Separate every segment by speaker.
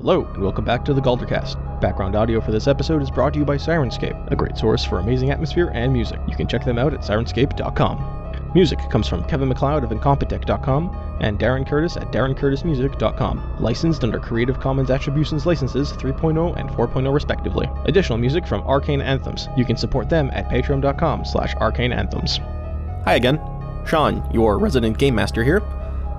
Speaker 1: Hello, and welcome back to the Galdercast. Background audio for this episode is brought to you by Sirenscape, a great source for amazing atmosphere and music. You can check them out at sirenscape.com. Music comes from Kevin McLeod of Incompetech.com and Darren Curtis at DarrenCurtisMusic.com, licensed under Creative Commons Attributions Licenses 3.0 and 4.0 respectively. Additional music from Arcane Anthems. You can support them at patreon.com slash arcaneanthems. Hi again. Sean, your resident game master here.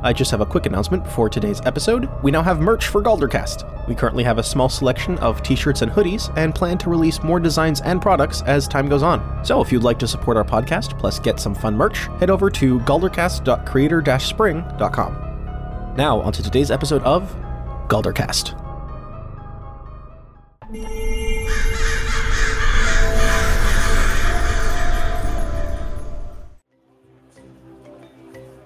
Speaker 1: I just have a quick announcement for today's episode. We now have merch for Galdercast. We currently have a small selection of t shirts and hoodies and plan to release more designs and products as time goes on. So if you'd like to support our podcast plus get some fun merch, head over to galdercast.creator spring.com. Now, onto today's episode of Galdercast.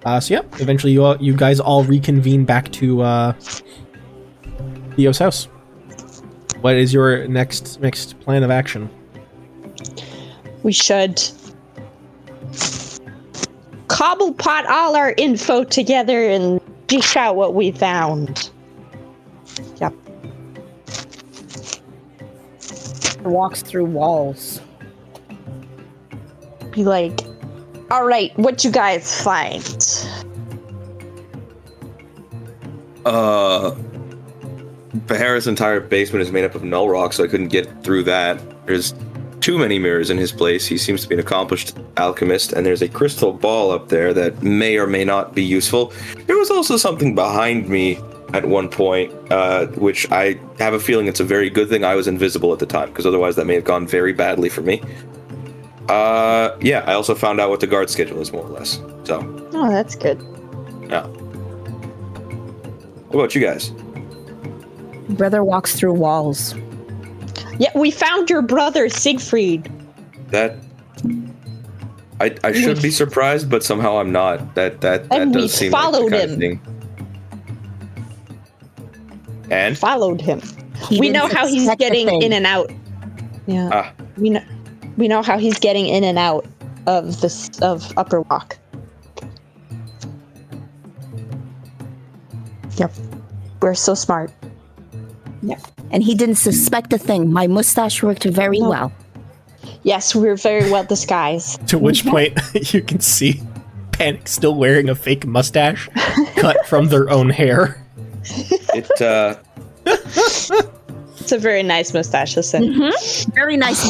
Speaker 1: Uh, so yeah, eventually you all, you guys all reconvene back to uh, Theo's house. What is your next next plan of action?
Speaker 2: We should cobble pot all our info together and dish out what we found. Yep.
Speaker 3: walks through walls.
Speaker 2: Be like, all right, what you guys find?
Speaker 4: Uh, Bahara's entire basement is made up of null rock, so I couldn't get through that. There's too many mirrors in his place. He seems to be an accomplished alchemist, and there's a crystal ball up there that may or may not be useful. There was also something behind me at one point, uh, which I have a feeling it's a very good thing I was invisible at the time, because otherwise that may have gone very badly for me. Uh, yeah, I also found out what the guard schedule is, more or less. So,
Speaker 2: Oh, that's good.
Speaker 4: yeah. What about you guys?
Speaker 3: Brother walks through walls.
Speaker 2: Yeah, we found your brother Siegfried.
Speaker 4: That I, I should be surprised, but somehow I'm not. That that that
Speaker 2: And we
Speaker 4: does seem like the
Speaker 2: followed
Speaker 4: kind of
Speaker 2: him.
Speaker 4: thing. And
Speaker 2: Followed him.
Speaker 3: He
Speaker 2: we
Speaker 3: didn't
Speaker 2: know how he's
Speaker 3: expect a
Speaker 2: getting
Speaker 3: thing.
Speaker 2: in and out. Yeah.
Speaker 4: ah,
Speaker 2: we know we know how he's getting in and out of this of upper walk yep we're so smart yep
Speaker 3: And he didn't suspect a thing. My mustache worked very
Speaker 5: Oh.
Speaker 2: No.
Speaker 3: well.
Speaker 2: yes we're very well disguised
Speaker 6: To which point you can see Panic still wearing a fake mustache cut from their own hair.
Speaker 4: it uh,
Speaker 2: it's a very nice mustache listen
Speaker 3: Very nice.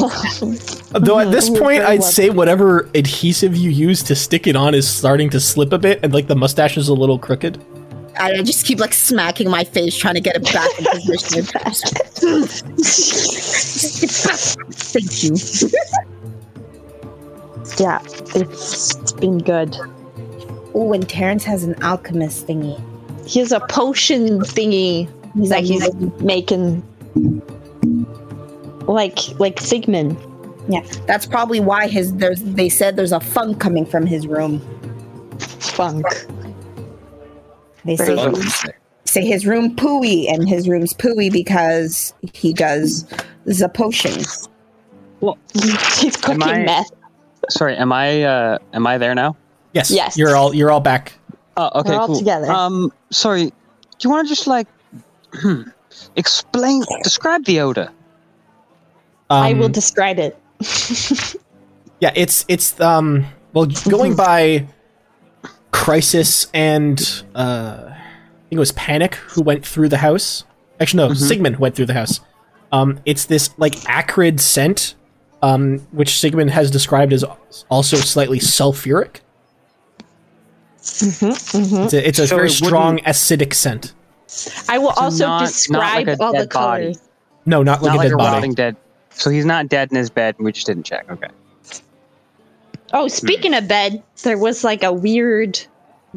Speaker 6: Though at this
Speaker 2: Mhm.
Speaker 6: point,
Speaker 2: Very
Speaker 6: I'd
Speaker 2: well.
Speaker 6: say whatever adhesive you use to stick it on is starting to slip a bit, and like the mustache is a little crooked.
Speaker 3: I I just keep like smacking my face, trying to get it back in position. Thank you.
Speaker 2: yeah it's, it's been good
Speaker 5: Oh, and Terrence has an alchemist thingy.
Speaker 2: he has a potion thingy
Speaker 5: He's
Speaker 2: that
Speaker 5: like,
Speaker 2: he's making like like sigmund
Speaker 5: yeah. That's probably why his there's they said there's a funk coming from his room.
Speaker 2: funk
Speaker 5: They
Speaker 2: Very
Speaker 5: say say his room pooey and his room's pooey because he does the potions.
Speaker 2: he's cooking
Speaker 7: I-
Speaker 2: meth
Speaker 7: Sorry, am I uh am I there now?
Speaker 6: Yes,
Speaker 2: Yes.
Speaker 6: you're all you're all back.
Speaker 7: Oh, okay,
Speaker 2: We're all
Speaker 7: cool.
Speaker 2: together.
Speaker 7: Um, sorry, do you want to just like explain, describe the odor?
Speaker 2: i will
Speaker 6: Um,
Speaker 2: describe it
Speaker 6: Yeah, it's it's um well
Speaker 7: Mm-hmm.
Speaker 6: going by Crisis and uh I think it was Panic who went through the house. Actually no,
Speaker 7: Mm-hmm.
Speaker 6: Sigmund went through the house. Um it's this like acrid scent um which Sigmund has described as also slightly sulfuric.
Speaker 2: Mm-hmm,
Speaker 6: It's a, it's a
Speaker 7: So
Speaker 6: very
Speaker 7: it wouldn't-
Speaker 6: strong acidic scent.
Speaker 2: I will also
Speaker 7: not- not
Speaker 2: describe
Speaker 7: like a
Speaker 2: all the
Speaker 7: dead body.
Speaker 2: colors.
Speaker 6: No, not like
Speaker 7: Not
Speaker 6: a
Speaker 7: like
Speaker 6: dead
Speaker 7: a
Speaker 6: body.
Speaker 7: rotting dead. So he's not dead in his bed, and we just didn't check. Okay.
Speaker 2: Oh, speaking of bed, there was like a weird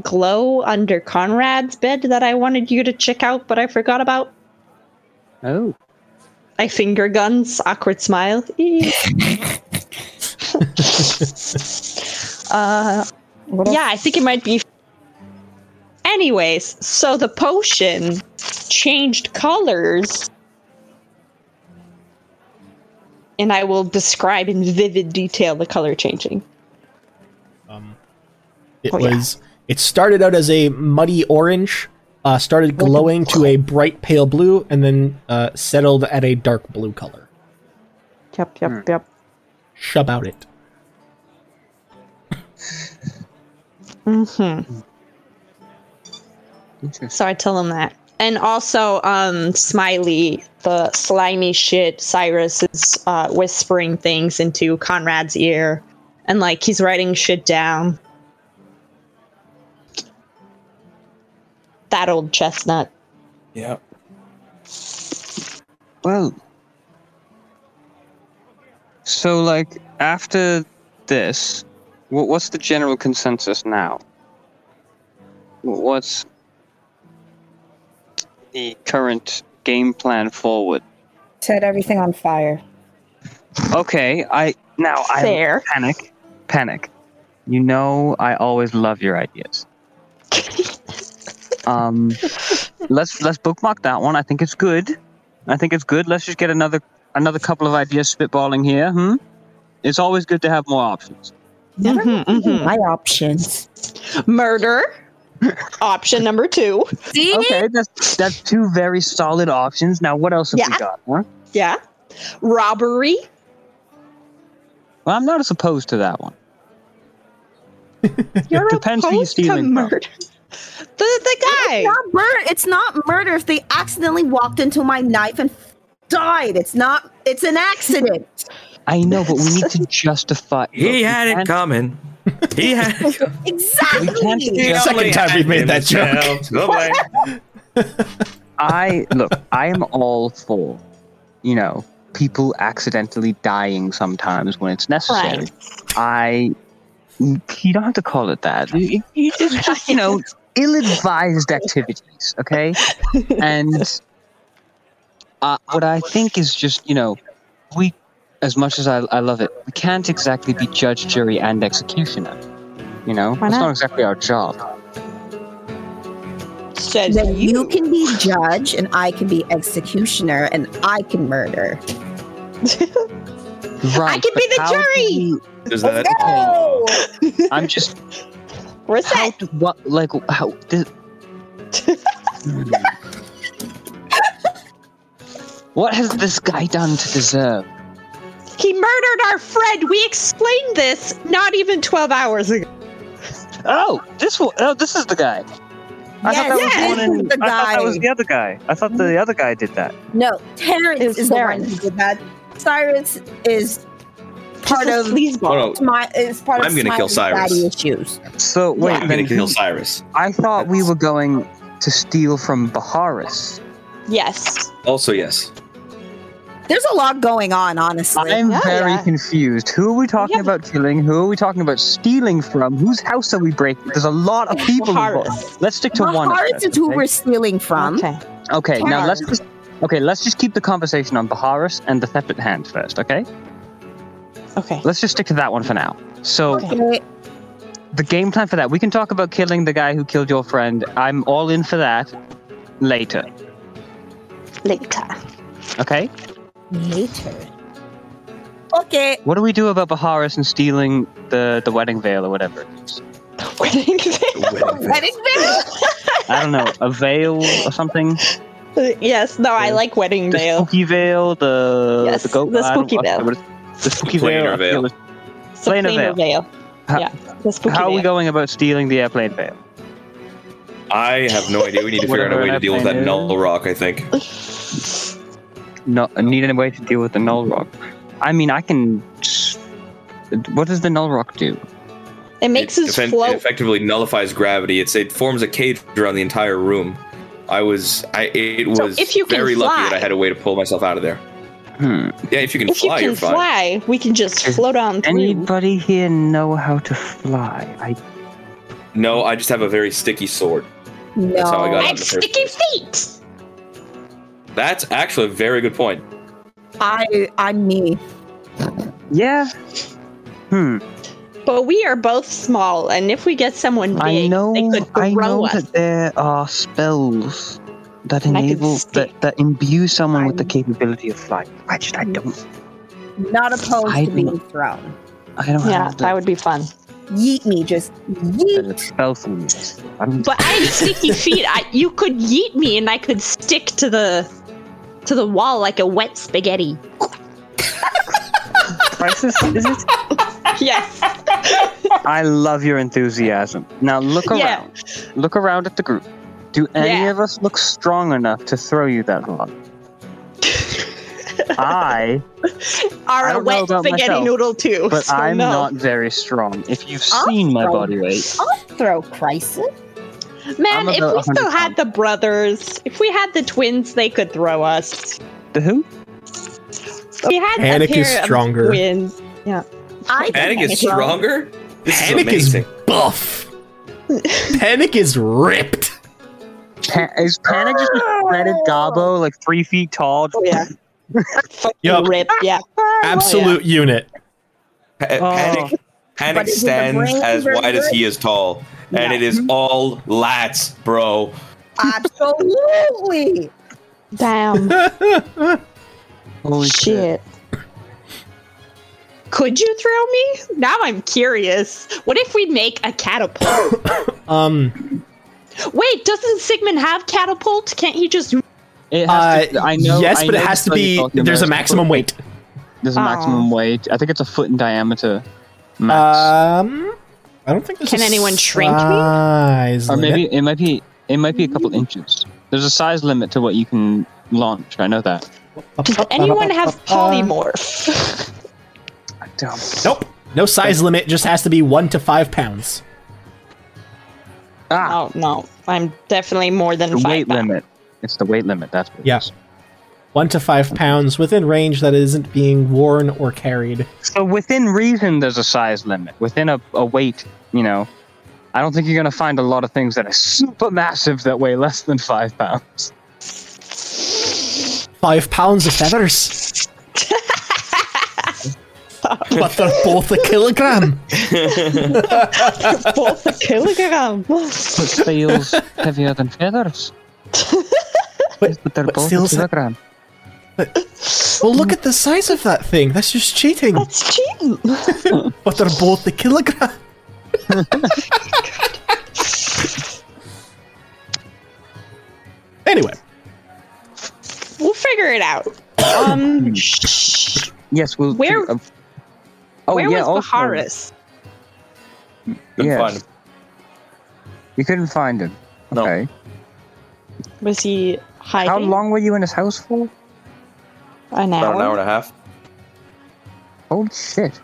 Speaker 2: glow under Conrad's bed that I wanted you to check out, but I forgot about.
Speaker 7: Oh.
Speaker 2: I finger guns, awkward smile. Eee. uh, yeah, I think it might be. Anyways, so the potion changed colors. And I will describe in vivid detail the color changing.
Speaker 6: It
Speaker 2: Oh, yeah.
Speaker 7: oh,
Speaker 6: was. It started out as a muddy orange, uh, started
Speaker 7: Oh,
Speaker 6: glowing to a bright pale blue and then uh, settled at a dark blue color.
Speaker 2: Yep, yep, yep.
Speaker 6: Shub out it.
Speaker 2: So I Mm-hmm. tell him that. And also, um, Smiley, the slimy shit, Cyrus is uh, whispering things into Conrad's ear. And, like, he's writing shit down. That old chestnut.
Speaker 4: Yeah.
Speaker 7: Well. So, like, after this, what, what's the general consensus now? Wh- What's the current game plan forward?
Speaker 5: Set everything on fire.
Speaker 7: Okay, I now Oh, I
Speaker 2: Fair.
Speaker 7: panic, panic. You know, I always love your ideas. um, let's let's bookmark that one. I think it's good. I think it's good. Let's just get another another couple of ideas spitballing here. Hmm. It's always good to have more options.
Speaker 5: Never
Speaker 2: Mhm,
Speaker 5: mind
Speaker 2: mhm.
Speaker 5: my options.
Speaker 2: Murder. Option number two.
Speaker 3: See?
Speaker 7: Okay, that's that's two very solid options. Now, what else have we
Speaker 2: Yeah.
Speaker 7: got? Huh?
Speaker 2: Yeah. Robbery.
Speaker 7: Well, I'm not as opposed to that one.
Speaker 2: You're
Speaker 7: Depends who you're
Speaker 2: opposed to
Speaker 7: stealing from.
Speaker 2: murder. The, the guy.
Speaker 3: Not murder. It's not murder if they accidentally walked into my knife and died. It's not. It's an accident.
Speaker 7: I know, but we need to justify. Look, we
Speaker 4: He had it
Speaker 7: can't-
Speaker 4: coming. He had it coming.
Speaker 3: Exactly.
Speaker 7: can't-
Speaker 6: Second
Speaker 4: Only
Speaker 6: time we've made that joke.
Speaker 4: himself. Goodbye.
Speaker 7: I look, I am all for, you know, people accidentally dying sometimes when it's necessary.
Speaker 2: Right.
Speaker 7: I, you don't have to call it that. You, you- you just, just, you know, ill-advised activities, okay? And uh, what I think is just, you know, we, as much as I, I love it, we can't exactly be judge, jury, and executioner. You know,
Speaker 2: Why
Speaker 7: it's
Speaker 2: not?
Speaker 7: not exactly our job.
Speaker 2: Says
Speaker 3: Then you
Speaker 2: you.
Speaker 3: can be judge, and I can be executioner, and I can murder.
Speaker 7: Right?
Speaker 2: can
Speaker 7: but
Speaker 2: be the
Speaker 7: how do
Speaker 2: jury!
Speaker 4: Does that?
Speaker 5: Oh,
Speaker 7: we- I'm just
Speaker 2: We're
Speaker 7: How,
Speaker 2: set.
Speaker 7: do- what, like, how did. what has this guy done to deserve?
Speaker 2: He murdered our friend. We explained this not even 12 hours ago.
Speaker 7: Oh, this one. Oh, this is the guy. I thought that
Speaker 2: Yes,
Speaker 7: was
Speaker 3: this
Speaker 7: the one in,
Speaker 3: is the
Speaker 7: I thought that was
Speaker 3: guy.
Speaker 7: the other guy. I thought the other guy did that.
Speaker 3: No, Terrence
Speaker 2: It's
Speaker 3: is the
Speaker 2: Terrence.
Speaker 3: one who did that. Cyrus is part
Speaker 2: Just a
Speaker 3: of
Speaker 2: sleazeball.
Speaker 4: Oh, no.
Speaker 3: my is part of
Speaker 4: I'm gonna kill Cyrus.
Speaker 3: Smiley's daddy issues.
Speaker 7: So wait,
Speaker 4: I'm
Speaker 7: then
Speaker 4: gonna kill
Speaker 7: who-
Speaker 4: Cyrus.
Speaker 7: I thought we were going to steal from Baharis.
Speaker 2: Yes.
Speaker 4: Also, yes.
Speaker 3: There's a lot going on, honestly.
Speaker 7: I'm
Speaker 2: yeah,
Speaker 7: very
Speaker 2: yeah.
Speaker 7: confused. Who are we talking
Speaker 2: Yeah.
Speaker 7: about killing? Who are we talking about stealing from? Whose house are we breaking? There's a lot of people involved.
Speaker 2: Baharis.
Speaker 7: Let's stick to one. of
Speaker 3: Baharis
Speaker 7: them,
Speaker 3: is who
Speaker 7: okay?
Speaker 3: we're stealing
Speaker 7: Um,
Speaker 3: from.
Speaker 2: Okay.
Speaker 7: Okay, now
Speaker 3: Karen.
Speaker 7: let's just okay. Let's just keep the conversation on Baharis and the separate hand first. Okay,
Speaker 2: Okay.
Speaker 7: let's just stick to that one for now. So
Speaker 2: Okay.
Speaker 3: Okay,
Speaker 7: the game plan for that, we can talk about killing the guy who killed your friend. I'm all in for that later.
Speaker 2: Later.
Speaker 7: Okay,
Speaker 3: Later. Okay.
Speaker 7: what do we do about Baharis and stealing the the wedding veil or whatever? it is?
Speaker 2: Wedding
Speaker 3: Wedding veil?
Speaker 7: I don't know, a veil or something.
Speaker 2: veil. yes. No, I like wedding
Speaker 7: The
Speaker 2: veil.
Speaker 7: spooky veil. The
Speaker 2: Yes,
Speaker 7: the goat.
Speaker 2: the
Speaker 7: I don't-
Speaker 2: spooky
Speaker 7: I don't
Speaker 2: veil.
Speaker 7: know what it's- The spooky veil.
Speaker 4: Planar
Speaker 7: I feel
Speaker 4: veil.
Speaker 7: is-
Speaker 2: It's a
Speaker 7: plain
Speaker 2: plainer
Speaker 7: veil.
Speaker 2: veil.
Speaker 7: How-
Speaker 2: yeah. The spooky
Speaker 7: How are
Speaker 2: veil.
Speaker 7: we going about stealing the airplane veil?
Speaker 4: I have no idea. We need to figure out a
Speaker 7: Whatever
Speaker 4: way to deal with
Speaker 7: that
Speaker 4: that null
Speaker 7: is.
Speaker 4: rock. I think.
Speaker 7: no, need any way to deal with the null rock. I mean, I can. s- What does the null rock do?
Speaker 2: It makes
Speaker 4: it
Speaker 2: us
Speaker 4: effen-
Speaker 2: float.
Speaker 4: It effectively nullifies gravity. It's it forms a cage around the entire room. I was I it
Speaker 2: So
Speaker 4: was
Speaker 2: if you can
Speaker 4: very lucky that
Speaker 2: fly-
Speaker 4: I had a way to pull myself out of there.
Speaker 7: Hmm.
Speaker 4: Yeah, if you can
Speaker 2: if you
Speaker 4: fly,
Speaker 2: can
Speaker 4: are fine.
Speaker 2: fly, we can just
Speaker 7: Is
Speaker 2: float on through.
Speaker 7: Anybody here know how to fly? I
Speaker 4: No, I just have a very sticky sword.
Speaker 3: No.
Speaker 4: That's how I got
Speaker 2: I
Speaker 4: it.
Speaker 2: have sticky feet.
Speaker 4: That's actually a very good point.
Speaker 3: I I'm me.
Speaker 7: yeah. Hmm.
Speaker 2: But we are both small, and if we get someone big,
Speaker 7: I know.
Speaker 2: they could grow
Speaker 7: I know
Speaker 2: us.
Speaker 7: that there are spells that
Speaker 2: And I can
Speaker 7: enable
Speaker 2: stick.
Speaker 7: that, that imbue someone with the
Speaker 3: I'm-
Speaker 7: capability of flight. I just I don't
Speaker 3: Not opposed
Speaker 7: I
Speaker 3: to
Speaker 7: do
Speaker 3: being thrown.
Speaker 7: I don't
Speaker 2: Yeah,
Speaker 7: have the,
Speaker 2: that would be fun.
Speaker 5: yeet me, just
Speaker 7: and the
Speaker 5: yeet.
Speaker 7: spell fool. I'm
Speaker 2: But I had sticky feet. I, you could yeet me, and I could stick to the to the wall like a wet spaghetti.
Speaker 7: crisis. Is it?
Speaker 2: Yes.
Speaker 7: I love your enthusiasm. Now look
Speaker 2: Yeah.
Speaker 7: around. Look around at the group. Do any
Speaker 2: Yeah.
Speaker 7: of us look strong enough to throw you that rock? I,
Speaker 2: Are
Speaker 7: I
Speaker 2: a
Speaker 7: don't know
Speaker 2: wet
Speaker 7: about
Speaker 2: spaghetti
Speaker 7: myself,
Speaker 2: noodle too.
Speaker 7: but
Speaker 2: so
Speaker 7: I'm
Speaker 2: no.
Speaker 7: not very strong. If you've
Speaker 5: I'll
Speaker 7: seen my
Speaker 5: throw-
Speaker 7: body weight,
Speaker 5: I'll throw crisis.
Speaker 2: Man,
Speaker 7: I'm about
Speaker 2: if we
Speaker 7: 100
Speaker 2: still had
Speaker 7: pounds.
Speaker 2: the brothers, if we had the twins, they could throw us.
Speaker 7: the who?
Speaker 2: If We had
Speaker 6: Panic
Speaker 2: a
Speaker 6: is
Speaker 2: pair of
Speaker 6: stronger.
Speaker 2: twins.
Speaker 3: I think
Speaker 4: Panic is
Speaker 3: I can-
Speaker 4: stronger? This
Speaker 6: Panic
Speaker 4: is
Speaker 6: is
Speaker 4: amazing.
Speaker 6: buff. Panic is ripped.
Speaker 7: Pa- is Panic just a shredded gobbo, like three feet tall?
Speaker 2: Oh, yeah. Fucking
Speaker 6: Yup.
Speaker 2: rip. Oh, Yeah.
Speaker 6: Absolute unit.
Speaker 4: Pa-
Speaker 7: Oh,
Speaker 2: Oh.
Speaker 4: Panic,
Speaker 5: But
Speaker 4: panic
Speaker 5: is it the
Speaker 4: stands
Speaker 5: brain
Speaker 4: as
Speaker 5: versus-
Speaker 4: wide as he is tall. And
Speaker 5: Yeah.
Speaker 4: it is
Speaker 2: Mm-hmm.
Speaker 4: all lats, bro.
Speaker 5: Absolutely.
Speaker 2: Damn.
Speaker 7: Holy
Speaker 2: Shit. Could you throw me? Now I'm curious. What if we make a catapult?
Speaker 6: Um,
Speaker 2: Wait, doesn't Sigmund have catapult? Can't he just
Speaker 7: It
Speaker 6: uh,
Speaker 7: has to, I know.
Speaker 6: yes,
Speaker 7: I
Speaker 6: but
Speaker 7: know
Speaker 6: it has
Speaker 7: the
Speaker 6: to
Speaker 7: study
Speaker 6: be.
Speaker 7: talking about
Speaker 6: There's a
Speaker 7: it's
Speaker 6: maximum weight.
Speaker 7: foot- There's a
Speaker 2: Aw.
Speaker 7: maximum weight. I think it's a foot in diameter.
Speaker 6: Uh,
Speaker 7: Max.
Speaker 6: Um, I don't think. There's
Speaker 2: Can
Speaker 6: a
Speaker 2: anyone shrink me?
Speaker 6: size
Speaker 7: or
Speaker 6: limit.
Speaker 7: maybe it might be it might be a couple inches. There's a size limit to what you can launch. I know that.
Speaker 2: Does anyone
Speaker 1: Uh,
Speaker 2: have polymorph?
Speaker 7: I don't.
Speaker 6: Nope. No size limit. Just has to be one to five pounds.
Speaker 7: Ah,
Speaker 2: oh no, I'm definitely more than
Speaker 7: the
Speaker 2: five.
Speaker 7: weight
Speaker 2: pounds.
Speaker 7: limit. It's the weight limit. That's what. it
Speaker 6: Yeah.
Speaker 7: is.
Speaker 6: One to five pounds within range that isn't being worn or carried.
Speaker 7: So within reason, there's a size limit. Within a, a weight, you know, I don't think you're gonna find a lot of things that are super massive that weigh less than five pounds.
Speaker 6: Five pounds of feathers. but they're both a kilogram.
Speaker 2: Both a kilogram.
Speaker 7: But sails heavier than feathers.
Speaker 6: But-
Speaker 7: but they're
Speaker 6: but
Speaker 7: both a
Speaker 6: sails-
Speaker 7: kilogram.
Speaker 6: Well, look at the size of that thing. That's just cheating.
Speaker 2: That's cheating.
Speaker 6: But they're both a kilogram. anyway,
Speaker 2: We'll figure it out.
Speaker 4: Hmm.
Speaker 2: Um, sh-
Speaker 7: Yes. Well.
Speaker 2: Where-
Speaker 7: uh, oh
Speaker 2: where
Speaker 7: yeah.
Speaker 2: was
Speaker 7: also-
Speaker 2: Baharis?
Speaker 4: Couldn't
Speaker 7: Yes.
Speaker 4: find him.
Speaker 7: You couldn't find him.
Speaker 4: No.
Speaker 7: Okay.
Speaker 2: Was he hiding?
Speaker 7: How long were you in his house for?
Speaker 2: An hour.
Speaker 4: About an hour and a half.
Speaker 7: Holy shit.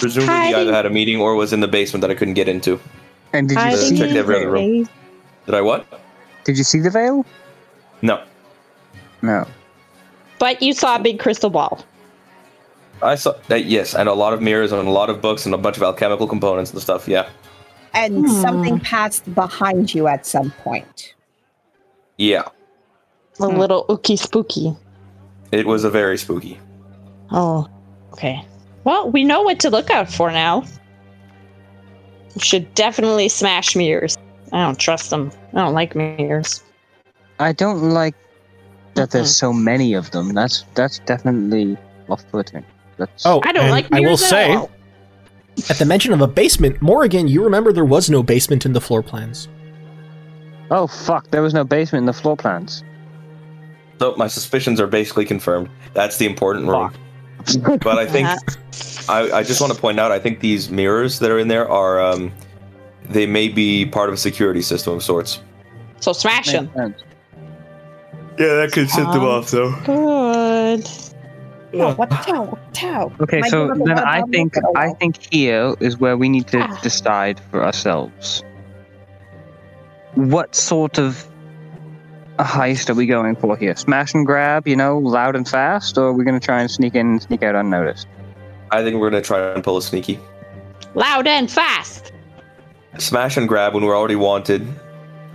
Speaker 4: Presumably, he
Speaker 2: Hiding.
Speaker 4: either had a meeting or was in the basement that I couldn't get into.
Speaker 7: And did you
Speaker 2: Hiding
Speaker 7: see
Speaker 4: Checked
Speaker 2: in
Speaker 4: every other room.
Speaker 2: the-
Speaker 4: Did I what?
Speaker 7: did you see the veil?
Speaker 4: No.
Speaker 7: No.
Speaker 2: But you saw a big crystal ball.
Speaker 4: I saw that. Yes, and a lot of mirrors and a lot of books and a bunch of alchemical components and stuff. Yeah,
Speaker 5: And
Speaker 2: Hmm.
Speaker 5: something passed behind you at some point.
Speaker 4: yeah.
Speaker 2: A little ooky spooky.
Speaker 4: It was a very spooky.
Speaker 2: Oh, okay. Well, we know what to look out for now. We should definitely smash mirrors. I don't trust them. I don't like mirrors.
Speaker 7: I don't like that there's so many of them. That's that's definitely off putting. That's
Speaker 6: oh,
Speaker 2: I don't
Speaker 6: and
Speaker 2: like
Speaker 6: I will
Speaker 2: mirrors at
Speaker 6: say,
Speaker 2: all.
Speaker 6: at the mention of a basement, Morrigan, you remember there was no basement in the floor plans.
Speaker 7: oh fuck, there was no basement in the floor plans.
Speaker 4: So my suspicions are basically confirmed. That's the important room. But I think I, I just want to point out. I think these mirrors that are in there are um, they may be part of a security system of sorts.
Speaker 2: So smash them.
Speaker 7: Makes sense.
Speaker 4: Yeah, that could set
Speaker 2: them Um,
Speaker 4: off though.
Speaker 2: Good.
Speaker 5: Oh, what tell? What tell?
Speaker 7: Okay,
Speaker 5: My
Speaker 7: so
Speaker 5: God,
Speaker 7: then
Speaker 5: what
Speaker 7: I
Speaker 5: about
Speaker 7: think
Speaker 5: me?
Speaker 7: I think here is where we need to
Speaker 2: Ah.
Speaker 7: decide for ourselves. What sort of a heist are we going for here? Smash and grab, you know, loud and fast, or are we gonna try and sneak in and sneak out unnoticed?
Speaker 4: I think we're gonna try and pull a sneaky
Speaker 2: Loud and fast.
Speaker 4: smash and grab when we're already wanted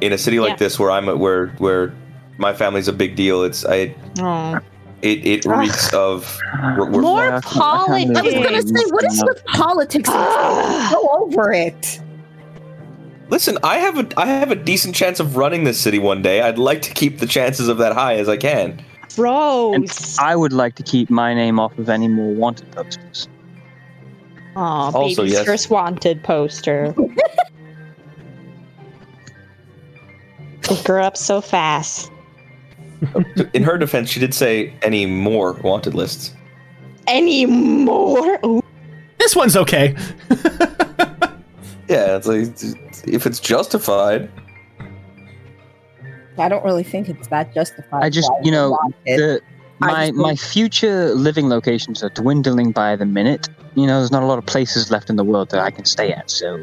Speaker 4: in a city like
Speaker 2: Yeah.
Speaker 4: this where I'm where where my family's a big deal. It's I
Speaker 2: Oh.
Speaker 4: it it reeks of we're, we're
Speaker 2: More
Speaker 7: I can't- I can't
Speaker 2: politics.
Speaker 3: I was gonna
Speaker 7: really-
Speaker 3: say, what is with politics?
Speaker 2: Ah.
Speaker 5: Go over it.
Speaker 4: Listen, I have a I have a decent chance of running this city one day. I'd like to keep the chances of that high as I can.
Speaker 2: Gross.
Speaker 7: I would like to keep my name off of any more wanted posters.
Speaker 2: Aw,
Speaker 4: Also,
Speaker 2: baby's
Speaker 4: yes.
Speaker 2: first wanted poster. it grew up so fast.
Speaker 4: In her defense, she did say any more wanted lists.
Speaker 2: Any more? Ooh,
Speaker 6: This one's okay.
Speaker 4: Yeah, it's like if it's justified.
Speaker 5: I don't really think it's that justified.
Speaker 7: I just,
Speaker 5: why they
Speaker 7: you know,
Speaker 5: want it.
Speaker 7: The,
Speaker 5: I
Speaker 7: my
Speaker 5: just
Speaker 7: my future living locations are dwindling by the minute. You know, there's not a lot of places left in the world that I can stay at. So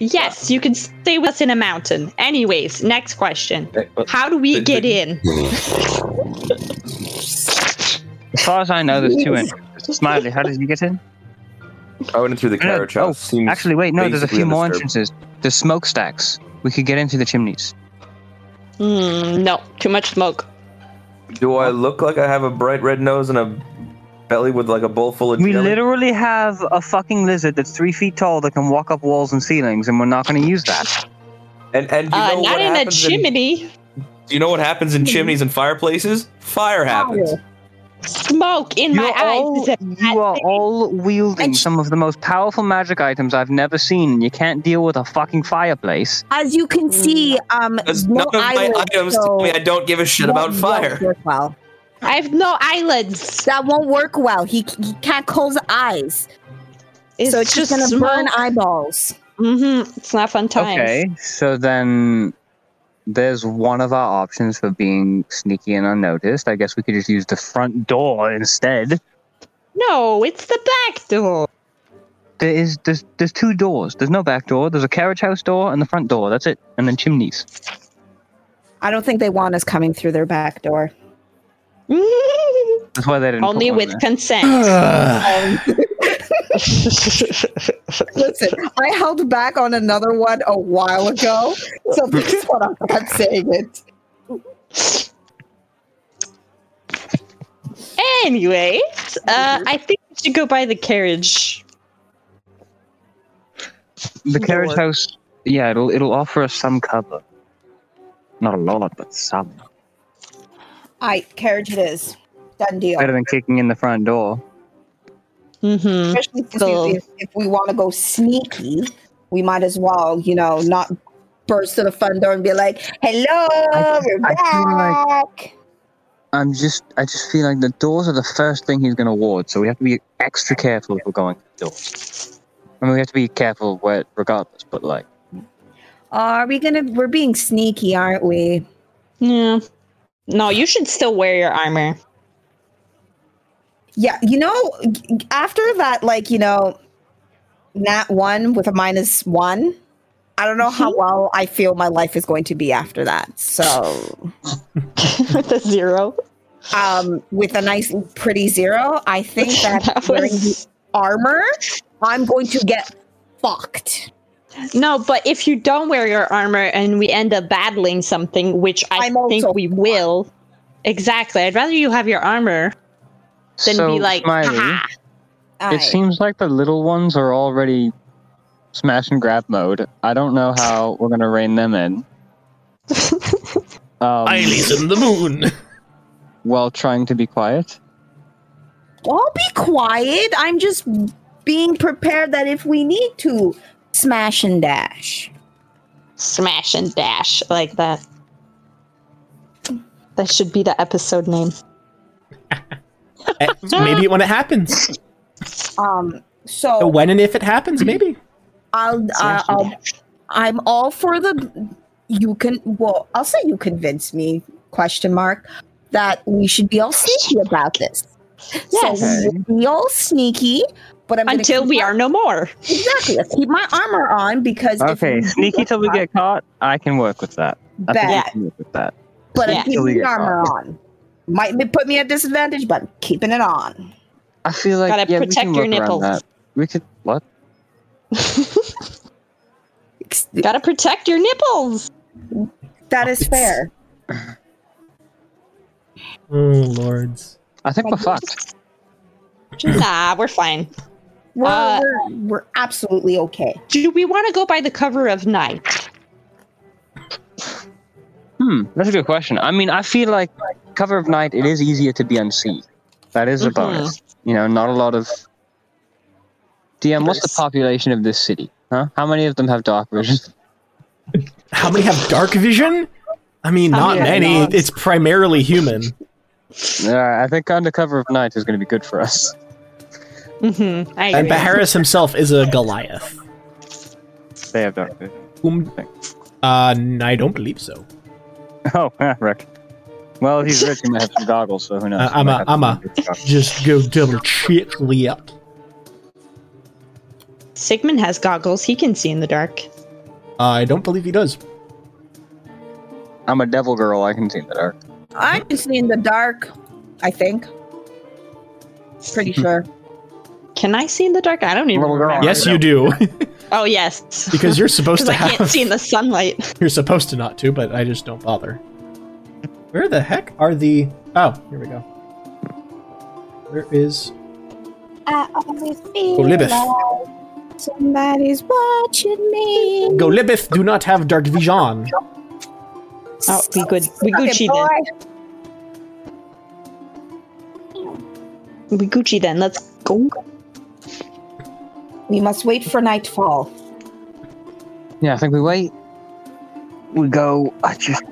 Speaker 2: Yes, you can stay with us in a mountain. Anyways, next question.
Speaker 4: eh,
Speaker 2: How do we
Speaker 4: The-
Speaker 2: get
Speaker 4: the-
Speaker 2: in?
Speaker 7: As far as I know, there's two entrances. Smiley, how did you get in?
Speaker 4: I went in through the
Speaker 7: No, no,
Speaker 4: carriage
Speaker 7: oh,
Speaker 4: house. Seems
Speaker 7: Actually, wait, no, there's a
Speaker 4: basically
Speaker 7: few more
Speaker 4: undisturbed.
Speaker 7: entrances. There's smokestacks. We could get into the chimneys.
Speaker 2: Mm, no, too much smoke.
Speaker 4: Do I look like I have a bright red nose and a belly with like a bowl full of
Speaker 7: We
Speaker 4: jelly?
Speaker 7: literally have a fucking lizard that's three feet tall that can walk up walls and ceilings, and we're not going to use that.
Speaker 4: and and you
Speaker 2: Uh,
Speaker 4: know
Speaker 2: not
Speaker 4: what
Speaker 2: in a
Speaker 4: happens
Speaker 2: chimney.
Speaker 4: Do you know what happens in chimneys and fireplaces? Fire happens.
Speaker 2: Smoke in my
Speaker 7: You're all,
Speaker 2: eyes.
Speaker 7: you are all wielding
Speaker 5: And sh-
Speaker 7: some of the most powerful magic items I've never seen, and you can't deal with a fucking fireplace.
Speaker 5: as you can see, um,
Speaker 4: Because
Speaker 5: no
Speaker 4: none of my
Speaker 5: eyelids,
Speaker 4: items
Speaker 5: so
Speaker 4: tell me I don't give a shit
Speaker 5: that
Speaker 4: about
Speaker 5: won't
Speaker 4: fire.
Speaker 5: work well.
Speaker 2: I have no eyelids.
Speaker 5: That won't work well. He, he can't close eyes,
Speaker 2: It's
Speaker 5: so it's
Speaker 2: just
Speaker 5: just gonna
Speaker 2: smoke.
Speaker 5: burn eyeballs.
Speaker 2: hmm It's not fun times.
Speaker 7: Okay, so then there's one of our options for being sneaky and unnoticed. I guess we could just use the front door instead.
Speaker 2: No, it's the back door.
Speaker 7: There is there's there's two doors. There's no back door. There's a carriage house door and the front door. That's it. And then chimneys.
Speaker 5: I don't think they want us coming through their back door.
Speaker 7: That's why they didn't. put
Speaker 2: Only
Speaker 7: one
Speaker 2: with
Speaker 7: there.
Speaker 2: consent.
Speaker 5: Listen, I held back on another one a while ago, so this is what I'm not saying it.
Speaker 2: anyway, uh, I think we should go by the carriage.
Speaker 7: the carriage house. Yeah, it'll it'll offer us some cover. Not a lot, but some.
Speaker 5: All right, carriage it is. Done deal.
Speaker 7: Better than kicking in the front door.
Speaker 2: Mm-hmm.
Speaker 5: Especially since
Speaker 2: So-
Speaker 5: we- if, if we want to go sneaky, we might as well, you know, not burst to the front door and be like, "Hello,
Speaker 7: I-
Speaker 5: we're
Speaker 7: I feel
Speaker 5: back."
Speaker 7: I'm just I just feel like the doors are the first thing he's gonna ward, so we have to be extra careful if we're going to the doors. I mean we have to be careful where regardless, but like
Speaker 5: Are we gonna? We're being sneaky, aren't we?
Speaker 2: Yeah. No, you should still wear your armor.
Speaker 5: Yeah, you know, g- after that, like you know, nat one with a minus one. I don't know how well I feel my life is going to be after that. So,
Speaker 2: With a zero.
Speaker 5: um, with a nice, pretty zero, I think that,
Speaker 2: That
Speaker 5: wearing
Speaker 2: was-
Speaker 5: armor, I'm going to get fucked.
Speaker 2: No, but if you don't wear your armor and we end up battling something, which I
Speaker 5: I'm also
Speaker 2: think we will, exactly. I'd rather you have your armor than
Speaker 7: so,
Speaker 2: be like,
Speaker 7: Smiley,
Speaker 2: haha.
Speaker 7: it seems like the little ones are already smash and grab mode. I don't know how we're gonna rein them in. Um,
Speaker 6: Eileen's in the moon.
Speaker 7: while trying to be quiet.
Speaker 5: I'll be quiet. I'm just being prepared that if we need to smash and dash.
Speaker 2: smash and dash like that. That should be the episode name.
Speaker 6: Eh, maybe when it happens.
Speaker 5: Um, so
Speaker 6: When and if it happens, maybe.
Speaker 5: I'll, uh, I'll I'm all for the you can well I'll say you convince me question mark that we should be all sneaky about this.
Speaker 2: Yes.
Speaker 5: So we'll be all sneaky, but I'm gonna
Speaker 2: Until
Speaker 5: keep
Speaker 2: we
Speaker 5: my-
Speaker 2: are no more.
Speaker 5: exactly. I keep my armor on because if
Speaker 7: Okay,
Speaker 5: we
Speaker 7: sneaky till we get caught. I can work with that. I think
Speaker 5: back,
Speaker 7: I can work with that.
Speaker 5: but
Speaker 2: Yeah.
Speaker 5: I'm keeping
Speaker 7: Till we
Speaker 5: the
Speaker 7: get
Speaker 5: armor on. Might be- put me at disadvantage, but I'm keeping it on.
Speaker 7: I feel like
Speaker 2: Gotta
Speaker 7: yeah,
Speaker 2: protect
Speaker 7: we can
Speaker 2: your
Speaker 7: work around
Speaker 2: nipples.
Speaker 7: That. We could what?
Speaker 5: Ex-
Speaker 2: Gotta protect your nipples.
Speaker 5: That is fair.
Speaker 6: Oh, lords.
Speaker 7: I think
Speaker 5: Like,
Speaker 7: we're fucked.
Speaker 2: nah, ah, we're fine.
Speaker 5: We're,
Speaker 2: Uh,
Speaker 5: we're, we're absolutely okay.
Speaker 2: Do we want to go by the cover of night?
Speaker 7: Hmm, that's a good question. I mean, I feel like cover of night, it is easier to be unseen. That is a
Speaker 2: Mhm.
Speaker 7: bonus. You know, not a lot of. DM, what's the
Speaker 2: Nice.
Speaker 7: population of this city? Huh? How many of them have dark vision?
Speaker 6: How many have dark vision? I mean,
Speaker 2: How
Speaker 6: not
Speaker 2: many are
Speaker 6: many.
Speaker 2: not?
Speaker 6: It's primarily human.
Speaker 7: Yeah, Uh, I think under cover of night is going to be good for us.
Speaker 2: Mm-hmm. I
Speaker 6: And
Speaker 2: agree.
Speaker 6: Baharis himself is a Goliath.
Speaker 7: They have dark vision.
Speaker 6: Whom, uh, n- I don't believe so.
Speaker 7: Oh, yeah, Rick. Well, he's rich. He might have some goggles, so who knows?
Speaker 6: Uh,
Speaker 7: He
Speaker 6: I'm
Speaker 7: might
Speaker 6: a-
Speaker 7: have
Speaker 6: I'm
Speaker 7: some goggles.
Speaker 6: Just go double check up.
Speaker 2: Sigmund has goggles. He can see in the dark.
Speaker 6: I don't believe he does.
Speaker 7: I'm a devil girl. I can see in the dark.
Speaker 5: I can see in the dark. I think. Pretty sure.
Speaker 2: Can I see in the dark? I don't even
Speaker 7: Little girl.
Speaker 2: remember.
Speaker 6: Yes, you do,
Speaker 2: Oh, yes.
Speaker 6: because you're supposed
Speaker 2: Because
Speaker 6: to
Speaker 2: I can't
Speaker 6: have.
Speaker 2: see in the sunlight.
Speaker 6: You're supposed to not to, but I just don't bother. Where the heck are the? Oh, here we go. Where is?
Speaker 2: Uh,
Speaker 5: I always feel
Speaker 6: Go Libeth.
Speaker 5: like somebody's watching me.
Speaker 6: Go Libeth. Do not have dark vision.
Speaker 2: Oh, we good. We Gucci then. We Gucci then. Let's go.
Speaker 5: We must wait for nightfall.
Speaker 7: Yeah, I think we wait. We go. I just.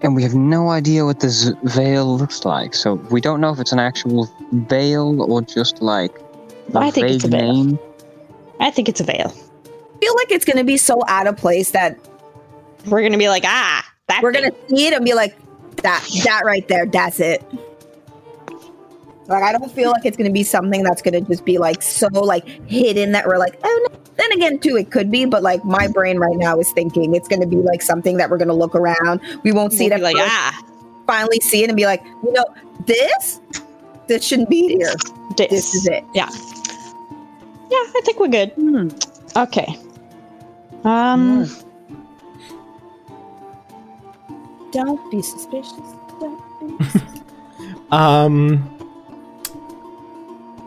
Speaker 7: And we have no idea what this veil looks like, so we don't know if it's an actual veil or just like a
Speaker 2: I think it's a
Speaker 7: vague
Speaker 2: veil.
Speaker 7: name.
Speaker 2: I think it's a veil.
Speaker 5: I feel like it's gonna be so out of place that
Speaker 2: We're gonna be like, ah, that.
Speaker 5: we're
Speaker 2: thing.
Speaker 5: gonna see it and be like, that that right there, that's it. Like I don't feel like it's gonna be something that's gonna just be like so like hidden that we're like, oh no. Then again, too, it could be, but like my brain right now is thinking it's gonna be like something that we're gonna look around. We won't see
Speaker 2: We'll
Speaker 5: it
Speaker 2: be like,
Speaker 5: at first,
Speaker 2: ah,
Speaker 5: finally see it and be like, you know, this this shouldn't be here.
Speaker 2: this.
Speaker 5: This is it. Hmm.
Speaker 2: Yeah, I think we're good. Okay. Um.
Speaker 5: Don't be suspicious. Don't be
Speaker 6: Um.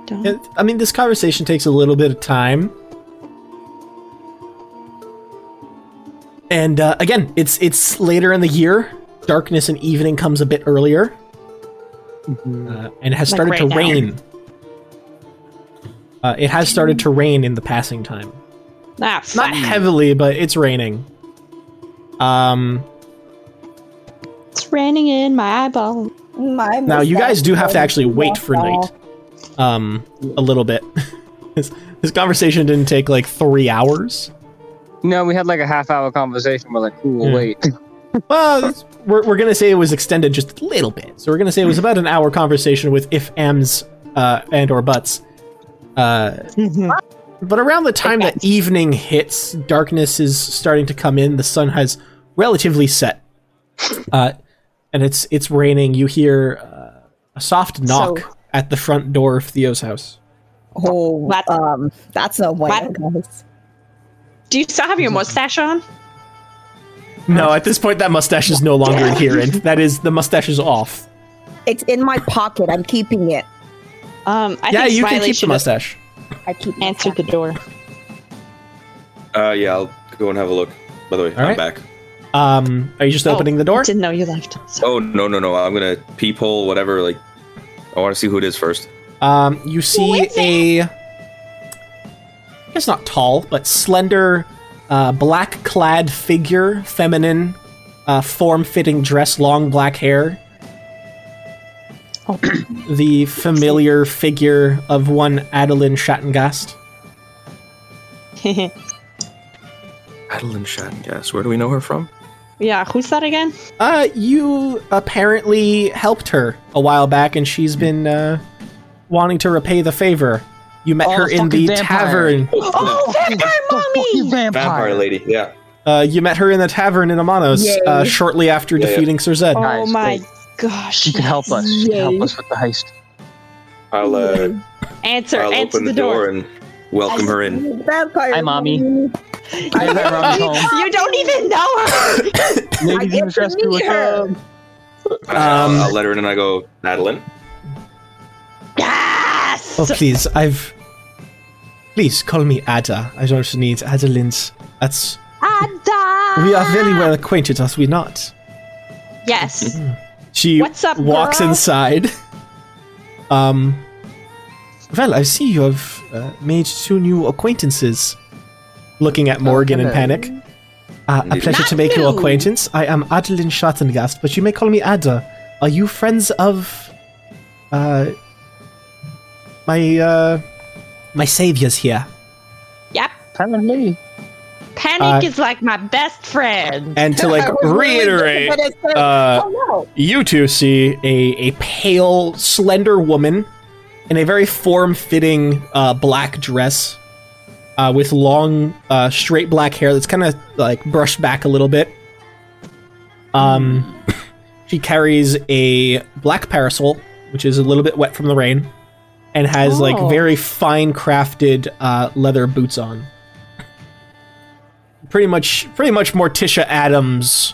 Speaker 2: don't-
Speaker 6: It- I mean, this conversation takes a little bit of time. And uh, again, it's it's later in the year. Darkness and evening comes a bit earlier, uh, and it has
Speaker 2: Like
Speaker 6: started
Speaker 2: right
Speaker 6: to
Speaker 2: now.
Speaker 6: rain. Uh, it has started to rain in the passing time.
Speaker 5: Hmm.
Speaker 2: Ah,
Speaker 6: Not
Speaker 2: fuck.
Speaker 6: heavily, but it's raining. Um,
Speaker 2: It's raining in my eyeball.
Speaker 5: My
Speaker 6: now you guys do have to
Speaker 5: mustache
Speaker 6: actually
Speaker 5: is
Speaker 6: wait for
Speaker 5: long.
Speaker 6: night, um, a little bit. this, this conversation didn't take like three hours.
Speaker 7: No, we had like a half hour conversation. We're like, cool,
Speaker 6: Yeah.
Speaker 7: wait.
Speaker 6: Well, it's- we're, we're going to say it was extended just a little bit. So we're going to say it was about an hour conversation with if M's uh, and or buts. Uh, but around the time that evening hits, darkness is starting to come in. The sun has relatively set, uh, and it's it's raining. You hear uh, a soft knock
Speaker 2: So-
Speaker 6: at the front door of Theo's house.
Speaker 5: Oh,
Speaker 2: What?
Speaker 5: um, that's no way.
Speaker 2: What?
Speaker 5: guys.
Speaker 2: Do you still have
Speaker 6: Mm-hmm.
Speaker 2: your mustache on?
Speaker 6: No, at this point, that mustache is no longer adherent. That is, the mustache is off.
Speaker 5: It's in my pocket. I'm keeping it.
Speaker 2: Um, I
Speaker 6: yeah,
Speaker 2: think
Speaker 6: you
Speaker 2: Smiley
Speaker 6: can keep the
Speaker 2: should have
Speaker 6: mustache.
Speaker 5: I keep it.
Speaker 2: answered the door.
Speaker 4: Uh, yeah, I'll go and have a look. By the way, I'm
Speaker 6: right.
Speaker 4: back.
Speaker 6: Um, are you just
Speaker 2: Oh,
Speaker 6: opening the door?
Speaker 2: Didn't know you left. So
Speaker 4: Oh no no no! I'm gonna peephole whatever. Like, I want to see who it is first.
Speaker 6: Um, you see a, I guess not tall, but slender, uh, black clad figure, feminine, uh, form fitting dress, long black hair.
Speaker 2: Oh.
Speaker 6: the familiar figure of one Adeline Schattengast. Oh.
Speaker 4: Adeline Shattengas. Where do we know her from?
Speaker 2: yeah, who's that again?
Speaker 6: Uh, you apparently helped her a while back, and she's been uh, wanting to repay the favor. You met
Speaker 7: Oh,
Speaker 6: her
Speaker 7: the
Speaker 6: in
Speaker 7: fucking
Speaker 6: the
Speaker 7: vampire.
Speaker 6: tavern.
Speaker 2: Oh, vampire mommy!
Speaker 4: Vampire
Speaker 7: Vampire.
Speaker 4: lady. Yeah.
Speaker 6: Uh, you met her in the tavern in Amanos
Speaker 5: Yay.
Speaker 6: uh, shortly after
Speaker 4: Yeah, yeah.
Speaker 6: defeating Sir Zed.
Speaker 2: Oh
Speaker 7: Guys,
Speaker 2: my
Speaker 7: wait.
Speaker 2: gosh!
Speaker 7: She can help us. She can
Speaker 2: Yay.
Speaker 7: help us with the heist.
Speaker 4: I'll uh,
Speaker 2: Answer,
Speaker 4: I'll
Speaker 2: answer
Speaker 4: open the door, and welcome her in.
Speaker 5: Vampire.
Speaker 7: Hi,
Speaker 5: I
Speaker 7: mommy. Maybe Ron's
Speaker 5: know.
Speaker 7: home.
Speaker 2: You don't even know her.
Speaker 7: Maybe
Speaker 5: get
Speaker 7: he was
Speaker 5: to
Speaker 7: rescued
Speaker 5: meet
Speaker 7: with
Speaker 5: her.
Speaker 7: um,
Speaker 6: Um,
Speaker 4: I'll, I'll let her in, and I go, Adeline.
Speaker 2: yes.
Speaker 6: Oh, please, I've. Please call me Ada. I don't need Adeline's. That's.
Speaker 2: Ada. Ah.
Speaker 6: We are very well acquainted, are we not?
Speaker 2: Yes.
Speaker 6: She
Speaker 2: What's up,
Speaker 6: walks
Speaker 2: girl?
Speaker 6: inside. Um, well, I see you have uh, made two new acquaintances. Looking at Morgan in
Speaker 7: hello.
Speaker 6: panic. Uh, a
Speaker 4: Indeed.
Speaker 6: pleasure to make your
Speaker 2: you.
Speaker 6: acquaintance. I am Adeline Schattengast, but you may call me Ada. Are you friends of uh, my uh, my saviors here?
Speaker 2: Yep.
Speaker 7: Apparently.
Speaker 2: Panic
Speaker 6: Uh,
Speaker 2: is like my best friend.
Speaker 6: And to like reiterate, uh,
Speaker 5: Oh,
Speaker 6: you two see a, a pale, slender woman in a very form-fitting uh, black dress uh, with long, uh, straight black hair that's kind of like brushed back a little bit. Um, she carries a black parasol, which is a little bit wet from the rain, and has like
Speaker 2: Oh.
Speaker 6: very fine-crafted uh, leather boots on. Pretty much, pretty much Morticia Adams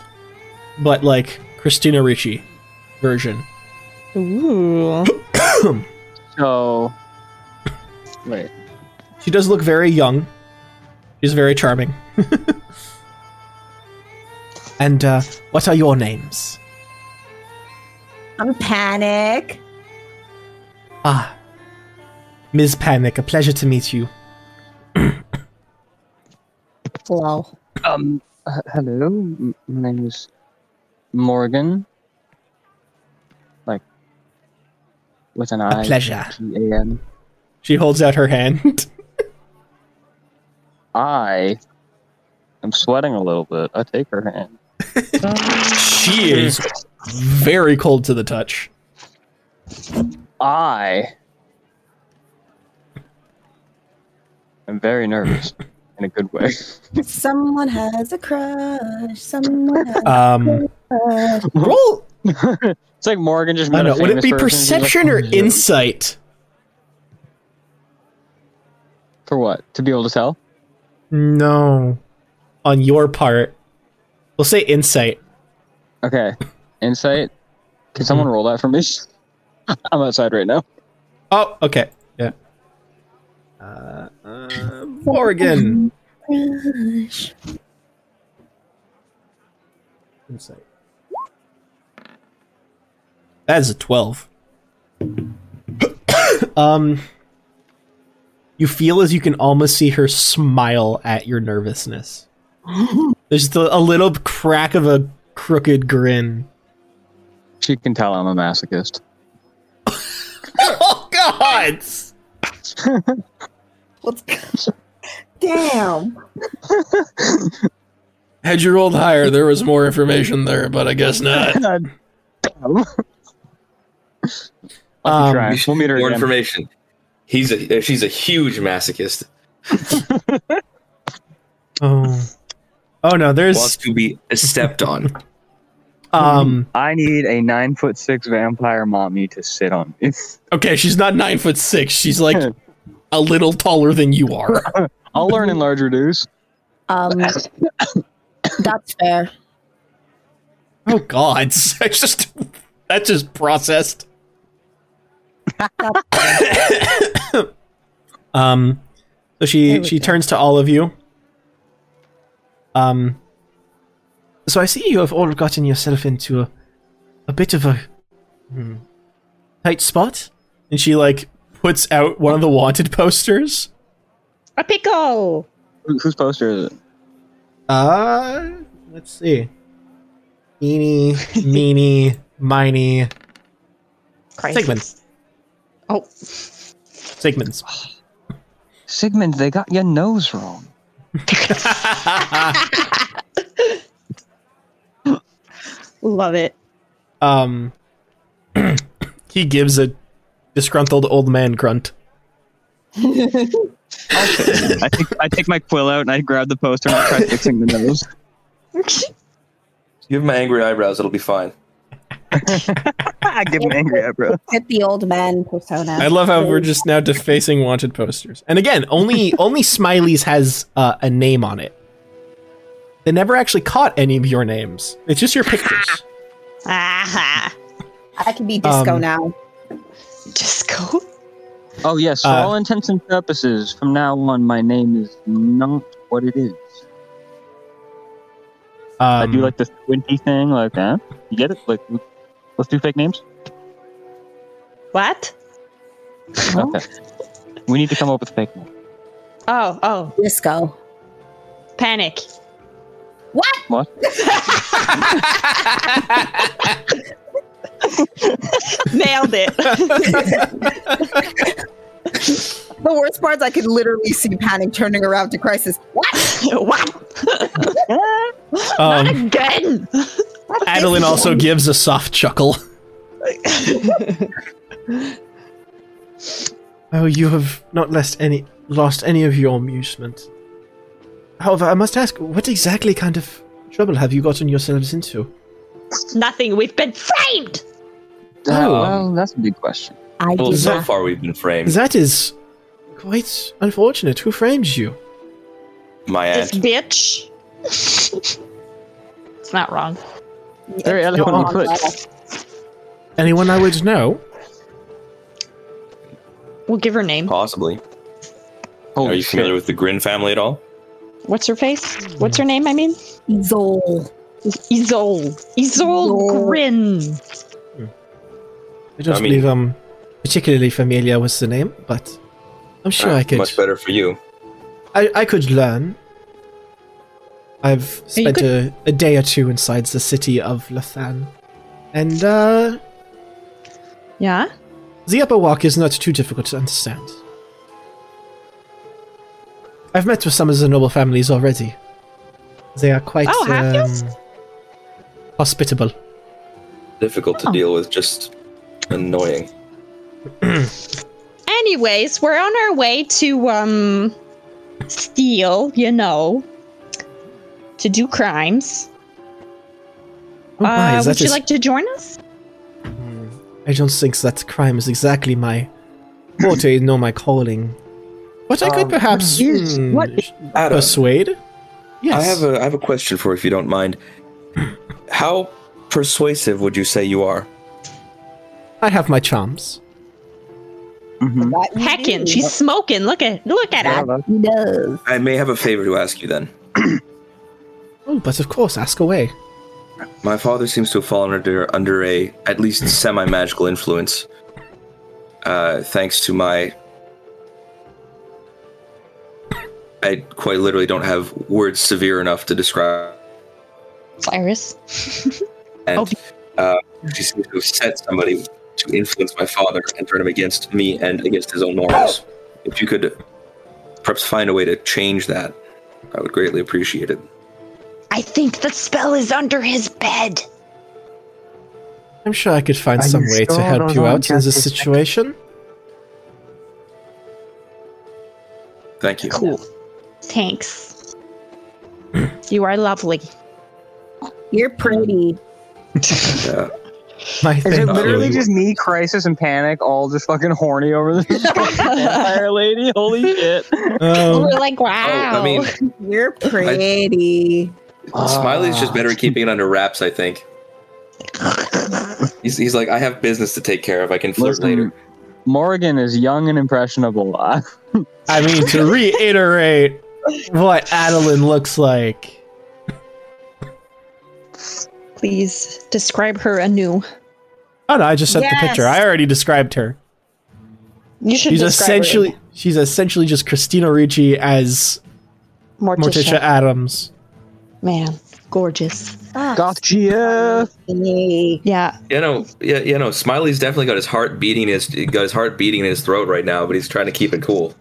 Speaker 6: but like Christina Ricci version.
Speaker 2: Ooh.
Speaker 7: So. Wait.
Speaker 6: She does look very young. She's very charming. and uh, what are your names?
Speaker 5: I'm panic.
Speaker 6: Ah, Ms. Panic, a pleasure to meet you.
Speaker 2: Wow.
Speaker 7: Um. h- hello. M- My name is Morgan. Like. With an
Speaker 6: A
Speaker 7: I.
Speaker 6: pleasure.
Speaker 7: P A N.
Speaker 6: She holds out her hand.
Speaker 7: I. am sweating a little bit. I take her hand.
Speaker 6: she is very cold to the touch.
Speaker 7: I. am very nervous in a good way.
Speaker 5: Someone has a crush. Someone has
Speaker 6: Um,
Speaker 5: a crush.
Speaker 6: roll.
Speaker 7: It's like Morgan just
Speaker 6: I
Speaker 7: met a
Speaker 6: don't know. Would it
Speaker 7: famous
Speaker 6: be
Speaker 7: person, she's like,
Speaker 6: perception or
Speaker 7: "Oh, yeah."
Speaker 6: insight?
Speaker 7: For what? To be able to tell?
Speaker 6: No. On your part, we'll say insight.
Speaker 7: Okay. Insight. Can someone
Speaker 6: Hmm.
Speaker 7: roll that for me? I'm outside right now.
Speaker 6: Oh, okay. Yeah. Uh, uh,
Speaker 4: Um,
Speaker 6: Morgan.
Speaker 5: Crush.
Speaker 6: Insight. That is a 12. um you feel as you can almost see her smile at your nervousness. There's just a, a little crack of a crooked grin.
Speaker 7: She can tell I'm a masochist.
Speaker 6: Oh god.
Speaker 5: Let's go. Damn.
Speaker 6: Had you rolled higher, there was more information there, but I guess not.
Speaker 7: God damn. Lucky
Speaker 6: Um,
Speaker 7: try. We'll meet her
Speaker 4: More
Speaker 7: again.
Speaker 4: information. He's a uh, she's a huge masochist.
Speaker 6: Oh. Oh no,
Speaker 4: Wants
Speaker 6: there's
Speaker 4: to be stepped on.
Speaker 6: um
Speaker 7: I need a nine foot six vampire mommy to sit on me.
Speaker 6: Okay, she's not nine foot six. She's like a little taller than you are.
Speaker 7: I'll learn in large reduce.
Speaker 5: Um, that's fair.
Speaker 6: Oh God, I just that just processed. um, so she she turns to all of you. Um, so I see you have all gotten yourself into a, a bit of a hmm, tight spot, and she like puts out one of the wanted posters.
Speaker 2: A pickle.
Speaker 7: Who, whose poster is it?
Speaker 6: Uh, let's see. Eeny, meeny, miny,
Speaker 2: Christ.
Speaker 6: Sigmund.
Speaker 2: Oh.
Speaker 6: Sigmunds.
Speaker 7: Sigmund, they got your nose wrong.
Speaker 2: Love it.
Speaker 6: um, he gives a disgruntled old man grunt.
Speaker 7: I take I take my quill out and I grab the poster and I try fixing the nose.
Speaker 4: Give him angry eyebrows. It'll be fine.
Speaker 7: I give him angry eyebrow.
Speaker 5: Get the old man persona.
Speaker 6: I love how we're just now defacing wanted posters. And again, only only Smiley's has uh, a name on it. They never actually caught any of your names. It's just your pictures.
Speaker 2: Aha.
Speaker 5: I can be disco
Speaker 6: Um,
Speaker 5: now.
Speaker 2: Just go.
Speaker 7: Oh yes, for
Speaker 6: Uh,
Speaker 7: all intents and purposes, from now on, my name is not what it is. I do
Speaker 6: Um,
Speaker 7: Um, like the squinty thing, like that. You get it? Like Let's do fake names.
Speaker 2: What?
Speaker 7: Okay. We need to come up with a fake name.
Speaker 2: Oh, oh,
Speaker 3: Disco.
Speaker 2: panic.
Speaker 3: What?
Speaker 2: Nailed it.
Speaker 5: The worst part is I could literally see Panic turning around to Crisis. What?
Speaker 2: what?
Speaker 6: Um,
Speaker 2: Again?
Speaker 6: Adeline also gives a soft chuckle. oh, you have not lost any lost any of your amusement. However, I must ask, what exactly kind of trouble have you gotten yourselves into?
Speaker 2: Nothing. We've been framed.
Speaker 7: Uh,
Speaker 6: Oh.
Speaker 7: well, that's a big question.
Speaker 3: I
Speaker 4: Well,
Speaker 3: did
Speaker 4: so
Speaker 3: not-
Speaker 4: far we've been framed.
Speaker 6: That is quite unfortunate. Who framed you?
Speaker 4: My
Speaker 2: This
Speaker 4: aunt.
Speaker 2: bitch. it's not wrong.
Speaker 7: Very eloquently put.
Speaker 6: Anyone I would know?
Speaker 2: We'll give her name.
Speaker 4: Possibly. Are
Speaker 7: Holy
Speaker 4: you familiar
Speaker 7: shit.
Speaker 4: with the Grin family at all?
Speaker 2: What's her face? What's her name? I mean,
Speaker 3: Zol.
Speaker 2: Isol. Isol
Speaker 3: Isol.
Speaker 2: Grin.
Speaker 6: I don't
Speaker 4: I mean-
Speaker 6: believe I'm particularly familiar with the name, but I'm sure I could.
Speaker 4: Ah, Uh, Much better for you.
Speaker 6: I, I could learn. I've
Speaker 2: you
Speaker 6: spent a, a day or two inside the city of Lathan. And uh,
Speaker 2: Yeah.
Speaker 6: the upper walk is not too difficult to understand. I've met with some of the noble families already. They are quite
Speaker 2: Oh, have you? Uh,
Speaker 6: um, hospitable.
Speaker 4: Difficult to
Speaker 2: Oh.
Speaker 4: deal with, just annoying.
Speaker 2: Anyways, we're on our way to um steal, you know, to do crimes.
Speaker 6: Oh, my,
Speaker 2: uh,
Speaker 6: that
Speaker 2: would you
Speaker 6: is-
Speaker 2: like to join us?
Speaker 6: I don't think that crime is exactly my forte, nor my calling. But I could perhaps hmm,
Speaker 4: Adam,
Speaker 6: persuade. Yes.
Speaker 4: I have a I have a question for you, if you don't mind. How persuasive would you say you are?
Speaker 6: I have my charms.
Speaker 7: Mhm.
Speaker 2: Heckin', she's smoking. Look at look at her.
Speaker 7: that's-
Speaker 3: does.
Speaker 4: I may have a favor to ask you then.
Speaker 6: Oh, but of course, ask away.
Speaker 4: My father seems to have fallen under under a at least semi magical influence. Uh, thanks to my, I quite literally don't have words severe enough to describe.
Speaker 2: Cyrus. Oh,
Speaker 4: And uh, she seems to have set somebody to influence my father and turn him against me and against his own morals. If you could perhaps find a way to change that, I would greatly appreciate it.
Speaker 2: I think the spell is under his bed.
Speaker 6: I'm sure I could find
Speaker 7: Are
Speaker 6: some
Speaker 7: you
Speaker 6: way to
Speaker 7: sure
Speaker 6: help
Speaker 7: those
Speaker 6: you
Speaker 7: aren't
Speaker 6: out in
Speaker 7: just
Speaker 6: this
Speaker 7: his-
Speaker 6: situation.
Speaker 4: Thank you.
Speaker 2: Cool. Thanks. you are lovely.
Speaker 3: You're pretty.
Speaker 4: Uh,
Speaker 6: My
Speaker 7: Is it
Speaker 6: thank
Speaker 7: literally
Speaker 6: you.
Speaker 7: just me, Crisis, and Panic, all just fucking horny over this vampire lady? Holy shit!
Speaker 6: Um,
Speaker 2: We're like, wow.
Speaker 4: oh, I mean,
Speaker 5: You're pretty.
Speaker 4: Smiley's just better at keeping it under wraps, I think. He's, he's like, I have business to take care of. I can flirt
Speaker 7: Listen,
Speaker 4: later.
Speaker 7: Morgan is young and impressionable. Uh,
Speaker 6: I mean, to reiterate what Adeline looks like.
Speaker 2: Please describe her anew.
Speaker 6: Oh no, I just sent the
Speaker 3: Yes.
Speaker 6: picture. I already described her.
Speaker 2: You should
Speaker 6: She's
Speaker 2: describe her
Speaker 6: essentially she's essentially just Christina Ricci as
Speaker 2: in- Morticia.
Speaker 6: Morticia Adams.
Speaker 2: Man, gorgeous.
Speaker 7: Goth GF.
Speaker 5: Hey.
Speaker 2: Yeah.
Speaker 4: You know, yeah, you know, Smiley's definitely got his heart beating his got his heart beating in his throat right now, but he's trying to keep it cool.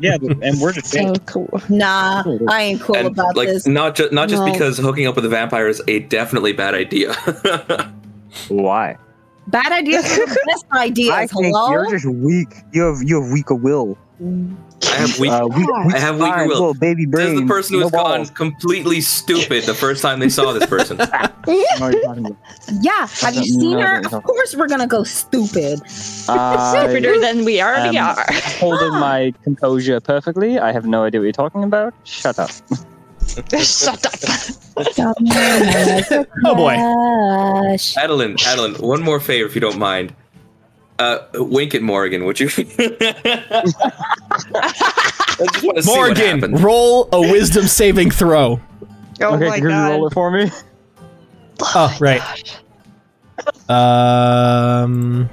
Speaker 7: Yeah, and we're just
Speaker 2: So cool.
Speaker 5: Nah, I ain't cool
Speaker 4: and
Speaker 5: about
Speaker 4: like,
Speaker 5: this.
Speaker 4: not just not just
Speaker 2: No.
Speaker 4: because hooking up with a vampire is a definitely bad idea.
Speaker 7: why?
Speaker 5: Bad ideas are the best ideas.
Speaker 7: I think
Speaker 5: Hello?
Speaker 7: you're just weak. You have you have weaker will.
Speaker 4: I have weak.
Speaker 7: Uh, weak,
Speaker 4: I have weaker
Speaker 7: spine,
Speaker 4: will.
Speaker 7: little baby
Speaker 4: this
Speaker 7: brain.
Speaker 4: is the person who
Speaker 7: no
Speaker 4: has gone
Speaker 7: balls.
Speaker 4: completely stupid the first time they saw this person.
Speaker 7: I know what you're talking about.
Speaker 5: yeah, have you
Speaker 7: don't
Speaker 5: seen
Speaker 7: know
Speaker 5: her?
Speaker 7: that.
Speaker 5: Of course we're gonna go stupid.
Speaker 2: Stupider
Speaker 7: I
Speaker 2: than we already
Speaker 7: Uh, um,
Speaker 2: are.
Speaker 7: holding my composure perfectly. I have no idea what you're talking about. Shut up.
Speaker 2: Shut up.
Speaker 6: Oh boy.
Speaker 3: Gosh.
Speaker 4: Adeline, Adeline, one more favor if you don't mind. Uh, wink at Morgan, would you? I just wanna see what
Speaker 6: Morgan,
Speaker 4: happens.
Speaker 6: roll a wisdom saving throw.
Speaker 2: Oh
Speaker 7: okay,
Speaker 2: my
Speaker 7: can you roll
Speaker 2: god.
Speaker 7: it for me?
Speaker 6: Oh, right. Um,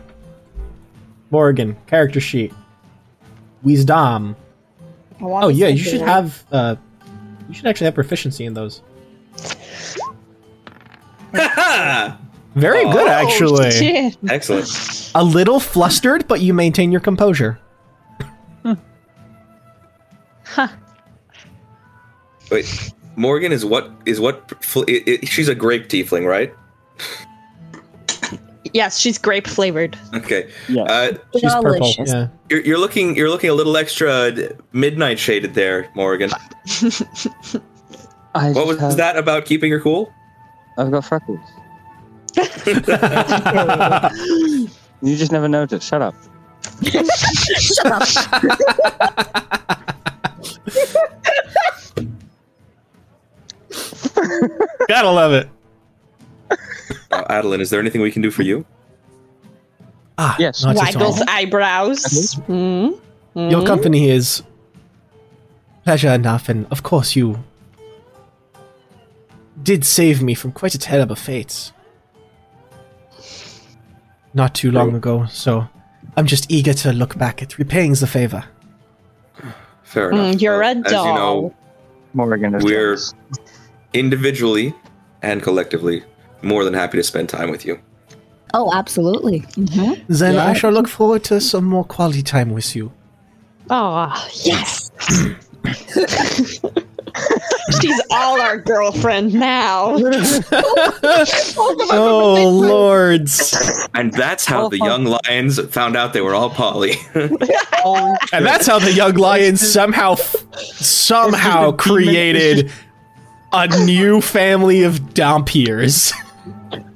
Speaker 6: Morgan character sheet. Wisdom.
Speaker 5: I wanna
Speaker 6: Oh yeah,
Speaker 5: say
Speaker 6: you should
Speaker 5: that.
Speaker 6: have. Uh, you should actually have proficiency in those. Very
Speaker 4: Oh,
Speaker 6: good, actually.
Speaker 2: Oh, Shit.
Speaker 4: Excellent.
Speaker 6: A little flustered, but you maintain your composure.
Speaker 4: Wait, Morgan is what is what? fl- It, it, she's a grape tiefling, right?
Speaker 2: Yes, she's grape flavored.
Speaker 4: Okay.
Speaker 7: Yes.
Speaker 4: Uh,
Speaker 6: She's purple.
Speaker 5: Delicious.
Speaker 6: Yeah.
Speaker 4: you're, you're looking you're looking a little extra d- midnight shaded there, Morgan.
Speaker 7: I
Speaker 4: What
Speaker 7: just
Speaker 4: was
Speaker 7: have-
Speaker 4: that about keeping her cool?
Speaker 7: I've got freckles. you just never noticed. Shut up.
Speaker 6: Gotta love it.
Speaker 4: Uh, Adeline, is there anything we can do for you?
Speaker 6: Ah,
Speaker 7: Yes.
Speaker 6: not at all.
Speaker 2: Waggles eyebrows. Mm. Mm.
Speaker 6: Your company is pleasure enough, and of course you did save me from quite a terrible fate not too long ago. So I'm just eager to look back at repaying the favor.
Speaker 4: Fair
Speaker 7: Hmm,
Speaker 4: enough.
Speaker 2: Mm, you're a
Speaker 4: Well, As you know,
Speaker 2: doll.
Speaker 7: Morgan is
Speaker 4: We're-
Speaker 7: jealous.
Speaker 4: individually and collectively, more than happy to spend time with you.
Speaker 5: Oh, absolutely.
Speaker 6: Then I shall look forward to some more quality time with you.
Speaker 2: Oh, yes. she's all our girlfriend now.
Speaker 6: Oh lords!
Speaker 4: And that's how the young lions found out they were all poly.
Speaker 6: And that's how the young lion somehow somehow created a new family of dompiers.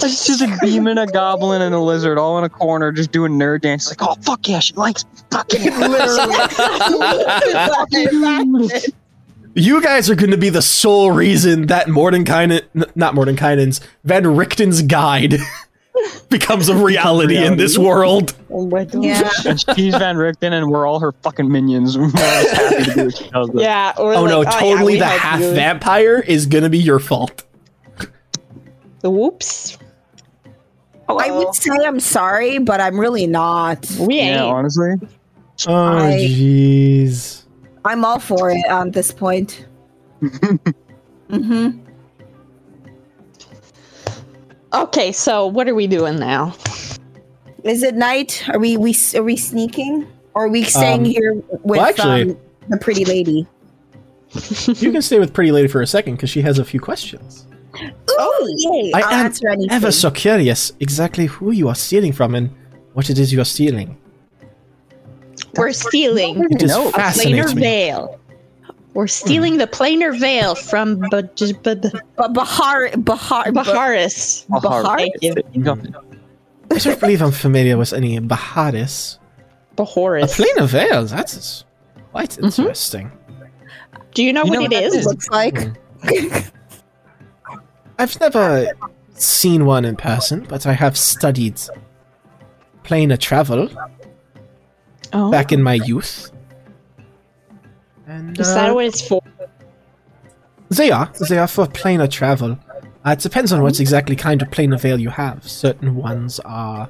Speaker 7: It's just a demon, a goblin, and a lizard all in a corner just doing nerd dance. Like, oh fuck yeah, she likes me. Fuck yeah.
Speaker 6: You guys are going to be the sole reason that Mordenkainen, n- not Mordenkainen's, Van Richten's guide becomes a reality in this world.
Speaker 5: Yeah.
Speaker 7: and she's Van Richten, and we're all her fucking minions. We're always happy to do what she does.
Speaker 2: Yeah. we're
Speaker 6: oh
Speaker 2: like,
Speaker 6: no,
Speaker 2: yeah,
Speaker 6: totally
Speaker 2: we
Speaker 6: the
Speaker 2: helped
Speaker 6: half
Speaker 2: you."
Speaker 6: vampire is going to be your fault.
Speaker 2: Whoops.
Speaker 5: I would say I'm sorry, but I'm really not.
Speaker 2: We ain't.
Speaker 7: Yeah, honestly.
Speaker 6: Oh,
Speaker 5: I-
Speaker 6: jeez.
Speaker 5: I'm all for it at this point. mm-hmm.
Speaker 2: Okay, so what are we doing now?
Speaker 5: Is it night? Are we we are we sneaking? Or are we staying
Speaker 6: Um,
Speaker 5: here with
Speaker 6: actually-
Speaker 5: um, the pretty lady?
Speaker 6: You can stay with Pretty Lady for a second because she has a few questions.
Speaker 5: Oh yay!
Speaker 6: I
Speaker 5: will
Speaker 6: am
Speaker 5: answer anything.
Speaker 6: Ever so curious exactly who you are stealing from and what it is you are stealing.
Speaker 2: We're stealing
Speaker 6: It just
Speaker 7: No, a
Speaker 2: a planar
Speaker 6: fascinates me.
Speaker 2: veil. We're stealing the planar veil from B- B- B-
Speaker 5: but Bahar Bahar Bahar
Speaker 2: Baharis.
Speaker 7: Oh,
Speaker 5: Bahar.
Speaker 2: Thank you.
Speaker 6: I don't believe I'm familiar with any Baharis. A
Speaker 2: Baharis.
Speaker 6: plain of veil, that's quite
Speaker 2: Mm-hmm.
Speaker 6: interesting.
Speaker 2: Do you know
Speaker 7: You
Speaker 2: what
Speaker 7: know
Speaker 2: it
Speaker 7: what that
Speaker 2: is?
Speaker 7: is?
Speaker 5: looks like.
Speaker 6: Hmm. I've never seen one in person, but I have studied planar travel
Speaker 2: Oh,
Speaker 6: back in my youth. And
Speaker 2: is
Speaker 6: uh,
Speaker 2: that what it's for?
Speaker 6: they are. They are for planar travel. Uh, it depends on what exactly kind of planar veil you have. Certain ones are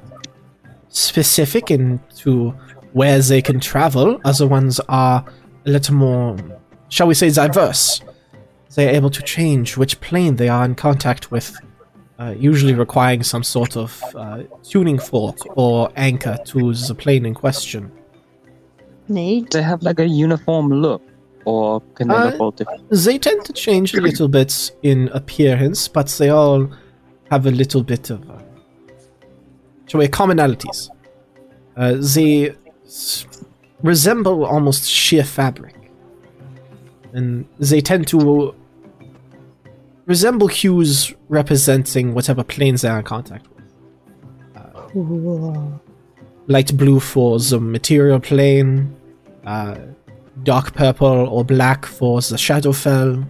Speaker 6: specific in to where they can travel. Other ones are a little more, shall we say, diverse. They are able to change which plane they are in contact with, uh, usually requiring some sort of uh, tuning fork or anchor to the plane in question.
Speaker 2: Nate?
Speaker 7: They have like a uniform look, or can they
Speaker 6: Uh,
Speaker 7: look all different?
Speaker 6: They tend to change a little bit in appearance, but they all have a little bit of, uh, shall we, commonalities. Uh, they s- resemble almost sheer fabric, and they tend to resemble hues representing whatever planes they are in contact with. Uh,
Speaker 2: Ooh.
Speaker 6: Light blue for the material plane, uh, dark purple or black for the Shadowfell.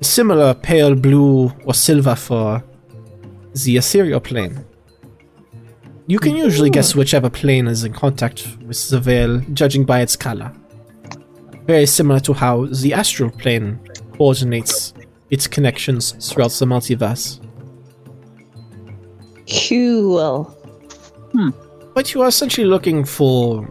Speaker 6: similar pale blue or silver for the Assyria plane. You can usually guess whichever plane is in contact with the veil, judging by its color. Very similar to how the astral plane coordinates its connections throughout the multiverse.
Speaker 2: Cool.
Speaker 6: But you are essentially looking for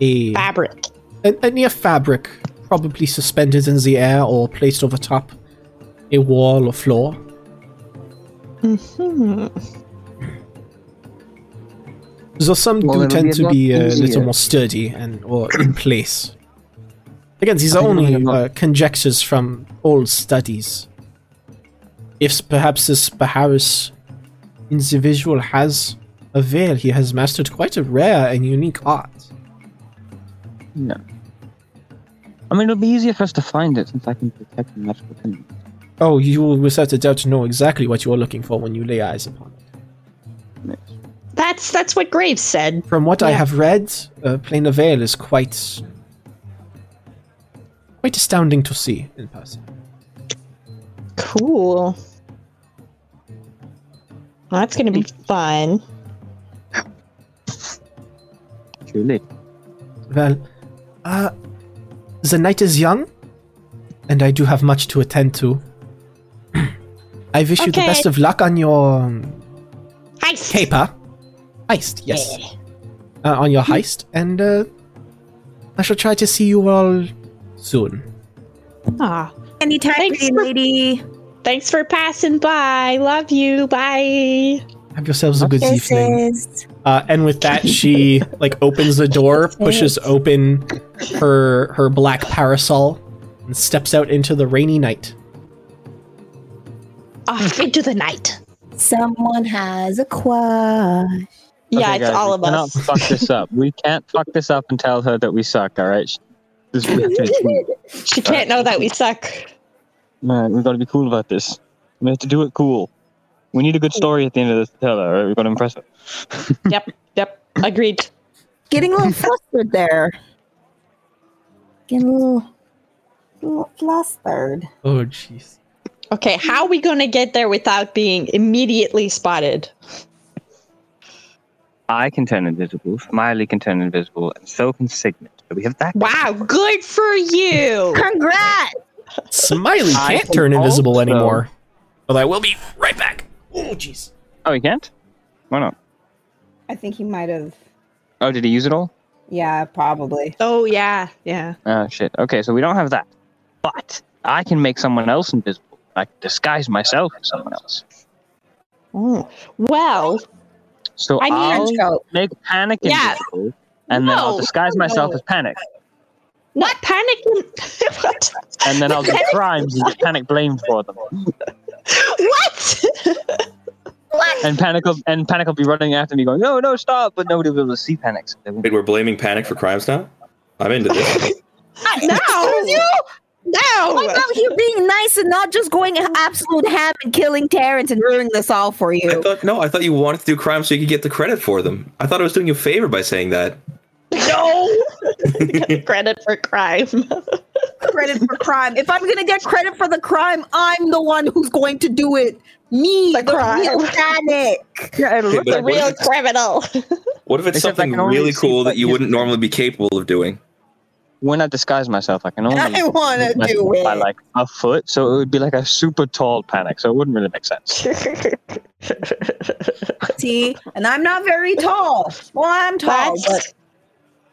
Speaker 6: a,
Speaker 2: Fabric.
Speaker 6: a, a near fabric, probably suspended in the air or placed over top a wall or floor.
Speaker 7: Mm-hmm.
Speaker 6: So some
Speaker 7: Well,
Speaker 6: do
Speaker 7: it'll
Speaker 6: tend
Speaker 7: be a
Speaker 6: to
Speaker 7: lot
Speaker 6: be uh, a little
Speaker 7: easier.
Speaker 6: more sturdy and or in place. Again, these are
Speaker 7: I think it'll be
Speaker 6: only
Speaker 7: a lot-
Speaker 6: uh, conjectures from old studies. If s- perhaps this Baharis individual has a veil, he has mastered quite a rare and unique art.
Speaker 7: No. I mean, it'll be easier for us to find it since I can detect the magical thing.
Speaker 6: Oh, you will without a doubt know exactly what you are looking for when you lay eyes upon it.
Speaker 2: That's that's what Graves said.
Speaker 6: From what I have read, uh, Plane of Veil is quite, quite astounding to see in person.
Speaker 2: Cool. That's gonna be fun.
Speaker 7: Truly.
Speaker 6: Well, uh, the night is young, and I do have much to attend to. I wish you the
Speaker 2: Okay.
Speaker 6: best of luck on your um,
Speaker 2: Heist.
Speaker 6: paper. Heist, yes. Uh, on your heist, and uh, I shall try to see you all soon.
Speaker 2: Aw.
Speaker 3: Anytime,
Speaker 2: Thanks
Speaker 3: pretty
Speaker 2: for-
Speaker 3: lady.
Speaker 2: Thanks for passing by. Love you. Bye.
Speaker 6: Have yourselves a good evening.
Speaker 3: Kisses.
Speaker 6: Uh, and with that, she like opens the door, pushes open her her black parasol, and steps out into the rainy night.
Speaker 2: Off into the night.
Speaker 5: Someone has a quad.
Speaker 2: yeah,
Speaker 7: Okay,
Speaker 2: it's
Speaker 7: guys,
Speaker 2: all
Speaker 7: we
Speaker 2: of us.
Speaker 7: cannot fuck this up. We can't fuck this up and tell her that we suck, alright? She- this- We have to be cool.
Speaker 2: She can't know that we suck.
Speaker 7: Man, we've got to be cool about this. We have to do it cool. We need a good story at the end of this to tell her, alright? We've got to impress her.
Speaker 2: Yep. Yep. Agreed.
Speaker 5: Getting a little flustered there. Getting a little, a little flustered.
Speaker 6: Oh jeez.
Speaker 2: Okay, how are we gonna get there without being immediately spotted?
Speaker 7: I can turn invisible, Smiley can turn invisible, and so can Signet. So we have that.
Speaker 2: Wow, good for you.
Speaker 5: Congrats!
Speaker 6: Smiley
Speaker 7: I
Speaker 6: can't
Speaker 7: can
Speaker 6: turn invisible
Speaker 7: also-
Speaker 6: anymore. But I will be right back. Oh, jeez.
Speaker 7: Oh, he can't? Why not?
Speaker 5: I think he might have.
Speaker 7: Oh, did he use it all?
Speaker 5: Yeah, probably.
Speaker 2: Oh yeah, yeah.
Speaker 7: Oh shit. Okay, so we don't have that. But I can make someone else invisible. I can disguise myself as someone else.
Speaker 2: Mm. Well,
Speaker 7: So
Speaker 2: I mean-
Speaker 7: I will
Speaker 5: Trenchcoat.
Speaker 7: make Panic
Speaker 2: Yeah.
Speaker 7: invisible, and then I'll
Speaker 2: No,
Speaker 7: disguise myself
Speaker 2: no.
Speaker 7: as Panic,
Speaker 2: not panic. what?
Speaker 7: and then I'll do crimes and get Panic blamed for them.
Speaker 2: What?
Speaker 7: And Panic will and Panic will be running after me, going, "No, no, stop!" But nobody will be able to see Panic. So they won't-
Speaker 4: Wait, we're blaming Panic for crimes now? I'm into this.
Speaker 2: no,
Speaker 5: You? Oh, What
Speaker 2: no.
Speaker 5: about you being nice and not just going absolute ham and killing Terrence and ruining this all for
Speaker 4: I
Speaker 5: you?
Speaker 4: thought no, I thought you wanted to do crimes so you could get the credit for them. I thought I was doing you a favor by saying that.
Speaker 2: No. Credit for crime.
Speaker 5: credit for crime. If I'm gonna get credit for the crime, I'm the one who's going to do it. Me,
Speaker 2: The
Speaker 5: the,
Speaker 2: crime.
Speaker 5: real panic.
Speaker 7: Yeah, it'll
Speaker 4: Okay, but
Speaker 7: look
Speaker 2: The
Speaker 7: like
Speaker 4: what
Speaker 2: real
Speaker 4: if it's-
Speaker 2: criminal.
Speaker 4: What if it's
Speaker 7: Except I
Speaker 4: something
Speaker 7: can only
Speaker 4: really
Speaker 7: see
Speaker 4: cool
Speaker 7: what
Speaker 4: that you
Speaker 7: you-
Speaker 4: wouldn't normally be capable of doing?
Speaker 7: when I disguise myself, I can only
Speaker 5: I wanna
Speaker 7: make
Speaker 5: do
Speaker 7: myself by
Speaker 5: it.
Speaker 7: like a foot, so it would be like a super tall Panic. So it wouldn't really make sense.
Speaker 5: See, and I'm not very tall. Well, I'm tall, but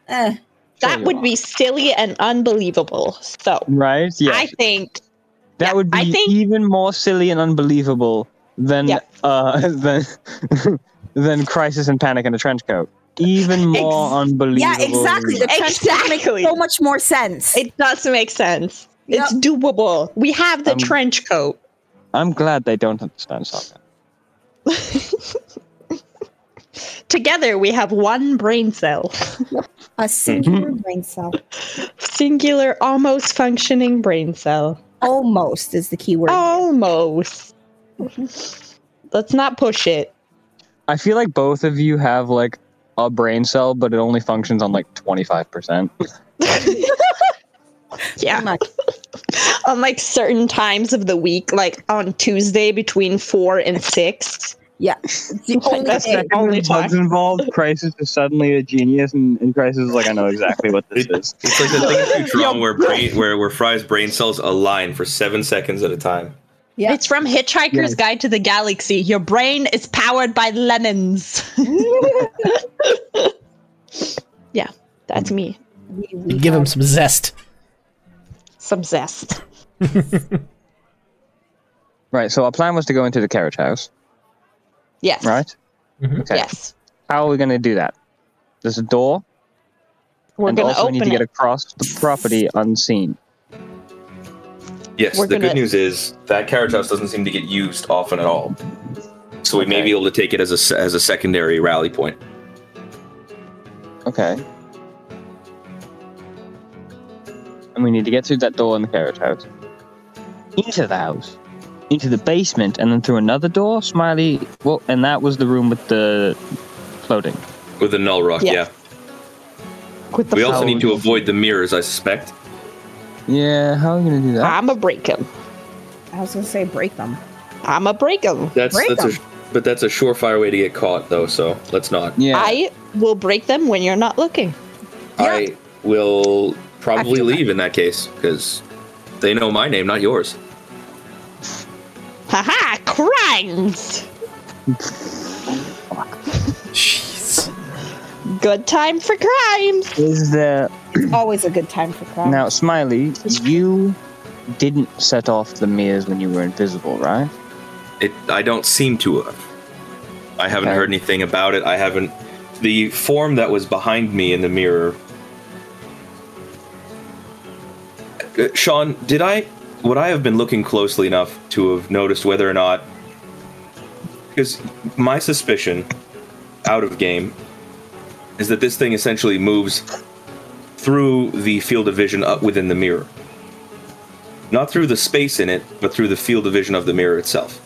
Speaker 2: That's,
Speaker 5: eh.
Speaker 2: that would be silly and unbelievable. So
Speaker 7: Right? Yeah.
Speaker 2: I think
Speaker 7: That
Speaker 2: Yeah,
Speaker 7: would be
Speaker 2: I think-
Speaker 7: even more silly and unbelievable than
Speaker 2: Yeah.
Speaker 7: uh, than than crisis and panic in a trench coat. Even more
Speaker 5: yeah,
Speaker 7: unbelievable.
Speaker 5: exactly. The
Speaker 7: than-
Speaker 5: trench coat makes
Speaker 2: Exactly.
Speaker 5: so much more sense.
Speaker 2: it does make sense. It's doable. We have the
Speaker 7: Um,
Speaker 2: trench coat.
Speaker 7: I'm glad they don't understand soccer.
Speaker 2: Together we have one brain cell.
Speaker 5: a singular brain cell.
Speaker 2: Singular, almost functioning brain cell.
Speaker 5: Almost is the key word.
Speaker 2: Almost. Let's not push it.
Speaker 7: I feel like both of you have like a brain cell, but it only functions on like 25%.
Speaker 5: Pretty
Speaker 2: Yeah.
Speaker 5: much.
Speaker 2: On like certain times of the week, like on Tuesday between four and six.
Speaker 5: It's the only
Speaker 2: That's
Speaker 5: thing.
Speaker 2: the only
Speaker 7: Bugs
Speaker 2: time.
Speaker 7: involved. Crisis is suddenly a genius, and, and Crisis is like, I know exactly what this is.
Speaker 4: It's like the thing that you draw where brain, where where Fry's brain cells align for seven seconds at a time.
Speaker 5: Yeah.
Speaker 2: It's from Hitchhiker's
Speaker 7: Yes.
Speaker 2: Guide to the Galaxy. Your brain is powered by lemons. yeah, that's me.
Speaker 6: You give him some zest.
Speaker 2: Some zest.
Speaker 7: Right. So our plan was to go into the carriage house,
Speaker 2: Yes.
Speaker 7: right? Okay.
Speaker 2: Yes.
Speaker 7: How are we going to do that? There's a door,
Speaker 2: We're
Speaker 7: and
Speaker 2: gonna
Speaker 7: also we need
Speaker 2: open
Speaker 7: to get
Speaker 2: it.
Speaker 7: across the property unseen.
Speaker 4: Yes,
Speaker 2: We're
Speaker 4: the
Speaker 2: gonna-
Speaker 4: good news is that carriage house doesn't seem to get used often at all. So we may be able to take it as a se- as a secondary rally point.
Speaker 7: Okay. And we need to get through that door in the carriage house. Into the house. Into the basement, and then through another door, Smiley. Well, and that was the room with the floating.
Speaker 4: With the null rock,
Speaker 2: Yeah.
Speaker 4: yeah.
Speaker 2: With the
Speaker 4: We also
Speaker 7: flower.
Speaker 4: need to avoid the mirrors, I suspect.
Speaker 7: Yeah, how are we gonna do that?
Speaker 2: I'ma break him.
Speaker 5: I was gonna say break them.
Speaker 2: I'ma break him.
Speaker 4: That's
Speaker 5: Break
Speaker 4: that's a, but that's a surefire way to get caught though, so let's not.
Speaker 7: yeah,
Speaker 2: I will break them when you're not looking.
Speaker 4: I will probably
Speaker 5: I feel
Speaker 4: leave in that case because they know my name, not yours.
Speaker 2: Haha, crimes!
Speaker 6: Jeez.
Speaker 2: Good time for crimes!
Speaker 7: is there
Speaker 5: Always a good time for crime.
Speaker 7: now, Smiley? You didn't set off the mirrors when you were invisible, right?
Speaker 4: It. I don't seem to have. I haven't
Speaker 7: Okay.
Speaker 4: heard anything about it. I haven't. The form that was behind me in the mirror. Uh, Sean, did I? Would I have been looking closely enough to have noticed whether or not? Because my suspicion, out of game, is that this thing essentially moves through the field of vision up within the mirror. Not through the space in it, but through the field of vision of the mirror itself.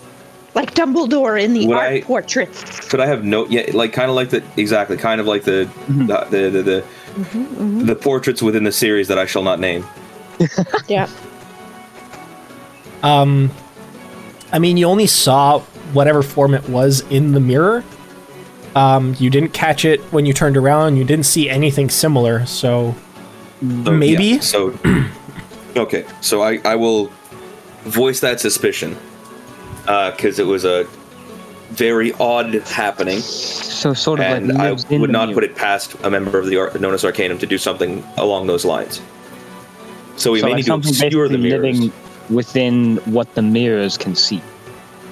Speaker 2: Like Dumbledore in the
Speaker 4: Would
Speaker 2: art
Speaker 4: I-
Speaker 2: portrait.
Speaker 4: Could I have no? Yeah, like kind of like the exactly, kind of like the
Speaker 7: Mm-hmm.
Speaker 4: the the the, the, the portraits within the series that I shall not name.
Speaker 2: Yeah.
Speaker 6: Um, I mean, you only saw whatever form it was in the mirror. Um, you didn't catch it when you turned around. You didn't see anything similar. So
Speaker 4: So,
Speaker 6: Maybe.
Speaker 4: yeah, so okay, so I I will voice that suspicion because it was a very odd happening,
Speaker 7: So sort of
Speaker 4: and
Speaker 7: like
Speaker 4: I
Speaker 7: lives in
Speaker 4: would
Speaker 7: the
Speaker 4: not
Speaker 7: mirror.
Speaker 4: put it past a member of the Ar- Nonus Arcanum to do something along those lines. So we
Speaker 7: so
Speaker 4: may
Speaker 7: like
Speaker 4: need to
Speaker 7: something
Speaker 4: obscure the
Speaker 7: basically
Speaker 4: mirrors.
Speaker 7: living within what the mirrors can see.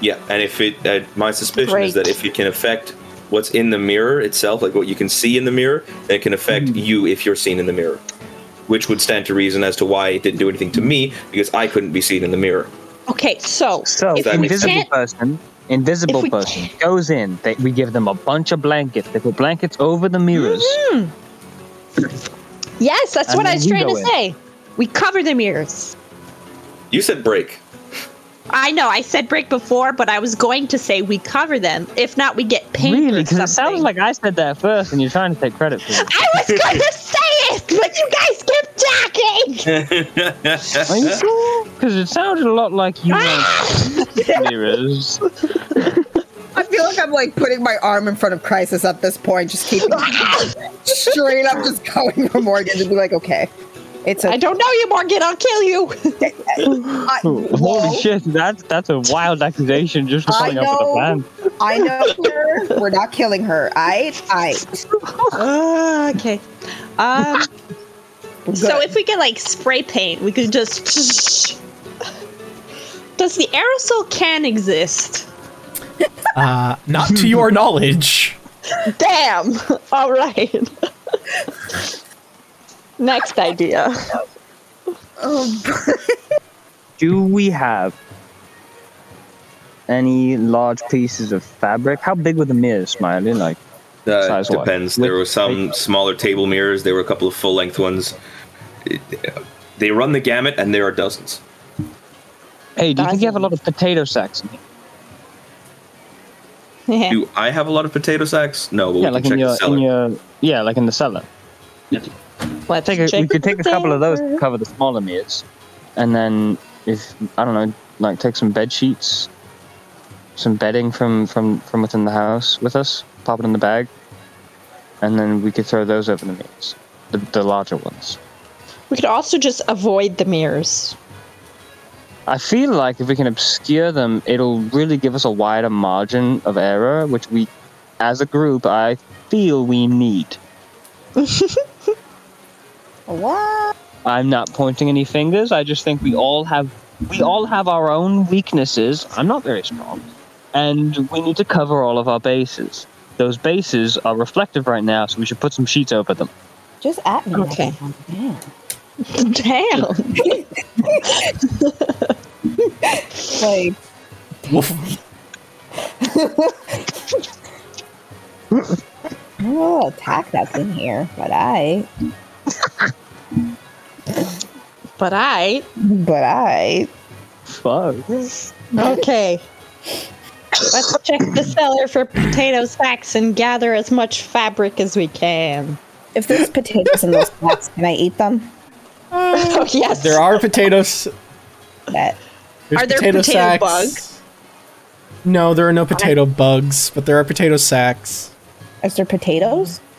Speaker 4: Yeah, and if it, uh, my suspicion is
Speaker 2: Great.
Speaker 4: that if it can affect what's in the mirror itself, like what you can see in the mirror, then it can affect
Speaker 7: Hmm.
Speaker 4: you if you're seen in the mirror, which would stand to reason as to why it didn't do anything to me because I couldn't be seen in the mirror.
Speaker 2: Okay, so,
Speaker 7: So
Speaker 2: if
Speaker 4: that
Speaker 2: we
Speaker 4: makes sense.
Speaker 7: invisible
Speaker 2: can't
Speaker 7: person, invisible
Speaker 2: if we
Speaker 7: person goes in. They, we give them a bunch of blankets. They put blankets over the mirrors.
Speaker 2: Yes, that's
Speaker 7: And
Speaker 2: what I
Speaker 7: then
Speaker 2: was
Speaker 7: you
Speaker 2: trying
Speaker 7: go
Speaker 2: to
Speaker 7: in.
Speaker 2: say. We cover the mirrors.
Speaker 4: You said break.
Speaker 2: I know I said break before, but I was going to say we cover them. If not, we get paint
Speaker 7: really?
Speaker 2: or
Speaker 7: Because
Speaker 2: something.
Speaker 7: it sounds like I said that first, and you're trying to take credit for it.
Speaker 2: I was going to say it, but you guys kept talking.
Speaker 7: Are you sure? Because it sounded a lot like you were mirrors.
Speaker 5: I feel like I'm like putting my arm in front of Crisis at this point, just keeping straight up, just going for Morgan to be like, okay, it's
Speaker 2: I
Speaker 5: a
Speaker 2: don't know you, Morgan. I'll kill you.
Speaker 5: I,
Speaker 7: Holy
Speaker 5: well,
Speaker 7: shit! That's that's a wild accusation just for
Speaker 5: I
Speaker 7: coming up with a
Speaker 5: know.
Speaker 7: plan.
Speaker 5: I know her. We're not killing her. I, I.
Speaker 2: Uh, okay. Um, so
Speaker 5: Good.
Speaker 2: if we could like spray paint, we could just. Does the aerosol can exist?
Speaker 6: uh, not to your knowledge.
Speaker 2: Damn. All right. Next idea.
Speaker 7: Do we have any large pieces of fabric? How big were the mirrors, Smiley? Like,
Speaker 4: Uh,
Speaker 7: Size-wise.
Speaker 4: depends.
Speaker 7: With-
Speaker 4: There were some smaller table mirrors. There were a couple of full-length ones. It- They run the gamut, and there are dozens.
Speaker 7: hey, do you think you have a lot of potato sacks? In here?
Speaker 2: Yeah.
Speaker 4: Do I have a lot of potato sacks? No, but
Speaker 7: Yeah,
Speaker 4: we
Speaker 7: like
Speaker 4: can
Speaker 7: in
Speaker 4: check
Speaker 7: your
Speaker 4: the cellar.
Speaker 7: in your yeah, like in the cellar.
Speaker 2: Let's
Speaker 7: Take a,
Speaker 2: check
Speaker 7: we could take a
Speaker 2: the
Speaker 7: couple of those to
Speaker 2: paper.
Speaker 7: cover the smaller mirrors, and then if I don't know, like take some bed sheets, some bedding from from from within the house with us, pop it in the bag, and then we could throw those over the mirrors, the, the larger ones.
Speaker 2: We could also just avoid the mirrors.
Speaker 7: I feel like if we can obscure them, it'll really give us a wider margin of error, which we, as a group, I feel we need.
Speaker 5: What?
Speaker 7: I'm not pointing any fingers. I just think we all have we all have our own weaknesses. I'm not very strong, and we need to cover all of our bases. Those bases are reflective right now, so we should put some sheets over them.
Speaker 5: Just at me.
Speaker 2: Okay.
Speaker 5: Yeah.
Speaker 2: Damn.
Speaker 5: Like, oh, attack that's in here, but I,
Speaker 2: But I.
Speaker 5: but I.
Speaker 7: Fuck.
Speaker 2: Okay. Let's check the cellar for potato sacks and gather as much fabric as we can.
Speaker 5: If there's potatoes in those sacks, can I eat them?
Speaker 2: Oh, yes.
Speaker 6: There are potatoes.
Speaker 5: That
Speaker 6: There's
Speaker 2: Are there
Speaker 6: potato,
Speaker 2: potato
Speaker 6: sacks.
Speaker 2: bugs?
Speaker 6: No, there are no potato bugs, but there are potato sacks.
Speaker 5: is there potatoes?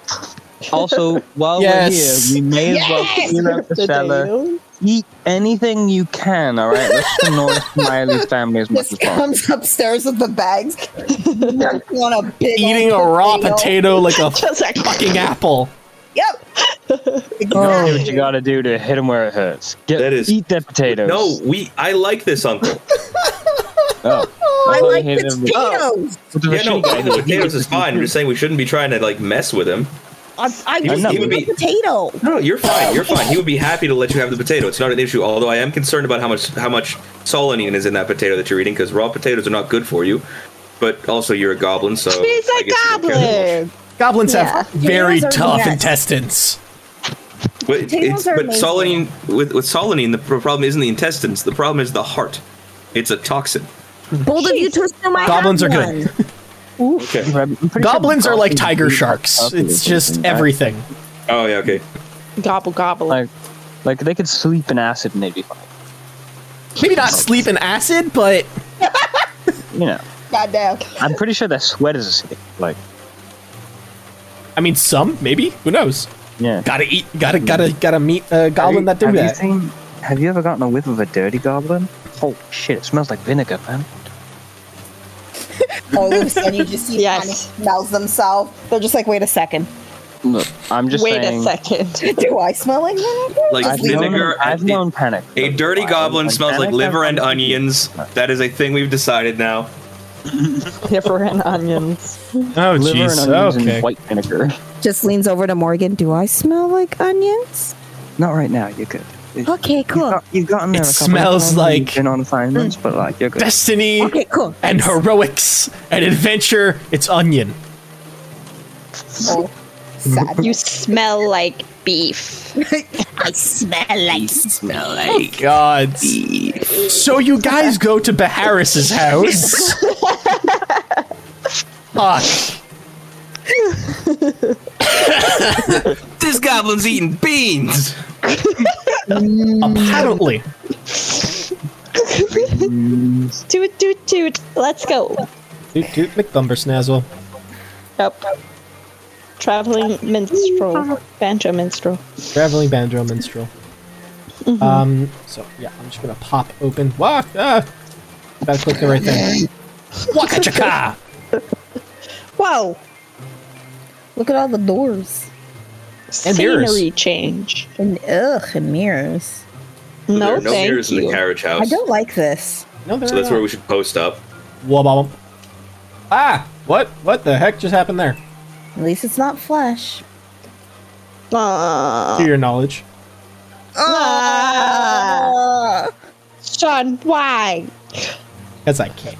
Speaker 7: Also, while
Speaker 6: Yes.
Speaker 7: we're here, we may as well clean out the cellar. Eat anything you can. All right, let's annoy Smiley's family as much as possible.
Speaker 5: upstairs with the bags. on a big
Speaker 6: Eating a
Speaker 5: old
Speaker 6: raw potato like a
Speaker 2: Just like
Speaker 6: fucking apple.
Speaker 5: Yep.
Speaker 7: Do what you gotta do to hit them where it hurts. Get,
Speaker 4: That is-
Speaker 7: eat that potatoes.
Speaker 4: No, we. I like this uncle.
Speaker 7: Oh.
Speaker 5: I like
Speaker 7: hit him with-
Speaker 5: potatoes.
Speaker 7: with the
Speaker 4: yeah, no,
Speaker 7: machine gun.
Speaker 4: the potatoes is fine. I'm just saying we shouldn't be trying to like mess with him.
Speaker 5: I, I
Speaker 4: He,
Speaker 7: I'm
Speaker 5: just
Speaker 4: was-
Speaker 7: not
Speaker 4: he would
Speaker 5: eat a
Speaker 4: be.
Speaker 5: potato.
Speaker 4: No, you're fine. You're fine. He would be happy to let you have the potato. It's not an issue. Although I am concerned about how much how much solanine is in that potato that you're eating because raw potatoes are not good for you. But also, you're a goblin, so
Speaker 2: He's
Speaker 4: I
Speaker 2: a
Speaker 4: guess you don't care that much.
Speaker 2: goblin.
Speaker 6: Goblins
Speaker 5: Yeah.
Speaker 6: have very
Speaker 5: Potatoes are
Speaker 6: tough
Speaker 5: the best.
Speaker 6: intestines.
Speaker 4: But,
Speaker 5: Potatoes
Speaker 4: it's,
Speaker 5: are
Speaker 4: but
Speaker 5: amazing.
Speaker 4: solanine with, with solanine, the pr- problem isn't the intestines. The problem is the heart. It's a toxin.
Speaker 5: Bold of you to assume I
Speaker 6: Goblins are
Speaker 5: have
Speaker 6: good.
Speaker 5: one.
Speaker 4: Okay.
Speaker 7: I'm pretty sure
Speaker 6: Goblins are like tiger
Speaker 7: eat
Speaker 6: sharks.
Speaker 7: puppy or
Speaker 6: It's just
Speaker 7: something, right?
Speaker 6: everything.
Speaker 4: Oh yeah. Okay.
Speaker 2: Gobble gobble.
Speaker 7: Like, like they could sleep in acid and they'd be fine.
Speaker 6: Maybe not sleep in acid, but
Speaker 7: You know,
Speaker 5: Goddamn.
Speaker 7: I'm pretty sure their sweat is acidic. Like,
Speaker 6: I mean some, maybe. Who knows?
Speaker 7: yeah.
Speaker 6: Gotta eat. Gotta gotta gotta meet a goblin that did
Speaker 7: have
Speaker 6: that.
Speaker 7: You seen, have you ever gotten a whiff of a dirty goblin? Oh shit! It smells like vinegar, man.
Speaker 5: All of a sudden, you just see
Speaker 2: Yes.
Speaker 5: yes. smells themselves. They're just like, wait a second.
Speaker 7: Look, I'm just
Speaker 2: Wait
Speaker 7: saying.
Speaker 2: a second.
Speaker 5: Do I smell like vinegar?
Speaker 4: Like
Speaker 5: Just
Speaker 7: I've
Speaker 5: leave
Speaker 4: vinegar-
Speaker 5: them.
Speaker 7: known, I've
Speaker 4: and-
Speaker 7: known panic. for
Speaker 4: A dirty
Speaker 7: while,
Speaker 4: goblin
Speaker 7: and
Speaker 4: smells like
Speaker 7: panic
Speaker 4: liver
Speaker 7: has
Speaker 4: and
Speaker 7: something to do
Speaker 4: onions.
Speaker 7: with that.
Speaker 4: That is a thing we've decided now.
Speaker 2: Liver and onions.
Speaker 6: Oh
Speaker 7: Liver
Speaker 6: jeez.
Speaker 7: and onions
Speaker 6: Okay.
Speaker 7: and white vinegar.
Speaker 5: Just leans over to Morgan. Do I smell like onions?
Speaker 7: Not right now. You're good. It-
Speaker 5: Okay,
Speaker 7: You've,
Speaker 5: cool.
Speaker 7: got, you've gotten there.
Speaker 6: It
Speaker 7: a couple
Speaker 6: smells
Speaker 7: of times,
Speaker 6: like-
Speaker 7: you've been on assignments, but like you're good.
Speaker 6: Destiny
Speaker 5: Okay, cool.
Speaker 6: and heroics and adventure. It's onion.
Speaker 5: Oh, sad.
Speaker 2: You smell like beef.
Speaker 5: I smell like smell like.
Speaker 6: God. So you guys go to Baharis's house. Fuck.
Speaker 4: This goblin's eating beans.
Speaker 6: Apparently.
Speaker 2: Toot toot toot. Let's go.
Speaker 6: Doot doot McBumber Snazzle.
Speaker 2: Up. Traveling minstrel. Banjo minstrel.
Speaker 6: Traveling banjo minstrel. Um, so yeah, I'm just gonna pop open. Walk. Ah, gotta click the right thing. Waka chaka.
Speaker 2: Whoa.
Speaker 5: Look at all the doors.
Speaker 6: And
Speaker 2: Scenery
Speaker 6: mirrors.
Speaker 2: change.
Speaker 5: And ugh, and mirrors.
Speaker 2: No,
Speaker 4: there are no
Speaker 2: thank
Speaker 4: mirrors in
Speaker 2: you.
Speaker 4: the carriage house.
Speaker 5: I don't like this.
Speaker 6: No, there
Speaker 4: So that's where we should post up.
Speaker 6: Whoa, whoa, whoa. Ah, what? What the heck just happened there?
Speaker 5: At least it's not flesh.
Speaker 2: Ah.
Speaker 6: To your knowledge.
Speaker 2: Ah. Sean, why?
Speaker 6: That's I can't.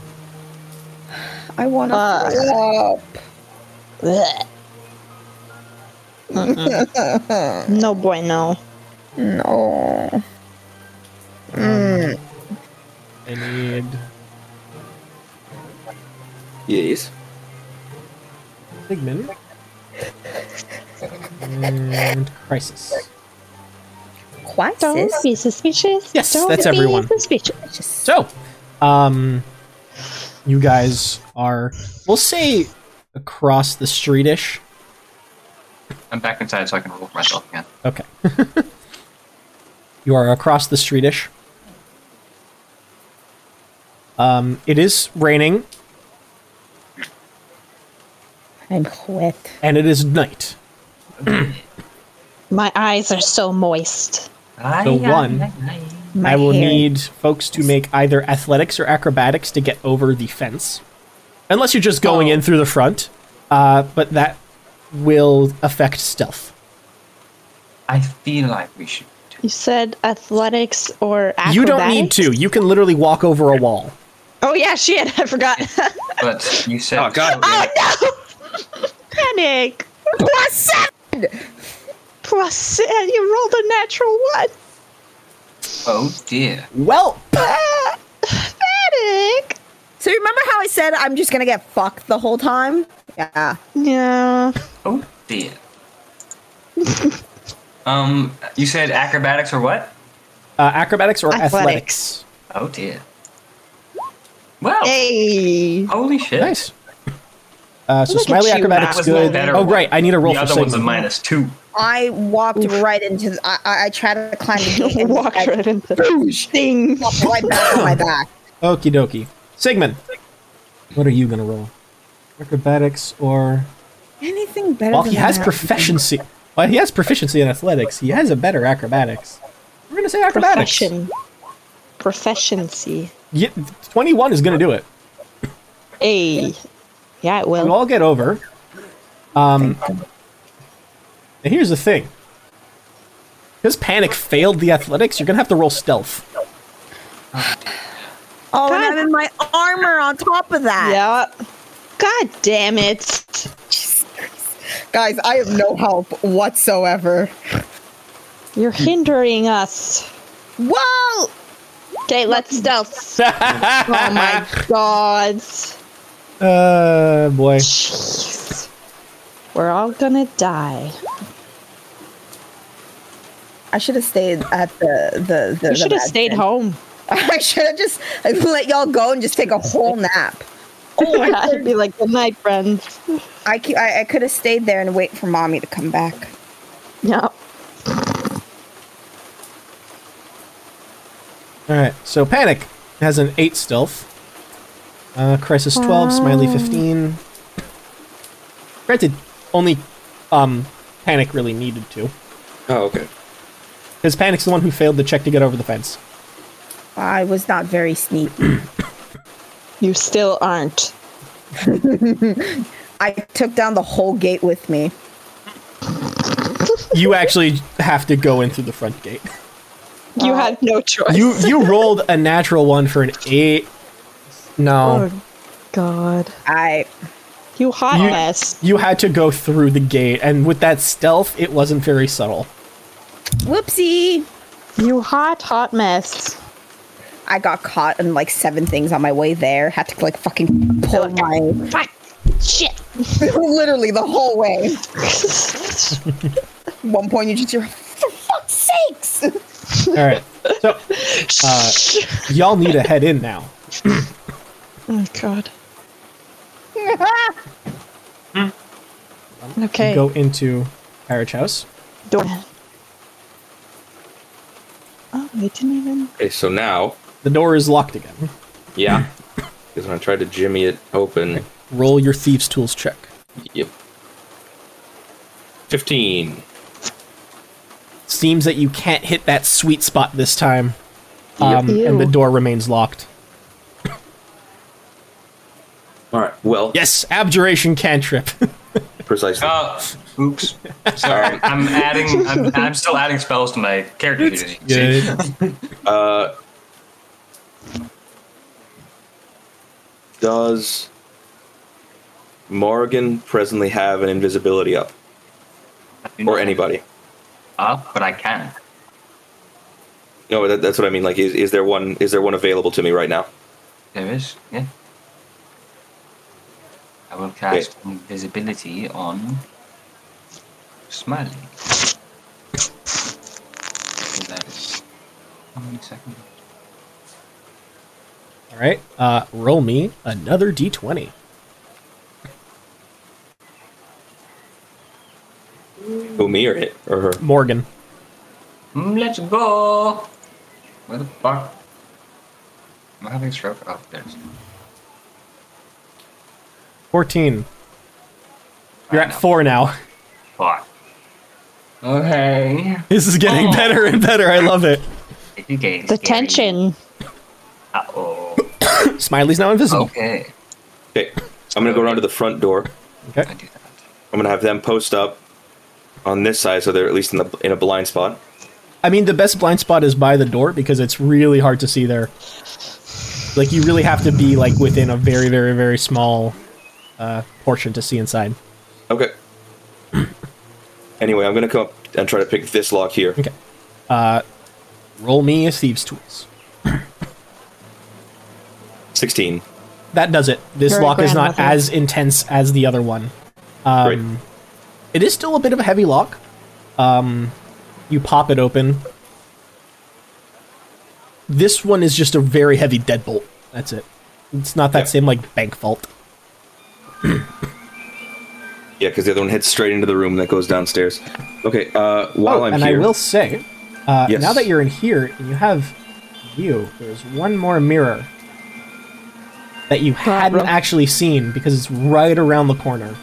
Speaker 5: I want to.
Speaker 2: Ah.
Speaker 5: throw up.
Speaker 2: Blech. Mm-mm. no bueno.
Speaker 5: No.
Speaker 6: I need.
Speaker 4: Yes.
Speaker 6: Sigmund. And Crisis.
Speaker 5: Quite
Speaker 2: Don't
Speaker 5: sis.
Speaker 2: be suspicious.
Speaker 6: Yes,
Speaker 2: Don't
Speaker 6: that's
Speaker 2: be
Speaker 6: everyone.
Speaker 2: Suspicious.
Speaker 5: Just-
Speaker 6: So, um, you guys are, we'll say, across the streetish.
Speaker 8: I'm back inside so I can roll for myself again.
Speaker 6: Okay. you are across the streetish. Um, it is raining
Speaker 5: I'm wet.
Speaker 6: and it is night.
Speaker 2: My eyes are so moist.
Speaker 6: So one,
Speaker 5: My
Speaker 6: I will
Speaker 5: hair.
Speaker 6: need folks to make either athletics or acrobatics to get over the fence, unless you're just going in through the front. Uh, but that will affect stealth.
Speaker 8: I feel like we should. do-
Speaker 2: You said athletics or acrobatics?
Speaker 6: You don't need to. You can literally walk over a wall.
Speaker 2: Oh yeah, shit! I forgot.
Speaker 8: But you said.
Speaker 4: Oh, God.
Speaker 2: oh no! Panic.
Speaker 5: Plus seven.
Speaker 2: Plus, seven, you rolled a natural one.
Speaker 8: Oh dear.
Speaker 6: Well,
Speaker 2: Ah! Panic.
Speaker 5: So remember how I said I'm just gonna get fucked the whole time? Yeah.
Speaker 2: Yeah.
Speaker 8: Oh dear. um, you said acrobatics or what?
Speaker 6: uh, acrobatics or
Speaker 2: Athletics.
Speaker 6: athletics.
Speaker 8: Oh dear. Well,
Speaker 2: Hey.
Speaker 8: holy shit.
Speaker 6: Nice. Uh, so
Speaker 2: Look at
Speaker 6: smiley
Speaker 2: you,
Speaker 8: That
Speaker 6: acrobatics
Speaker 8: was my
Speaker 6: good.
Speaker 8: better.
Speaker 6: Oh
Speaker 8: one.
Speaker 6: right, I need a roll
Speaker 8: the
Speaker 6: for
Speaker 8: other one's a
Speaker 6: sigma.
Speaker 8: minus two.
Speaker 5: I walked right into. The, I, I I tried to climb the gate and
Speaker 2: Walked
Speaker 5: I
Speaker 2: right into Ding.
Speaker 5: walked right back on my back.
Speaker 6: Okie dokie. Sigmund, what are you gonna roll? Acrobatics or
Speaker 5: Anything better?
Speaker 6: Well,
Speaker 5: than
Speaker 6: he has
Speaker 5: that.
Speaker 6: proficiency. Well, he has proficiency in athletics. He has a better acrobatics. We're gonna say acrobatics.
Speaker 2: Profession. Proficiency.
Speaker 6: Yeah, Twenty-one is gonna do it.
Speaker 2: Hey. Yeah, it
Speaker 6: We'll
Speaker 2: will.
Speaker 6: all get over. Um, and here's the thing. Because panic failed the athletics, you're gonna have to roll stealth.
Speaker 5: Oh,
Speaker 2: God.
Speaker 5: and having my armor on top of that.
Speaker 2: Yeah. God damn it.
Speaker 5: Guys, I have no help whatsoever.
Speaker 2: You're hindering us.
Speaker 5: Whoa!
Speaker 2: Okay, let's stealth. oh my god.
Speaker 6: Uh, boy.
Speaker 2: Jeez. We're all gonna die.
Speaker 5: I should have stayed at the the. the
Speaker 2: We should have
Speaker 5: the
Speaker 2: stayed
Speaker 5: mansion.
Speaker 2: home.
Speaker 5: I should have just let y'all go and just take a whole nap. Oh, I,
Speaker 2: I'd be like, good night, friends.
Speaker 5: I, cou- I, I could have stayed there and wait for mommy to come back.
Speaker 2: No.
Speaker 6: All right. So panic has an eight stealth. Uh, crisis twelve. Smiley fifteen. Granted, only um, panic really needed to.
Speaker 4: Oh, okay.
Speaker 6: Because Panic's the one who failed the check to get over the fence.
Speaker 5: I was not very sneaky.
Speaker 2: You still aren't.
Speaker 5: I took down the whole gate with me.
Speaker 6: You actually have to go in through the front gate.
Speaker 2: You had no choice.
Speaker 6: You you rolled a natural one for an eight. No.
Speaker 2: Oh, God.
Speaker 5: I
Speaker 2: You hot
Speaker 6: You-
Speaker 2: mess.
Speaker 6: You had to go through the gate, and with that stealth, it wasn't very subtle.
Speaker 5: whoopsie.
Speaker 2: You hot, hot mess.
Speaker 5: I got caught in like seven things on my way there. Had to like fucking pull my
Speaker 2: Fuck. Shit.
Speaker 5: literally the whole way. One point you just hear, for fuck's sakes!
Speaker 6: Alright. So uh, y'all need to head in now.
Speaker 2: Oh, God. Okay.
Speaker 6: You go into Carriage House.
Speaker 2: Door. Oh, they didn't even.
Speaker 4: Okay, so now,
Speaker 6: The door is locked again.
Speaker 4: yeah, because when I tried to jimmy it open,
Speaker 6: Roll your thieves tools check.
Speaker 4: yep. 15.
Speaker 6: Seems that you can't hit that sweet spot this time. Um,
Speaker 2: Yep.
Speaker 6: and the
Speaker 2: Ew.
Speaker 6: door remains locked.
Speaker 4: All right, well,
Speaker 6: Yes, abjuration cantrip.
Speaker 4: precisely.
Speaker 8: Oh, oops.
Speaker 4: All right.
Speaker 8: I'm adding. I'm, I'm still adding spells to my character sheet. as you can see.
Speaker 4: Uh, does Morgan presently have an invisibility up, or anybody?
Speaker 8: Up, Uh, but I can.
Speaker 4: No, that, that's what I mean. Like, is, is there one? Is there one available to me right now?
Speaker 8: There is. Yeah. I will cast invisibility on Smiley. So that is how many seconds?
Speaker 6: All right. Uh, roll me another d20.
Speaker 4: Who me or it or her?
Speaker 6: Morgan.
Speaker 8: Mm, let's go. Where the fuck? Am I having a stroke? Oh, there's.
Speaker 6: 14. You're
Speaker 8: I
Speaker 6: at
Speaker 8: know.
Speaker 6: 4 now.
Speaker 8: Fuck. Okay.
Speaker 6: This is getting
Speaker 8: Oh.
Speaker 6: better and better. I love it.
Speaker 8: It's getting
Speaker 2: The
Speaker 8: scary.
Speaker 2: tension.
Speaker 8: Uh-oh.
Speaker 6: Smiley's now
Speaker 7: Oh.
Speaker 6: invisible.
Speaker 8: Okay.
Speaker 4: Okay, I'm gonna go around to the front door.
Speaker 8: I do that.
Speaker 4: I'm gonna have them post up on this side, so they're at least in the in a blind spot.
Speaker 6: I mean, the best blind spot is by the door because it's really hard to see there. Like, you really have to be, like, within a very, very, very small uh, portion to see inside.
Speaker 4: Okay. anyway, I'm gonna come up and try to pick this lock here.
Speaker 6: Okay. Roll me as Thieves' Tools.
Speaker 4: Sixteen.
Speaker 6: That does it. This
Speaker 2: Very
Speaker 6: lock is not
Speaker 2: grandmother.
Speaker 6: as intense as the other one.
Speaker 4: Great.
Speaker 6: It is still a bit of a heavy lock. Um, you pop it open. This one is just a very heavy deadbolt. That's it. It's not that
Speaker 4: Yeah.
Speaker 6: same like bank vault.
Speaker 4: Yeah, because the other one heads straight into the room that goes downstairs. Okay. Uh, while
Speaker 6: oh,
Speaker 4: I'm
Speaker 6: and
Speaker 4: here,
Speaker 6: I will say, uh,
Speaker 4: Yes.
Speaker 6: now that you're in here and you have you, there's one more mirror that you hadn't actually seen because it's right around the corner.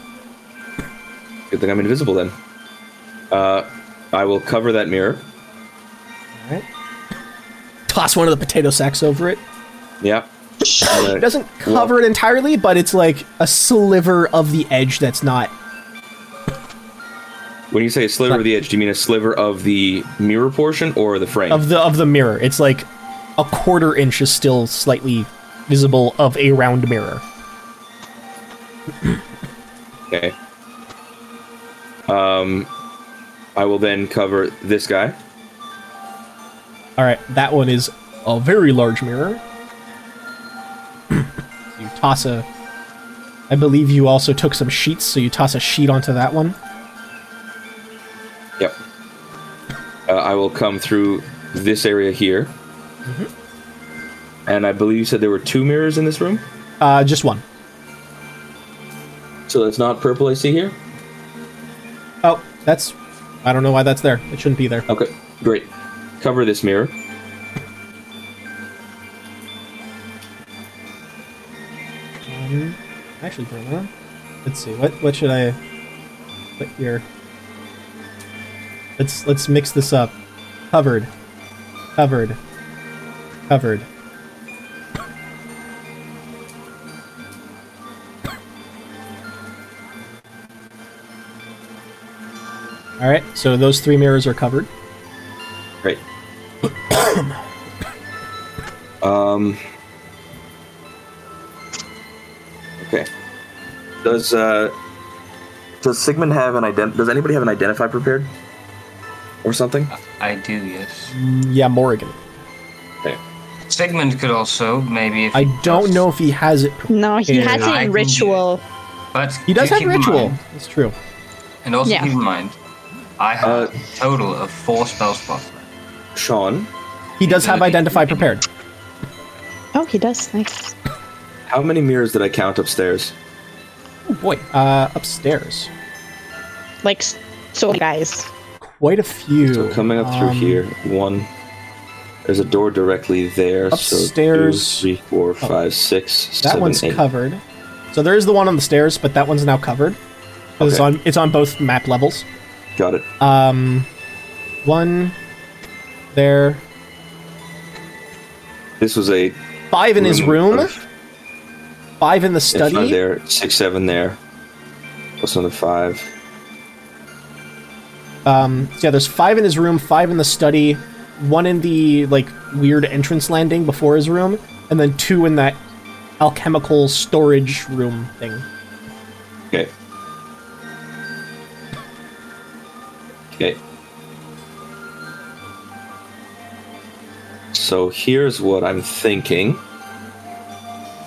Speaker 4: good thing I'm invisible then. Uh, I will cover that mirror.
Speaker 6: All right. Toss one of the potato sacks over it.
Speaker 4: Yeah. I'm gonna-
Speaker 6: It doesn't cover it entirely, but it's like a sliver of the edge that's not.
Speaker 4: When you say a sliver of the edge, do you mean a sliver of the mirror portion or the frame?
Speaker 6: of the of the mirror. It's like a quarter inch is still slightly visible of a round mirror.
Speaker 4: okay. Um, I will then cover this guy.
Speaker 6: All right, that one is a very large mirror. you toss a. I believe you also took some sheets, so you toss a sheet onto that one.
Speaker 4: Yep. Uh, I will come through this area here.
Speaker 6: Mm-hmm.
Speaker 4: And I believe you said there were two mirrors in this room.
Speaker 6: Uh, just one.
Speaker 4: So that's not purple I see here?
Speaker 6: Oh, that's. I don't know why that's there. It shouldn't be there.
Speaker 4: Okay, great. Cover this mirror.
Speaker 6: Um, actually, hold on. Let's see. What what should I put here? Let's let's mix this up. Covered, covered, covered. All right. So those three mirrors are covered.
Speaker 4: Great. um. Okay. Does uh, does Sigmund have an ident? Does anybody have an identify prepared, or something?
Speaker 8: I do, yes.
Speaker 6: Mm, Yeah, Morrigan.
Speaker 4: Okay.
Speaker 8: Sigmund could also, maybe if
Speaker 6: I
Speaker 8: he
Speaker 6: don't
Speaker 8: trusts-
Speaker 6: know if he has it. pre-
Speaker 2: No, Oh, he
Speaker 6: Yeah.
Speaker 2: has it
Speaker 8: I
Speaker 2: in
Speaker 8: can
Speaker 2: ritual.
Speaker 8: But
Speaker 6: He does
Speaker 8: do
Speaker 6: have
Speaker 8: keep in
Speaker 6: ritual.
Speaker 8: mind-
Speaker 6: That's true.
Speaker 8: and also
Speaker 2: Yeah.
Speaker 8: keep in mind, I have
Speaker 4: Uh,
Speaker 8: a total of four spell spots. left.
Speaker 4: Sean,
Speaker 6: He does have
Speaker 8: Ability.
Speaker 6: identify prepared.
Speaker 2: Oh, he does. Nice.
Speaker 4: how many mirrors did I count upstairs?
Speaker 6: Oh boy. Uh, upstairs.
Speaker 2: Like, s- so guys.
Speaker 6: Quite a few.
Speaker 4: So coming up through
Speaker 6: Um,
Speaker 4: here, one. There's a door directly there.
Speaker 6: Upstairs. Oh.
Speaker 4: So two, three, four, five, six,
Speaker 6: That
Speaker 4: seven,
Speaker 6: one's
Speaker 4: eight.
Speaker 6: covered. So there is the one on the stairs, but that one's now covered. 'Cause It's
Speaker 4: Okay.
Speaker 6: on it's on both map levels.
Speaker 4: Got it.
Speaker 6: Um, one there,
Speaker 4: this was a
Speaker 6: five in his room,
Speaker 4: of-
Speaker 6: five in the
Speaker 4: It's not
Speaker 6: study.
Speaker 4: there. Six, seven there. Plus another five.
Speaker 6: Um, so yeah, there's five in his room, five in the study, one in the like weird entrance landing before his room, and then two in that alchemical storage room thing.
Speaker 4: Okay. Okay. So here's what I'm thinking.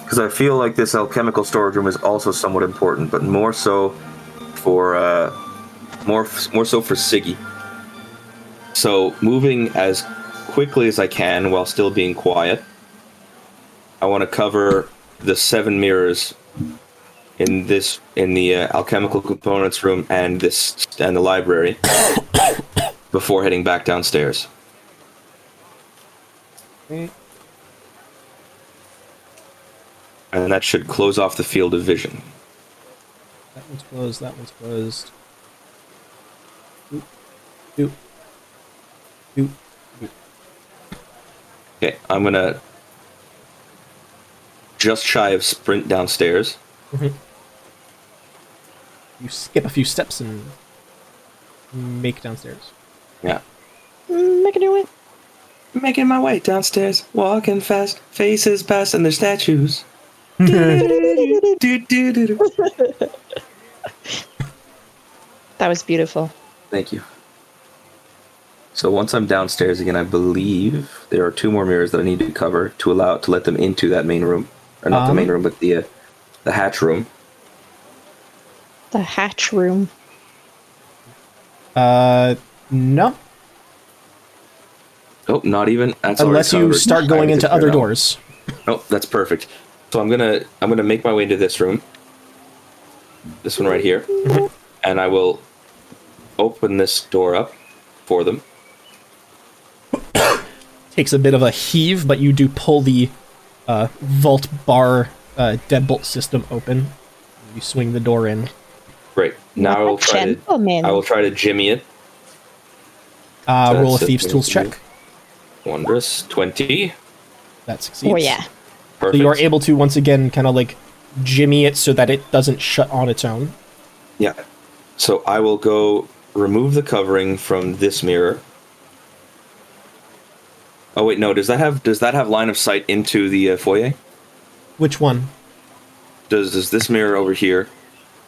Speaker 4: Because I feel like this alchemical storage room is also somewhat important, but more so for uh, more f- more so for Siggy. So moving as quickly as I can while still being quiet. I want to cover the seven mirrors in this in the uh, alchemical components room and this and the library before heading back downstairs. And that should close off the field of vision.
Speaker 6: That one's closed. That one's closed. Oop. Oop. Oop.
Speaker 4: Okay, I'm gonna just shy of sprint downstairs.
Speaker 6: You skip a few steps and make downstairs.
Speaker 4: Yeah.
Speaker 2: Mm, I can do it.
Speaker 4: Making my way downstairs, walking fast, faces past, and their statues. Thank
Speaker 2: That was beautiful.
Speaker 4: you. So once I'm downstairs again, I believe there are two more mirrors that I need to cover to allow to let them into that main room, or not the
Speaker 6: Um.
Speaker 4: main room, but the uh, the hatch room.
Speaker 2: The hatch room.
Speaker 6: Uh, no.
Speaker 4: Oh, not even. That's already
Speaker 6: Unless you
Speaker 4: covered.
Speaker 6: start
Speaker 4: I
Speaker 6: going
Speaker 4: already
Speaker 6: into
Speaker 4: figured
Speaker 6: other
Speaker 4: it out.
Speaker 6: doors.
Speaker 4: Oh, that's perfect. So I'm gonna I'm gonna make my way into this room. This one right here.
Speaker 6: Mm-hmm.
Speaker 4: And I will open this door up for them.
Speaker 6: Takes a bit of a heave, but you do pull the uh, vault bar uh, deadbolt system open. You swing the door in.
Speaker 4: Great. Now I will
Speaker 2: What a
Speaker 4: try to
Speaker 2: gentleman.
Speaker 4: I will try to jimmy it.
Speaker 6: Uh,
Speaker 4: That's
Speaker 6: roll a
Speaker 4: the
Speaker 6: thieves'
Speaker 4: thing
Speaker 6: tools
Speaker 4: to do.
Speaker 6: check.
Speaker 4: Wondrous. Twenty.
Speaker 6: That succeeds.
Speaker 2: Oh yeah.
Speaker 6: So
Speaker 4: Perfect.
Speaker 6: you are able to once again kind of like jimmy it so that it doesn't shut on its own.
Speaker 4: Yeah. So I will go remove the covering from this mirror. Oh wait, no. Does that have does that have line of sight into the uh, foyer?
Speaker 6: Which one?
Speaker 4: Does does this mirror over here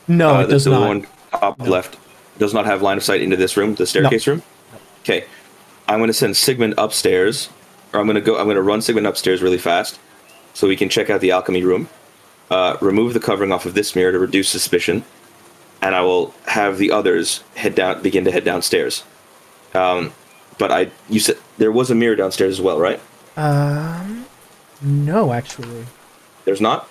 Speaker 6: No,
Speaker 4: Uh,
Speaker 6: Oh, it does
Speaker 4: the
Speaker 6: not.
Speaker 4: one top left does not have line of sight into this room, the staircase room. Okay, I'm going to send Sigmund upstairs, or I'm going to go. I'm going to run Sigmund upstairs really fast, so we can check out the alchemy room. Uh, remove the covering off of this mirror to reduce suspicion, and I will have the others head down, begin to head downstairs. Um, but I, you said there was a mirror downstairs as well, right?
Speaker 6: Um, no, actually,
Speaker 4: There's not.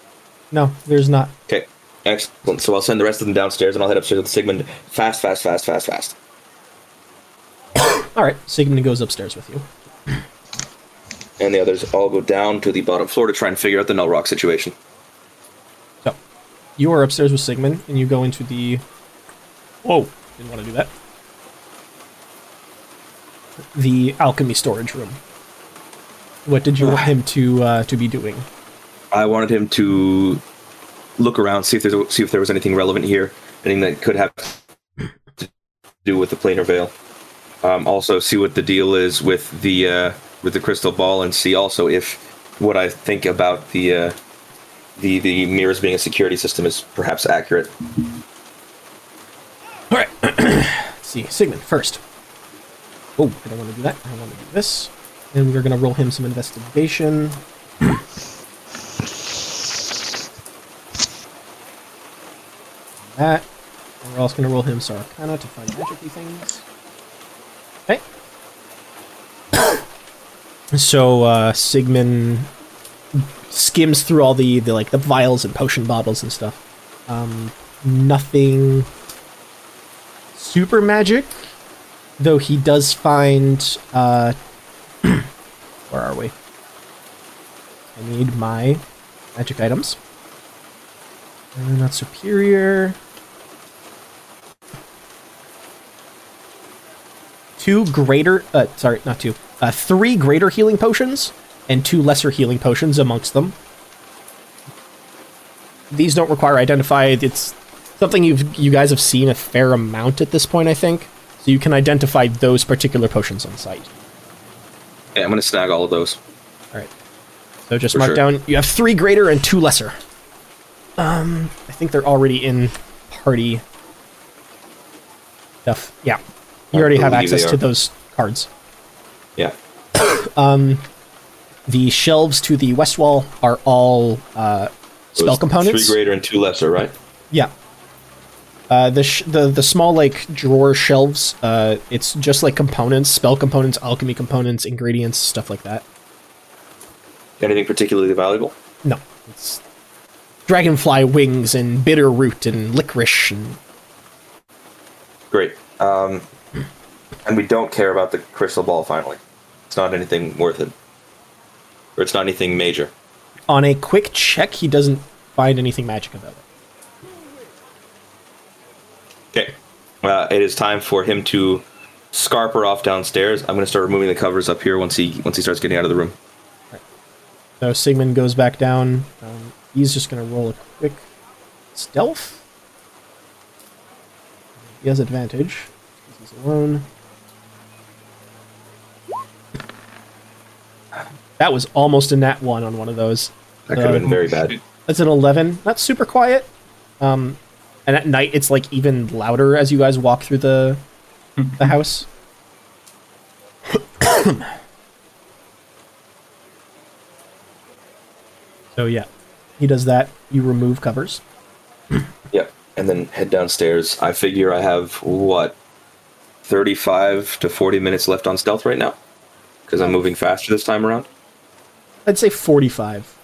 Speaker 6: no. There's not.
Speaker 4: Okay, excellent. So I'll send the rest of them downstairs, and I'll head upstairs with Sigmund fast, fast, fast, fast, fast.
Speaker 6: All right, Sigmund goes upstairs with you.
Speaker 4: and the others all go down to the bottom floor to try and figure out the Null Rock situation.
Speaker 6: So, you are upstairs with Sigmund, and you go into the. Whoa! Didn't want to do that. The alchemy storage room. What did you want him to uh, to be doing?
Speaker 4: I wanted him to look around, see if there's see if there was anything relevant here, anything that could have to do with the planar veil. Um, also, see what the deal is with the uh, with the crystal ball, and see also if what I think about the uh, the the mirrors being a security system is perhaps accurate.
Speaker 6: All right. Let's see, Sigmund first. Oh, I don't want to do that. I want to do this. And we're gonna roll him some investigation. that. And we're also gonna roll him Saracana to find magicy things. Okay. so uh, Sigmund skims through all the, the like the vials and potion bottles and stuff. Um, nothing super magic, though he does find. Uh, where are we? I need my magic items. Uh, not superior. Two greater, uh, sorry, not two. Uh, three greater healing potions and two lesser healing potions amongst them. These don't require identify. It's something you've you guys have seen a fair amount at this point, I think. So you can identify those particular potions on site.
Speaker 4: Yeah, I'm gonna snag all of those.
Speaker 6: All right. So just
Speaker 4: For
Speaker 6: mark
Speaker 4: sure.
Speaker 6: down. You have three greater and two lesser. Um, I think they're already in party stuff. Yeah, you
Speaker 4: I
Speaker 6: already have
Speaker 4: believe they
Speaker 6: access to
Speaker 4: are.
Speaker 6: those cards.
Speaker 4: Yeah,
Speaker 6: The shelves to the west wall are all uh, spell
Speaker 4: Those
Speaker 6: components.
Speaker 4: Three greater and two lesser, right?
Speaker 6: Yeah. Uh, the, sh- the the small like drawer shelves. Uh, it's just like components, spell components, alchemy components, ingredients, stuff like that.
Speaker 4: Anything particularly valuable?
Speaker 6: No, it's dragonfly wings and bitter root and licorice and
Speaker 4: Great. Um, and we don't care about the crystal ball. Finally, it's not anything worth it, or it's not anything major.
Speaker 6: on a quick check, he doesn't find anything magic about it.
Speaker 4: Okay. Uh, it is time for him to scarper off downstairs. I'm going to start removing the covers up here once he once he starts getting out of the room.
Speaker 6: So Sigmund goes back down. Um, he's just going to roll a quick stealth. He has advantage. 'cause He's alone. That was almost a nat one on one of those. Um,
Speaker 4: That could have
Speaker 6: Uh,
Speaker 4: been very bad.
Speaker 6: That's an 11. Not super quiet. Um, and at night, it's like even louder as you guys walk through the the house. so yeah, he does that. You remove covers.
Speaker 4: Yep. And then head downstairs. I figure I have what 35 to 40 minutes left on stealth right now because I'm moving faster this time around.
Speaker 6: I'd say forty-five.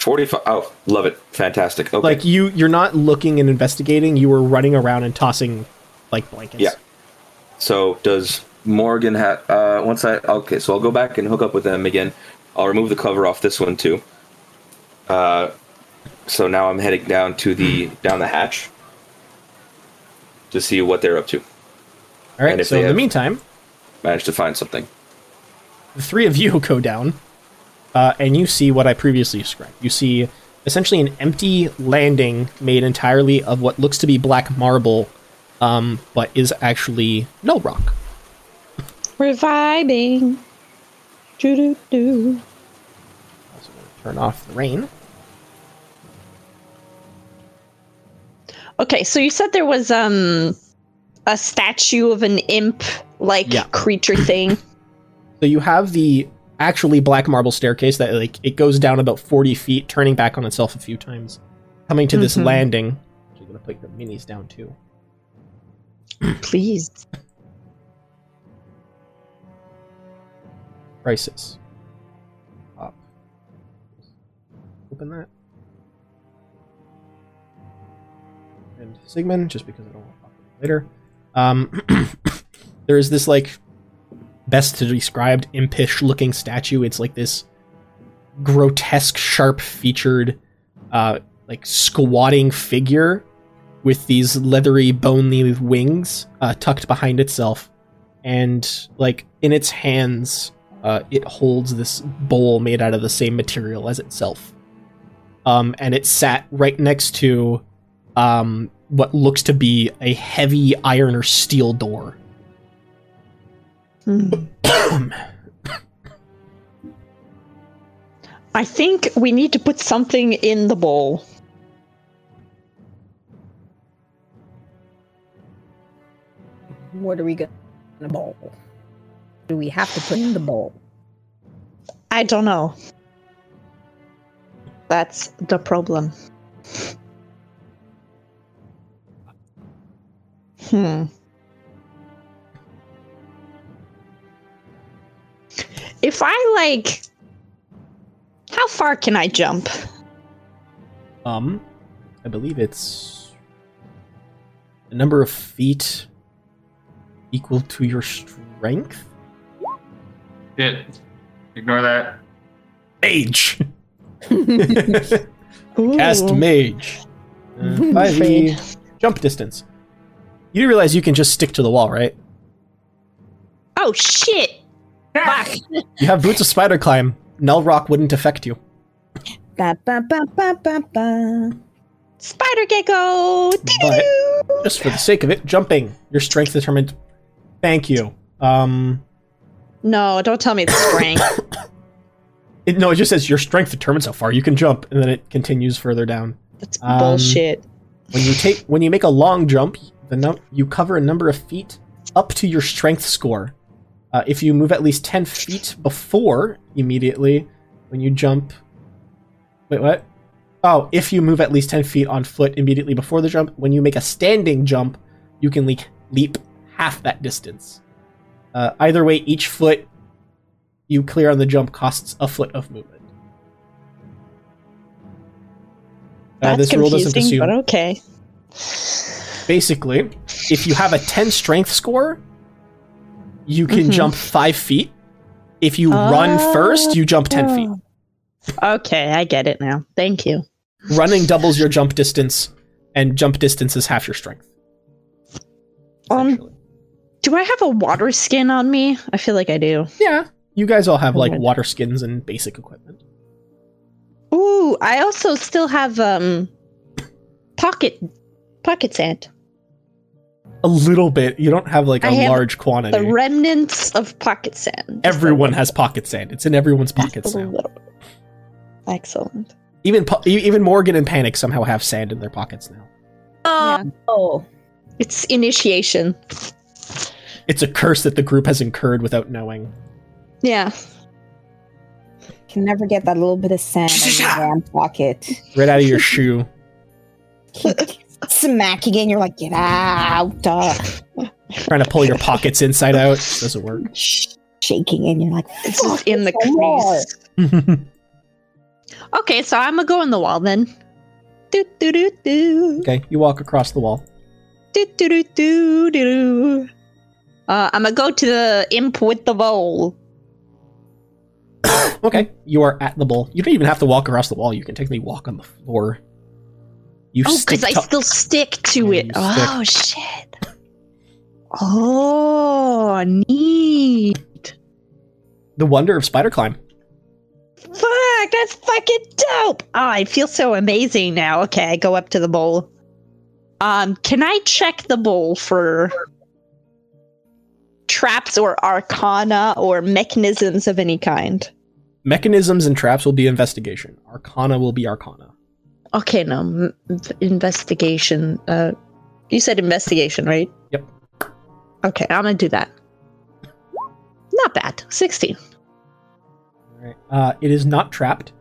Speaker 4: 45. Oh, love it. Fantastic. Okay.
Speaker 6: Like you, you're not looking and investigating. You were running around and tossing, like blankets.
Speaker 4: Yeah. So does Morgan have? Uh, once I okay, so I'll go back and hook up with them again. I'll remove the cover off this one too. Uh, so now I'm heading down to the down the hatch to see what they're up to.
Speaker 6: All
Speaker 4: And
Speaker 6: right.
Speaker 4: if
Speaker 6: So
Speaker 4: they
Speaker 6: in the
Speaker 4: have-
Speaker 6: meantime,
Speaker 4: Managed to find something.
Speaker 6: the three of you go down, uh, and you see what I previously described. You see essentially an empty landing made entirely of what looks to be black marble, um, but is actually null rock.
Speaker 2: Reviving. Doo-doo-doo.
Speaker 6: Also gonna turn off the rain.
Speaker 2: Okay, so you said there was um a statue of an imp like
Speaker 6: Yeah.
Speaker 2: creature thing.
Speaker 6: So you have the actually black marble staircase that like it goes down about forty feet, turning back on itself a few times, coming to this
Speaker 2: Mhm.
Speaker 6: landing. Actually, gonna put your minis down too.
Speaker 2: Please.
Speaker 6: Crisis. Up. Open that. And Sigmund, just because I don't want to talk about it later. Um, there is this, like, best to described impish looking statue. It's like this grotesque, sharp featured, uh, like, squatting figure with these leathery, bony wings uh, tucked behind itself. And, like, in its hands, uh, it holds this bowl made out of the same material as itself. Um, and it sat right next to um, what looks to be a heavy iron or steel door.
Speaker 2: Hmm. I think we need to put something in the bowl.
Speaker 5: What are we going to the bowl? Do we have to put in the bowl?
Speaker 2: I don't know. That's the problem. Hmm. If I like. How far can I jump?
Speaker 6: Um, I believe it's a number of feet equal to your strength.
Speaker 8: Shit. Ignore that.
Speaker 6: Mage. Cast mage. Uh, Five
Speaker 2: Afraid.
Speaker 6: e jump distance. You realize you can just stick to the wall, right?
Speaker 2: Oh shit! Fuck.
Speaker 6: You have boots of spider climb. Null rock wouldn't affect you.
Speaker 5: Ba, ba, ba, ba, ba, ba.
Speaker 2: Spider gecko!
Speaker 6: But
Speaker 2: Doo-doo-doo!
Speaker 6: just for the sake of it, jumping. Your strength determined. Thank you. Um,
Speaker 2: No, don't tell me it's spring.
Speaker 6: it, no, it just says your strength determines how far you can jump, and then it continues further down.
Speaker 2: That's
Speaker 6: Um,
Speaker 2: bullshit.
Speaker 6: When you take when you make a long jump, the num- you cover a number of feet up to your strength score. Uh, if you move at least ten feet before immediately when you jump, wait, what? Oh, if you move at least ten feet on foot immediately before the jump, when you make a standing jump, you can leak, leap half that distance. Uh, either way, each foot you clear on the jump costs a foot of movement. Uh,
Speaker 2: That's
Speaker 6: this rule doesn't
Speaker 2: confusing,
Speaker 6: assume
Speaker 2: but okay.
Speaker 6: basically, if you have a 10 strength score, you can
Speaker 2: Mhm.
Speaker 6: jump five feet. If you run first, you jump 10 feet.
Speaker 2: Okay, I get it now. Thank you.
Speaker 6: Running doubles your jump distance, and jump distance is half your strength.
Speaker 2: Um,
Speaker 6: essentially.
Speaker 2: do I have a water skin on me? I feel like I do.
Speaker 6: yeah. You guys all have like
Speaker 2: Okay.
Speaker 6: water skins and basic equipment.
Speaker 2: Ooh, I also still have um pocket pocket sand.
Speaker 6: A little bit. You don't have like a
Speaker 2: I have
Speaker 6: large quantity.
Speaker 2: The remnants of pocket sand. Just
Speaker 6: Everyone has pocket sand. It's in everyone's pockets
Speaker 2: a
Speaker 6: now.
Speaker 2: little bit. Excellent.
Speaker 6: Even po- e- even Morgan and Panic somehow have sand in their pockets now.
Speaker 3: Oh, oh.
Speaker 2: It's initiation.
Speaker 6: It's a curse that the group has incurred without knowing.
Speaker 2: Yeah.
Speaker 5: Can never get that little bit of sand in your damn pocket.
Speaker 6: Right out of your shoe.
Speaker 5: Smacking it, and you're like, get out. Uh,
Speaker 6: trying to pull your pockets inside out. Doesn't work.
Speaker 5: sh- shaking it, and you're like,
Speaker 2: It's just in the
Speaker 5: some more.
Speaker 2: crease. Okay, so I'm gonna go in the wall then. Do do do do
Speaker 6: okay, you walk across the wall.
Speaker 2: do do do do do. Uh, I'm gonna go to the imp with the bowl.
Speaker 6: Okay, you are at the bowl. You don't even have to walk across the wall. You can technically walk on the floor. You
Speaker 2: Oh,
Speaker 6: stick
Speaker 2: because I
Speaker 6: to-
Speaker 2: still stick to
Speaker 6: Yeah,
Speaker 2: it.
Speaker 6: you stick.
Speaker 2: Oh shit. Oh, neat.
Speaker 6: the wonder of spider climb.
Speaker 2: Fuck, that's fucking dope. Oh, I feel so amazing now. Okay, I go up to the bowl. Um, can I check the bowl for traps or arcana or mechanisms of any kind?
Speaker 6: Mechanisms and traps will be investigation. Arcana will be arcana.
Speaker 2: Okay, no. M- investigation. Uh, you said investigation, right?
Speaker 6: Yep.
Speaker 2: Okay, I'm gonna do that. Not bad. 16.
Speaker 6: Alright. Uh, it is not trapped.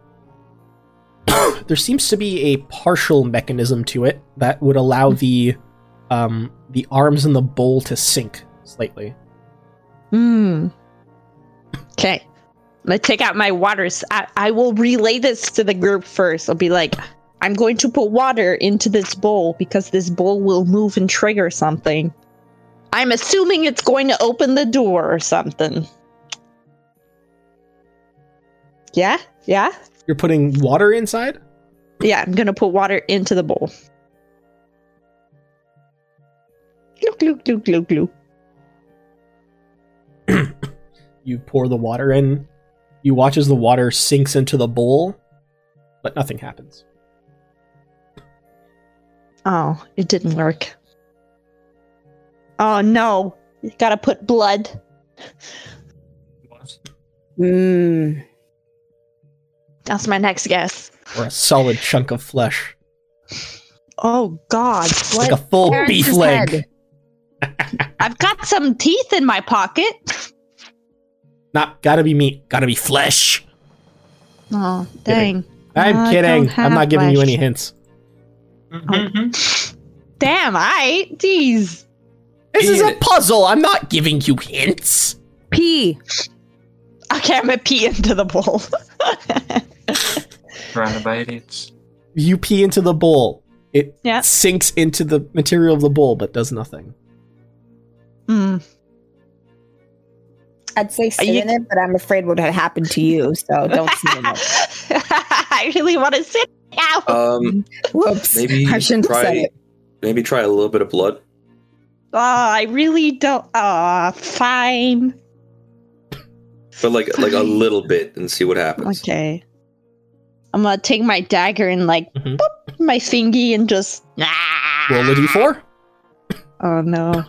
Speaker 6: there seems to be a partial mechanism to it that would allow the um, the arms in the bowl to sink slightly.
Speaker 2: Hmm. Okay. I'm gonna take out my waters. I, I will relay this to the group first. I'll be like, I'm going to put water into this bowl because this bowl will move and trigger something. I'm assuming it's going to open the door or something. Yeah? Yeah?
Speaker 6: You're putting water inside?
Speaker 2: Yeah, I'm gonna put water into the bowl. Glue, glue, glue, glue, glue.
Speaker 6: You pour the water in. You watch as the water sinks into the bowl, but nothing happens.
Speaker 2: Oh, it didn't work. Oh no. You gotta put blood. Hmm.
Speaker 5: mm,
Speaker 2: That's my next guess.
Speaker 6: Or a solid chunk of flesh.
Speaker 2: Oh god.
Speaker 6: Like
Speaker 2: What?
Speaker 6: a full
Speaker 3: Terrence's
Speaker 6: beef leg.
Speaker 3: head.
Speaker 2: I've got some teeth in my pocket.
Speaker 6: Not gotta be meat, gotta be flesh.
Speaker 2: Oh, dang.
Speaker 6: I'm
Speaker 2: I don't
Speaker 6: kidding. I'm not
Speaker 2: have
Speaker 6: giving you
Speaker 2: flesh.
Speaker 6: any hints.
Speaker 8: Mhm.
Speaker 2: Damn, I jeez.
Speaker 6: This is a
Speaker 4: Idiot.
Speaker 6: puzzle. I'm not giving you hints.
Speaker 3: P.
Speaker 2: Okay, I'm gonna pee into the bowl.
Speaker 8: Surrounded by idiots.
Speaker 6: You pee into the bowl. It
Speaker 2: Yeah.
Speaker 6: sinks into the material of the bowl, but does nothing.
Speaker 2: Hmm.
Speaker 5: I'd say sit
Speaker 2: you-
Speaker 5: in it, but I'm afraid what had happened to you, so don't sit in it.
Speaker 2: I really want to sit now.
Speaker 6: Uh.
Speaker 4: Um,
Speaker 5: Whoops.
Speaker 4: maybe
Speaker 5: I shouldn't have
Speaker 4: try
Speaker 5: said it.
Speaker 4: maybe try a little bit of blood.
Speaker 2: oh, I really don't. Oh, fine.
Speaker 4: But like like a little bit and see what happens.
Speaker 2: Okay. I'm gonna take my dagger and like
Speaker 6: Mhm.
Speaker 2: boop, my fingy and just
Speaker 6: Roll a d4.
Speaker 2: Oh no.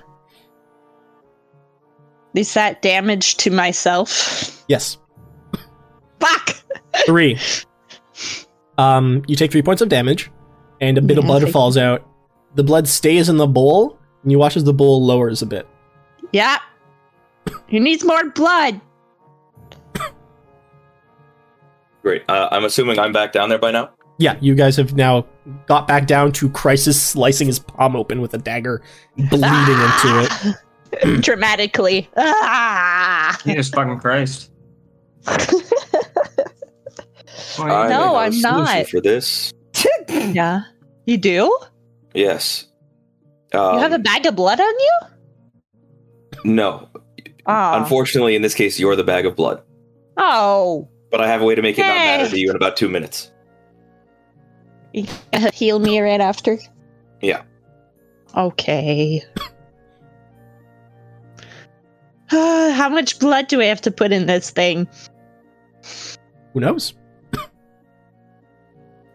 Speaker 2: Is that damage to myself?
Speaker 6: Yes.
Speaker 2: Fuck!
Speaker 6: Three. Um, you take three points of damage, and a bit of
Speaker 2: Yeah,
Speaker 6: blood
Speaker 2: thank
Speaker 6: falls out. The blood stays in the bowl, and you watch as the bowl lowers a bit.
Speaker 2: Yeah. Who needs more blood?
Speaker 4: Great. Uh, I'm assuming I'm back down there by now.
Speaker 6: Yeah, you guys have now got back down to Crisis slicing his palm open with a dagger, bleeding
Speaker 2: Ah.
Speaker 6: into it.
Speaker 2: it. Dramatically. Ah!
Speaker 8: Jesus fucking Christ. Wait,
Speaker 4: I
Speaker 2: No,
Speaker 4: have a
Speaker 2: I'm
Speaker 4: solution
Speaker 2: not.
Speaker 4: for this.
Speaker 2: yeah. You do?
Speaker 4: Yes.
Speaker 2: you
Speaker 4: Um,
Speaker 2: have a bag of blood on you?
Speaker 4: no.
Speaker 2: Oh. Ah.
Speaker 4: Unfortunately, in this case, you're the bag of blood.
Speaker 2: oh.
Speaker 4: But I have a way to make it not matter
Speaker 2: Yay.
Speaker 4: to you in about two minutes.
Speaker 2: You gonna heal me right after?
Speaker 4: Yeah.
Speaker 2: Okay. How much blood do I have to put in this thing?
Speaker 6: Who knows?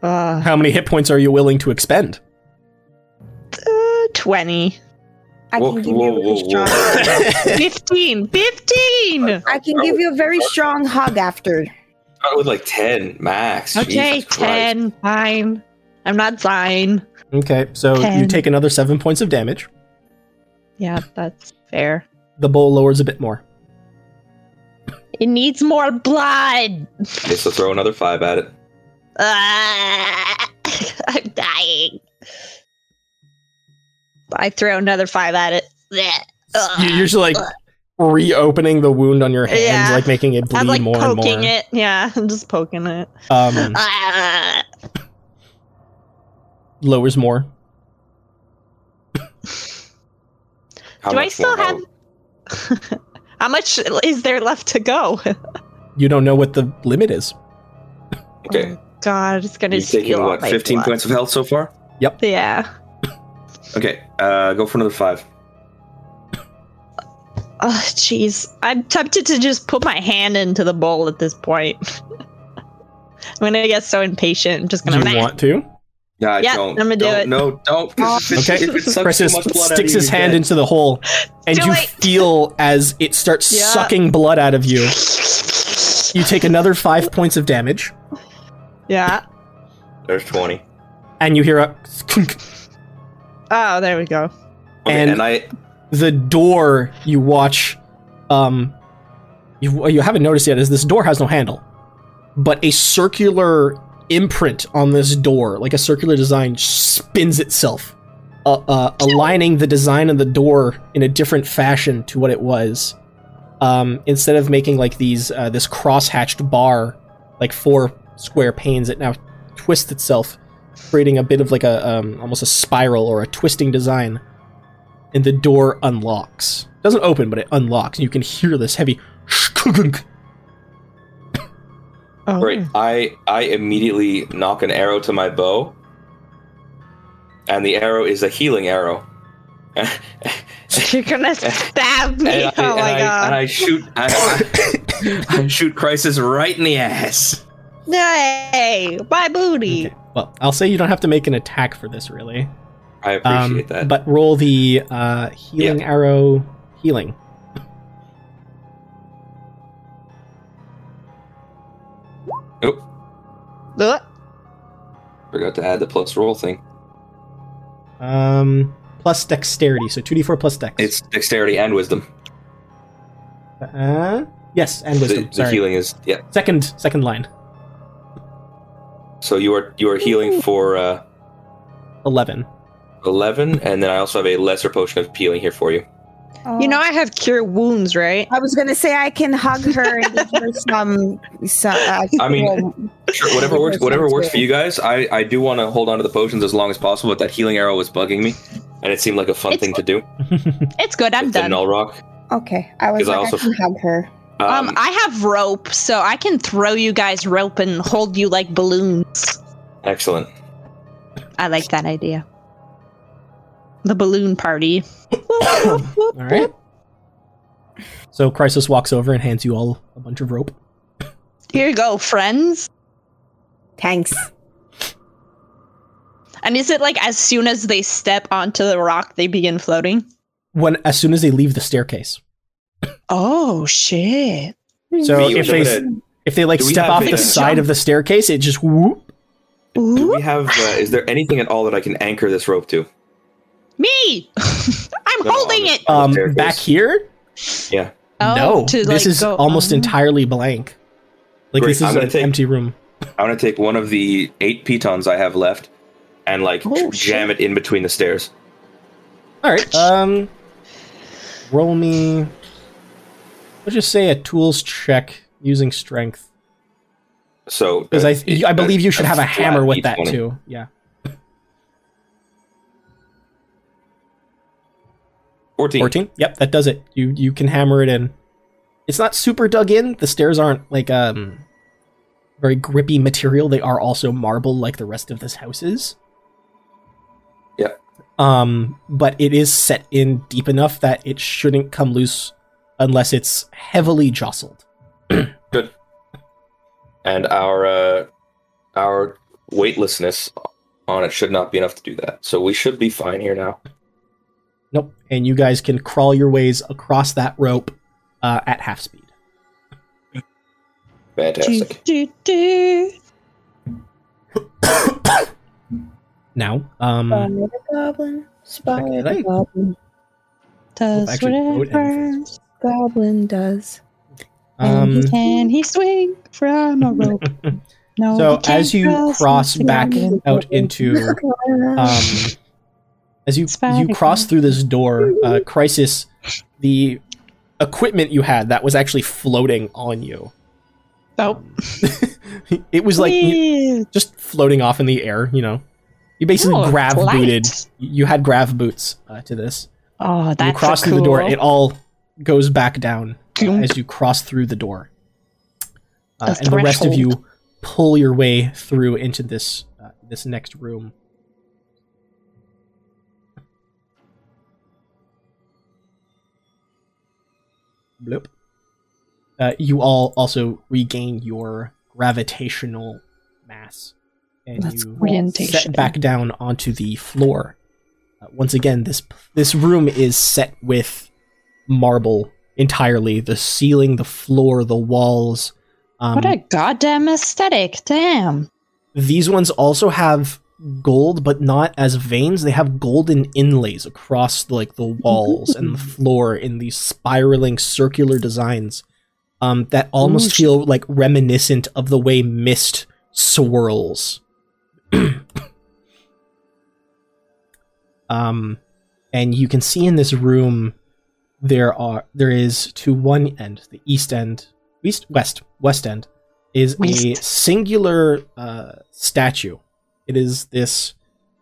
Speaker 2: Uh,
Speaker 6: How many hit points are you willing to expend?
Speaker 2: uh, 20.
Speaker 5: I
Speaker 4: Whoa,
Speaker 5: can give
Speaker 4: whoa,
Speaker 5: you a really
Speaker 4: whoa,
Speaker 5: strong.
Speaker 4: whoa.
Speaker 2: 15!
Speaker 4: Uh,
Speaker 2: 15!
Speaker 5: I can give you a very strong hug after.
Speaker 4: Start with like ten max.
Speaker 2: Okay,
Speaker 4: Jesus Christ.
Speaker 2: 10. Fine. I'm not fine.
Speaker 6: Okay, so you
Speaker 2: Ten.
Speaker 6: take another seven points of damage.
Speaker 2: Yeah, that's fair.
Speaker 6: The bowl lowers a bit more.
Speaker 2: It needs more blood!
Speaker 4: Okay, so throw another five at it.
Speaker 2: Ah, I'm dying. I throw another five at it. Blech. Ugh.
Speaker 6: You're just like reopening the wound on your hands,
Speaker 2: Yeah.
Speaker 6: like making it bleed
Speaker 2: I'm like
Speaker 6: more and more.
Speaker 2: poking it. Yeah, I'm just poking it.
Speaker 6: Um,
Speaker 4: Uh,
Speaker 2: Ah.
Speaker 6: lowers more.
Speaker 4: How
Speaker 2: Do I
Speaker 4: much
Speaker 2: still
Speaker 4: more?
Speaker 2: have? How much is there left to go?
Speaker 6: You don't know what the limit is.
Speaker 4: Okay,
Speaker 2: God, it's gonna
Speaker 4: you've
Speaker 2: steal
Speaker 4: taken
Speaker 2: all
Speaker 4: what?
Speaker 2: my
Speaker 4: Fifteen
Speaker 2: blood.
Speaker 4: points of health so far.
Speaker 2: Yeah.
Speaker 4: Okay, uh, go for another five.
Speaker 2: Oh, jeez. I'm tempted to just put my hand into the bowl at this point. I'm gonna get so impatient. I'm just
Speaker 6: Do
Speaker 2: gonna.
Speaker 6: you want to?
Speaker 4: Yeah,
Speaker 2: Yeah,
Speaker 4: don't.
Speaker 2: I'm gonna do
Speaker 4: don't-
Speaker 2: it. Oh.
Speaker 4: No, don't. 'cause if it-
Speaker 6: Okay.
Speaker 4: if it sucks
Speaker 6: Presses
Speaker 4: too much blood out of
Speaker 6: sticks
Speaker 4: you,
Speaker 6: his
Speaker 4: you're
Speaker 6: hand
Speaker 4: dead.
Speaker 6: into the hole, and
Speaker 2: Too
Speaker 6: you
Speaker 2: late.
Speaker 6: feel as it starts
Speaker 2: Yeah.
Speaker 6: sucking blood out of you. You take another five points of damage,
Speaker 2: Yeah.
Speaker 4: There's twenty.
Speaker 6: and you hear a skunk.
Speaker 2: Oh, there we go.
Speaker 4: Okay,
Speaker 6: And-
Speaker 4: and, I
Speaker 6: the door. You watch. Um, you what you haven't noticed yet is this door has no handle, but a circular imprint on this door, like a circular design, spins itself, uh, uh, aligning the design of the door in a different fashion to what it was. Um, instead of making like these uh, this cross-hatched bar, like four square panes, it now twists itself, creating a bit of like a um, almost a spiral or a twisting design and the door unlocks. Doesn't open, but it unlocks, and you can hear this heavy.
Speaker 2: Oh.
Speaker 4: right, I I immediately knock an arrow to my bow, and the arrow is a healing arrow. and
Speaker 2: You're gonna stab me.
Speaker 4: I,
Speaker 2: oh my
Speaker 4: and I-
Speaker 2: god.
Speaker 4: and I shoot. I, I shoot crisis right in the ass.
Speaker 2: Yay! My booty!
Speaker 6: Okay, Well, I'll say you don't have to make an attack for this, really. Um,
Speaker 4: I appreciate that.
Speaker 6: But roll the uh, healing arrow. Healing.
Speaker 4: oh,
Speaker 2: Ugh.
Speaker 4: forgot to add the plus roll thing.
Speaker 6: Um, plus dexterity, so two d four plus dex.
Speaker 4: It's dexterity and wisdom.
Speaker 6: uh, yes, and
Speaker 4: The-
Speaker 6: wisdom.
Speaker 4: the,
Speaker 6: sorry.
Speaker 4: healing is yeah.
Speaker 6: Second, second line.
Speaker 4: So you are you are healing for uh,
Speaker 6: Eleven.
Speaker 4: eleven, and then I also have a lesser potion of healing here for you.
Speaker 2: You know I have cure wounds, right?
Speaker 5: I was gonna say I can hug her and give her some. some uh,
Speaker 4: I mean,
Speaker 5: well,
Speaker 4: Sure, whatever works.
Speaker 5: Potion
Speaker 4: Whatever
Speaker 5: too.
Speaker 4: works for you guys. I I do want to hold on to the potions as long as possible, but that healing arrow was bugging me, and it seemed like a fun
Speaker 2: It's-
Speaker 4: thing to do.
Speaker 2: It's good, I'm
Speaker 4: with The
Speaker 2: done.
Speaker 4: null rock.
Speaker 5: okay, I was
Speaker 4: 'Cause I
Speaker 5: like, I,
Speaker 4: also-
Speaker 5: can hug her.
Speaker 2: Um, I have rope, so I can throw you guys rope and hold you like balloons.
Speaker 4: excellent.
Speaker 2: I like that idea. The balloon party.
Speaker 6: All right. So Chrysos walks over and hands you all a bunch of rope.
Speaker 2: Here you go, friends.
Speaker 5: Thanks.
Speaker 2: And is it like as soon as they step onto the rock, they begin floating?
Speaker 6: When as soon as they leave the staircase.
Speaker 2: Oh, shit.
Speaker 6: So
Speaker 4: Be
Speaker 6: if they
Speaker 4: with it.
Speaker 6: if they like
Speaker 4: Do we
Speaker 6: step
Speaker 4: have
Speaker 6: off
Speaker 4: a-
Speaker 6: the side of the staircase, it just whoop.
Speaker 4: do
Speaker 2: Ooh,
Speaker 4: we have? Uh, is there anything at all that I can anchor this rope to?
Speaker 2: me! I'm
Speaker 4: No, no,
Speaker 2: holding
Speaker 4: on Oh, the-
Speaker 2: it!
Speaker 4: on
Speaker 6: Um,
Speaker 4: the staircase.
Speaker 6: back here?
Speaker 2: Oh,
Speaker 6: no,
Speaker 2: to,
Speaker 6: this
Speaker 2: like,
Speaker 6: is
Speaker 2: go-
Speaker 6: almost
Speaker 2: oh.
Speaker 6: entirely blank. Like
Speaker 4: Great,
Speaker 6: this
Speaker 4: I'm
Speaker 6: is
Speaker 4: gonna
Speaker 6: an
Speaker 4: take-
Speaker 6: empty room.
Speaker 4: I'm gonna take one of the eight pitons I have left, and like
Speaker 2: Oh,
Speaker 4: jam it in between the stairs.
Speaker 6: All right. Um, roll me. Let's just say a tools check using strength
Speaker 4: So
Speaker 6: because
Speaker 4: uh,
Speaker 6: I th-
Speaker 4: it-
Speaker 6: I believe you should have a
Speaker 4: flat
Speaker 6: hammer with that
Speaker 4: D20.
Speaker 6: too. Yeah.
Speaker 4: Fourteen.
Speaker 6: 14 yep that does it you you can hammer it in it's not super dug in the stairs aren't like um very grippy material. They are also marble, like the rest of this house is.
Speaker 4: Yeah.
Speaker 6: Um, but it is set in deep enough that it shouldn't come loose unless it's heavily jostled.
Speaker 4: and our uh, our weightlessness on it should not be enough to do that. So we should be fine here now.
Speaker 6: Nope. And you guys can crawl your ways across that rope uh, at half speed.
Speaker 4: Fantastic.
Speaker 2: Do, do,
Speaker 6: Now, um,
Speaker 5: Spider goblin,
Speaker 6: Check it
Speaker 5: spider
Speaker 6: out.
Speaker 5: goblin,
Speaker 2: does
Speaker 6: actually,
Speaker 2: what
Speaker 6: boat
Speaker 2: it
Speaker 6: and-
Speaker 2: burns.
Speaker 5: goblin does.
Speaker 6: um,
Speaker 2: and can he swing from a rope? No.
Speaker 6: so
Speaker 2: he can't
Speaker 6: as you cross
Speaker 2: from
Speaker 6: back
Speaker 2: a rope.
Speaker 6: out into um, as you as you
Speaker 2: Spider-Man.
Speaker 6: cross through this door, uh, crisis, the equipment you had that was actually floating on you.
Speaker 2: Oh.
Speaker 6: it was like you-
Speaker 2: Whee!
Speaker 6: just floating off in the air. You know, you basically
Speaker 2: Oh,
Speaker 6: grav
Speaker 2: light.
Speaker 6: booted. You had grav boots uh, to this.
Speaker 2: Oh,
Speaker 6: When
Speaker 2: that's
Speaker 6: you cross
Speaker 2: cool.
Speaker 6: through the door, it all goes back down uh, as you cross through the door. Uh,
Speaker 2: A
Speaker 6: and the rest of
Speaker 2: threshold.
Speaker 6: you pull your way through into this uh, this next room. Bloop. Uh, you all also regain your gravitational mass, and
Speaker 2: That's
Speaker 6: you
Speaker 2: orientation.
Speaker 6: set back down onto the floor. Uh, once again, this this room is set with marble entirely. The ceiling, the floor, the walls. Um,
Speaker 2: what a goddamn aesthetic! Damn.
Speaker 6: these ones also have gold, but not as veins. They have golden inlays across like the walls and the floor in these spiraling circular designs um, that almost feel like reminiscent of the way mist swirls. um, and you can see in this room there are there is to one end the east end east west west end is a
Speaker 2: West.
Speaker 6: singular uh, statue. It is this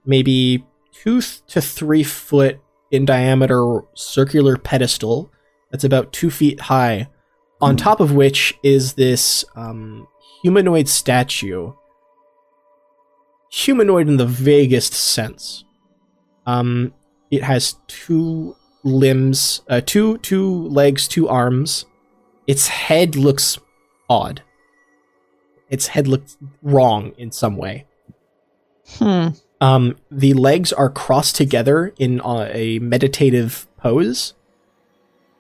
Speaker 6: maybe two th- to three foot in diameter circular pedestal that's about two feet high, on top of which is this um, humanoid statue. Humanoid in the vaguest sense. Um, it has two limbs, uh, two two legs, two arms. Its head looks odd. Its head looks wrong in some way.
Speaker 2: Hmm.
Speaker 6: Um, the legs are crossed together in uh, a meditative pose,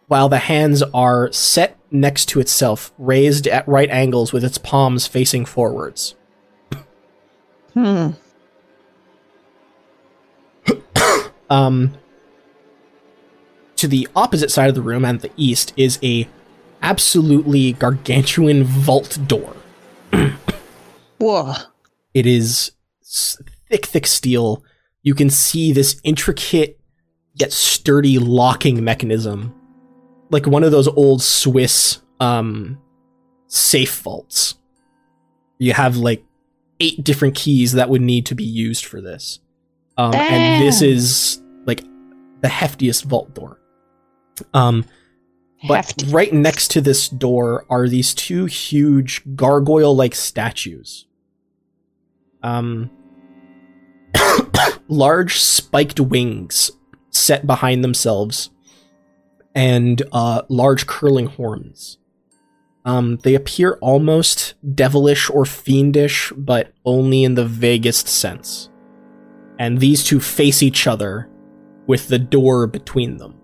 Speaker 6: while the hands are set next to itself, raised at right angles with its palms facing forwards.
Speaker 2: Hmm.
Speaker 6: Um, to the opposite side of the room and the east is a absolutely gargantuan vault door.
Speaker 2: Whoa.
Speaker 6: It is s- thick, thick steel. You can see this intricate yet sturdy locking mechanism, like one of those old Swiss um, safe vaults. You have like eight different keys that would need to be used for this, um, and this
Speaker 2: Damn.
Speaker 6: is like the heftiest vault door. Um, but
Speaker 2: Hefty.
Speaker 6: right next to this door are these two huge gargoyle-like statues. Um, large spiked wings set behind themselves, and uh, large curling horns. Um, they appear almost devilish or fiendish, but only in the vaguest sense. And these two face each other, with the door between them.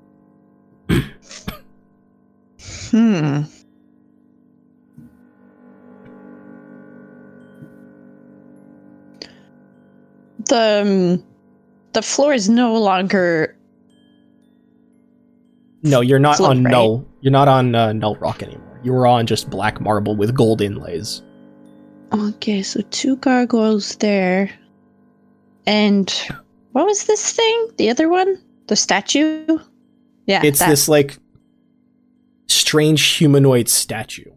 Speaker 2: Hmm. The um, the floor is no longer
Speaker 6: No, you're not
Speaker 2: Flip,
Speaker 6: on
Speaker 2: right?
Speaker 6: null. You're not on uh, null rock anymore. You were on just black marble with gold inlays.
Speaker 2: okay. So two gargoyles there, and what was this thing? The other one, the statue. Yeah,
Speaker 6: it's
Speaker 2: that.
Speaker 6: this like strange humanoid statue.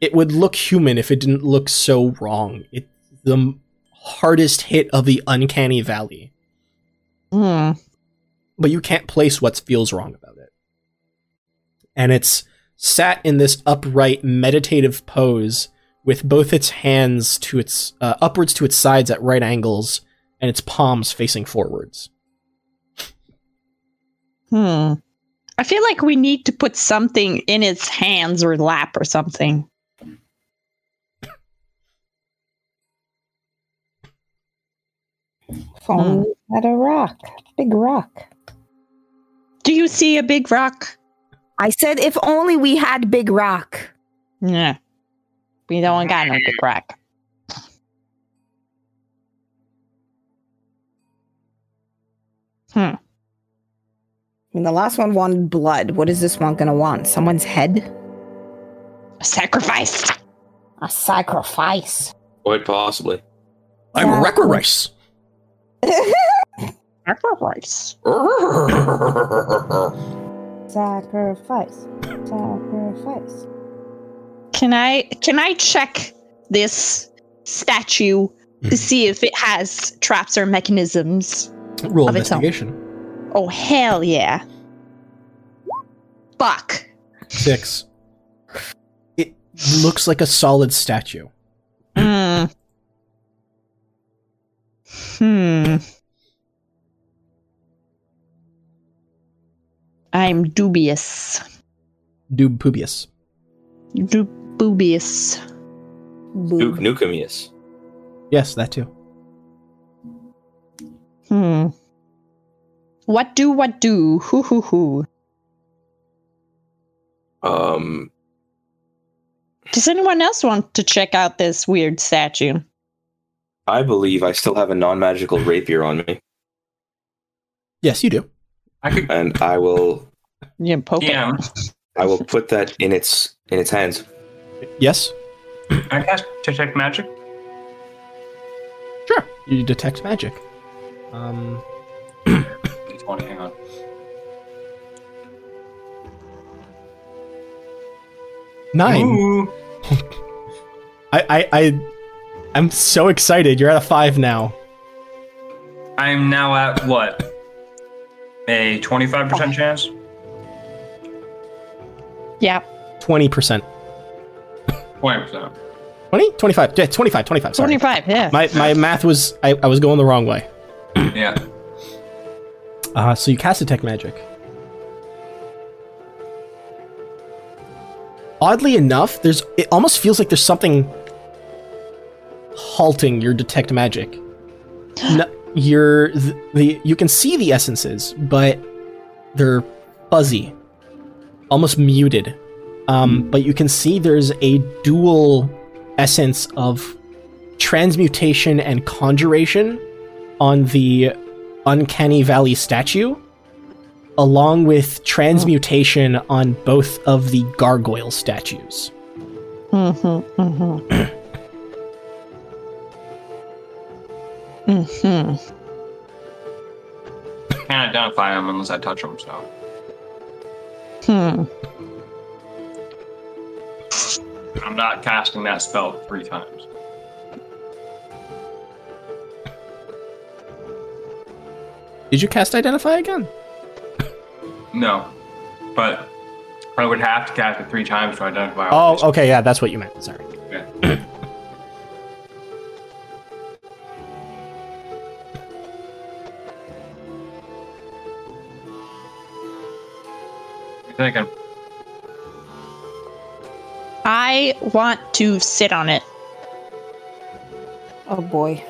Speaker 6: It would look human if it didn't look so wrong. It's the m- hardest hit of the uncanny valley,
Speaker 2: Hmm.
Speaker 6: but you can't place what feels wrong about it. And it's sat in this upright meditative pose
Speaker 1: with both its hands to its uh, upwards to its sides at right angles and its palms facing forwards.
Speaker 2: Hmm. I feel like we need to put something in its hands or lap or something.
Speaker 5: Phone at a rock. Big rock.
Speaker 2: Do you see a big rock?
Speaker 3: I said, if only we had Big Rock.
Speaker 2: Yeah. We don't got no big rock.
Speaker 5: I mean, the last one wanted blood. What is this one gonna want? Someone's head?
Speaker 2: Sacrifice.
Speaker 5: A sacrifice.
Speaker 4: Quite possibly.
Speaker 1: I'm Recorrice.
Speaker 2: Sacrifice.
Speaker 5: Sacrifice. Sacrifice.
Speaker 2: Can I can I check this statue to see if it has traps or mechanisms?
Speaker 1: Roll
Speaker 2: Of its own.
Speaker 1: investigation.
Speaker 2: Oh hell yeah. Fuck.
Speaker 1: Six. It looks like a solid statue.
Speaker 2: Mm. Hmm. I'm dubious.
Speaker 1: Dube Pubius.
Speaker 2: Dubious.
Speaker 4: Duke Nukemius.
Speaker 1: Yes, that too.
Speaker 2: Hmm. What do what do? Hoo hoo hoo.
Speaker 4: Um,
Speaker 2: Does anyone else want to check out this weird statue?
Speaker 4: I believe I still have a non-magical rapier on me,
Speaker 1: Yes, you do.
Speaker 8: I could
Speaker 4: and I will
Speaker 2: You poke it.
Speaker 8: DM.
Speaker 4: I will put that in its in its hands.
Speaker 1: Yes.
Speaker 8: Can I cast detect magic?
Speaker 1: Sure. You detect magic. Um,
Speaker 8: D20, hang on.
Speaker 1: nine.
Speaker 8: Ooh.
Speaker 1: I, I, I, I'm so excited. You're at a five now.
Speaker 8: I'm now at what? A 25% chance?
Speaker 2: Yeah.
Speaker 1: 20%.
Speaker 8: 20%.
Speaker 1: 20? 25. Yeah, 25, 25. Sorry.
Speaker 2: 25, yeah.
Speaker 1: My, my math was, I, I was going the wrong way.
Speaker 8: Yeah.
Speaker 1: Uh, so you cast detect magic. Oddly enough, there's it almost feels like there's something halting your detect magic. No, you're the, the you can see the essences, but they're fuzzy, almost muted. Um, but you can see there's a dual essence of transmutation and conjuration on the Uncanny Valley statue, along with transmutation on both of the gargoyle statues.
Speaker 2: Mm-hmm, mm-hmm. mm-hmm.
Speaker 8: Can't identify them unless I touch them, so.
Speaker 2: Hmm.
Speaker 8: I'm not casting that spell three times.
Speaker 1: Did you cast Identify again?
Speaker 8: No. But I would have to cast it three times to identify all
Speaker 1: Oh, okay, yeah, that's what you meant. Sorry.
Speaker 8: these. Okay. You think I'm-
Speaker 2: I want to sit on it.
Speaker 5: Oh boy.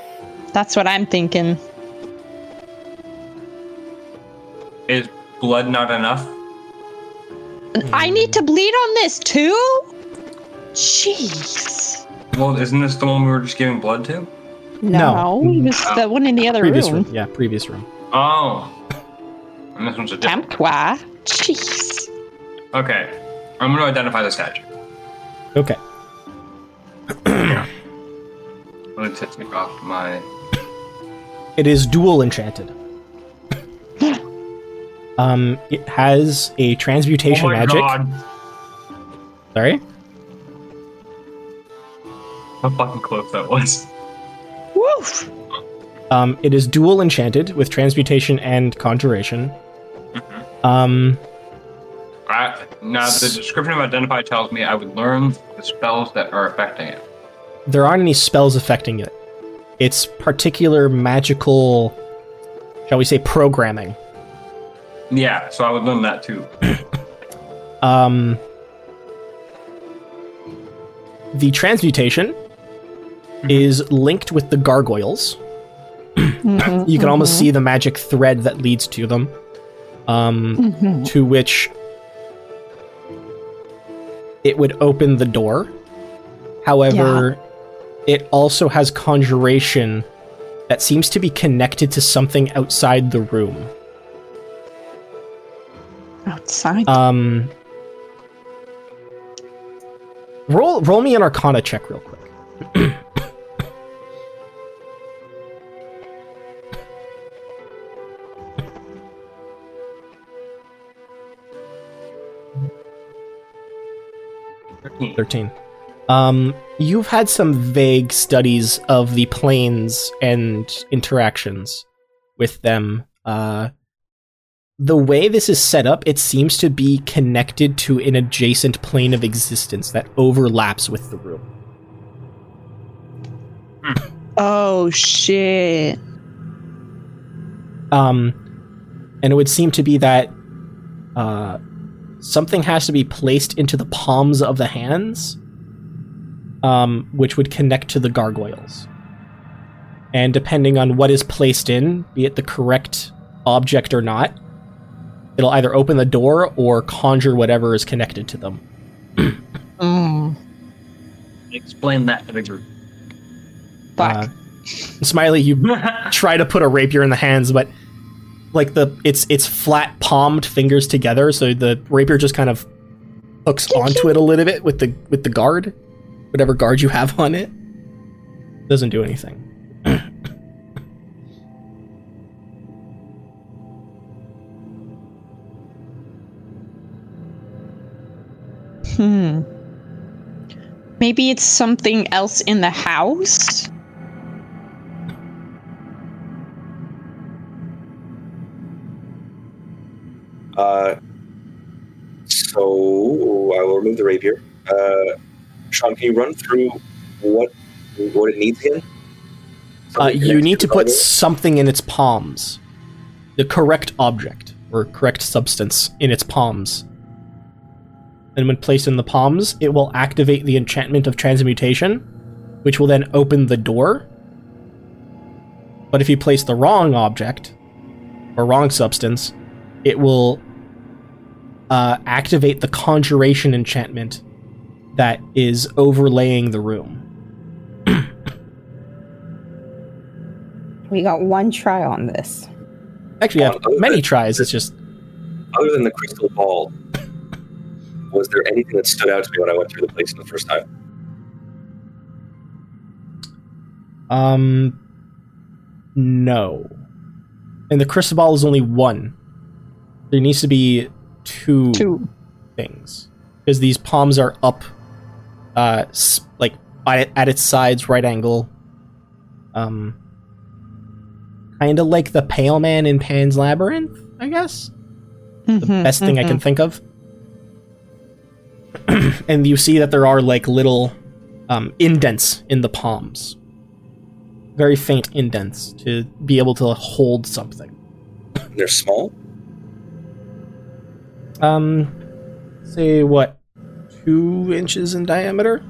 Speaker 2: That's what I'm thinking.
Speaker 8: Is blood not enough?
Speaker 2: I need to bleed on this too? Jeez.
Speaker 8: Well, isn't this the one we were just giving blood to?
Speaker 1: No.
Speaker 2: it was the one in the other
Speaker 1: Previous
Speaker 2: room.
Speaker 1: room. Yeah, previous room.
Speaker 8: Oh. And this one's a different.
Speaker 2: Tamqua. Jeez.
Speaker 8: Okay. I'm going to identify the statue.
Speaker 1: Okay.
Speaker 8: Let me take off my.
Speaker 1: It is dual enchanted. um, it has a transmutation
Speaker 8: oh my
Speaker 1: magic.
Speaker 8: god!
Speaker 1: Sorry.
Speaker 8: How fucking close that was.
Speaker 2: Woof.
Speaker 1: Um, it is dual enchanted with transmutation and conjuration. Um,
Speaker 8: I, now the description of identify tells me I would learn the spells that are affecting it.
Speaker 6: there aren't any spells affecting it. It's particular magical, shall we say, programming.
Speaker 8: Yeah, so I would learn that too.
Speaker 6: Um, the transmutation is linked with the gargoyles. you can almost see the magic thread that leads to them, um, to which it would open the door. However, it also has conjuration that seems to be connected to something outside the room.
Speaker 2: outside.
Speaker 6: Um, roll roll me an Arcana check real quick. Thirteen. Um, you've had some vague studies of the planes and interactions with them. Uh, the way this is set up, it seems to be connected to an adjacent plane of existence that overlaps with the room.
Speaker 2: oh shit.
Speaker 6: Um, and it would seem to be that uh, something has to be placed into the palms of the hands, um, which would connect to the gargoyles. And depending on what is placed in, be it the correct object or not, it'll either open the door or conjure whatever is connected to them.
Speaker 2: Mm,
Speaker 8: Explain that to the group.
Speaker 2: fuck.
Speaker 6: Uh, Smiley, you try to put a rapier in the hands, but like the it's it's flat palmed fingers together, so the rapier just kind of hooks onto it a little bit with the with the guard, whatever guard you have on it. Doesn't do anything.
Speaker 2: hmm. Maybe it's something else in the house.
Speaker 4: Uh, so I will remove the rapier. Uh, Sean, can you run through what what it needs again?
Speaker 6: Uh,
Speaker 4: Something
Speaker 6: you
Speaker 4: connected
Speaker 6: need to
Speaker 4: the
Speaker 6: put
Speaker 4: gargoyle?
Speaker 6: something in its palms, the correct object or correct substance in its palms. And when placed in the palms, it will activate the enchantment of transmutation, which will then open the door. But if you place the wrong object or wrong substance, it will uh, activate the conjuration enchantment that is overlaying the room.
Speaker 5: We got one try on this.
Speaker 6: Actually, you have
Speaker 4: Oh, okay.
Speaker 6: many tries. It's just
Speaker 4: other than the crystal ball. Was there anything that stood out to me when I went through the place the first time?
Speaker 6: Um, no. And the crystal ball is only one. There needs to be two,
Speaker 2: Two.
Speaker 6: things because these palms are up, uh, s- like by, at its sides, right angle. Um, kind of like the Pale Man in Pan's Labyrinth, I guess the
Speaker 2: mm-hmm,
Speaker 6: best thing I can think of. and you see that there are like little um, indents in the palms, very faint indents to be able to hold something.
Speaker 4: They're small.
Speaker 6: Um, say what, two inches in diameter,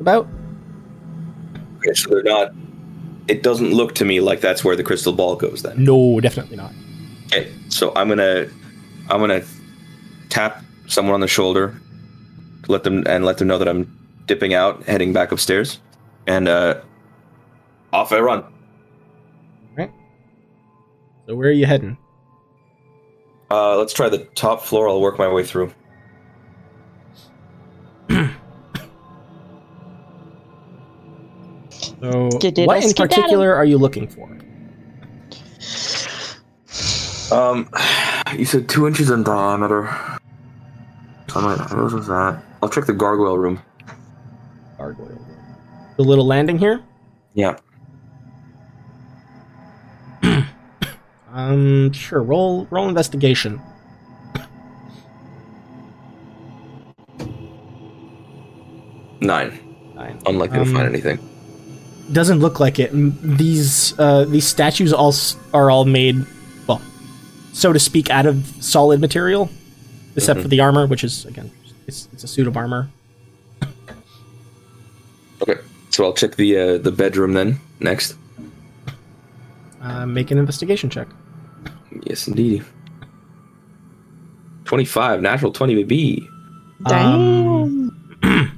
Speaker 6: about.
Speaker 4: Okay, so they're not. It doesn't look to me like that's where the crystal ball goes. Then
Speaker 6: No, definitely not.
Speaker 4: Okay, so I'm gonna, I'm gonna tap someone on the shoulder, let them and let them know that I'm dipping out, heading back upstairs, and uh, off I run.
Speaker 6: So where are you heading?
Speaker 4: Uh, let's try the top floor. I'll work my way through.
Speaker 6: So
Speaker 2: Skididdle,
Speaker 6: what in
Speaker 2: skidaddle.
Speaker 6: particular are you looking for?
Speaker 4: Um, you said two inches in diameter. So I'm like, what was that? I'll check the gargoyle room.
Speaker 6: Gargoyle. The little landing here.
Speaker 4: Yeah.
Speaker 6: Um, sure. Roll, roll investigation.
Speaker 4: Nine.
Speaker 6: Nine.
Speaker 4: Unlikely to
Speaker 6: Um,
Speaker 4: find anything.
Speaker 6: doesn't look like it. And these uh, these statues all s- are all made, well, so to speak, out of solid material, except for the armor, which is again, it's, it's a suit of armor.
Speaker 4: Okay, so I'll check the uh, the bedroom then next.
Speaker 6: Uh, make an investigation check.
Speaker 4: Yes, indeed. Twenty-five, natural twenty, baby.
Speaker 6: Um,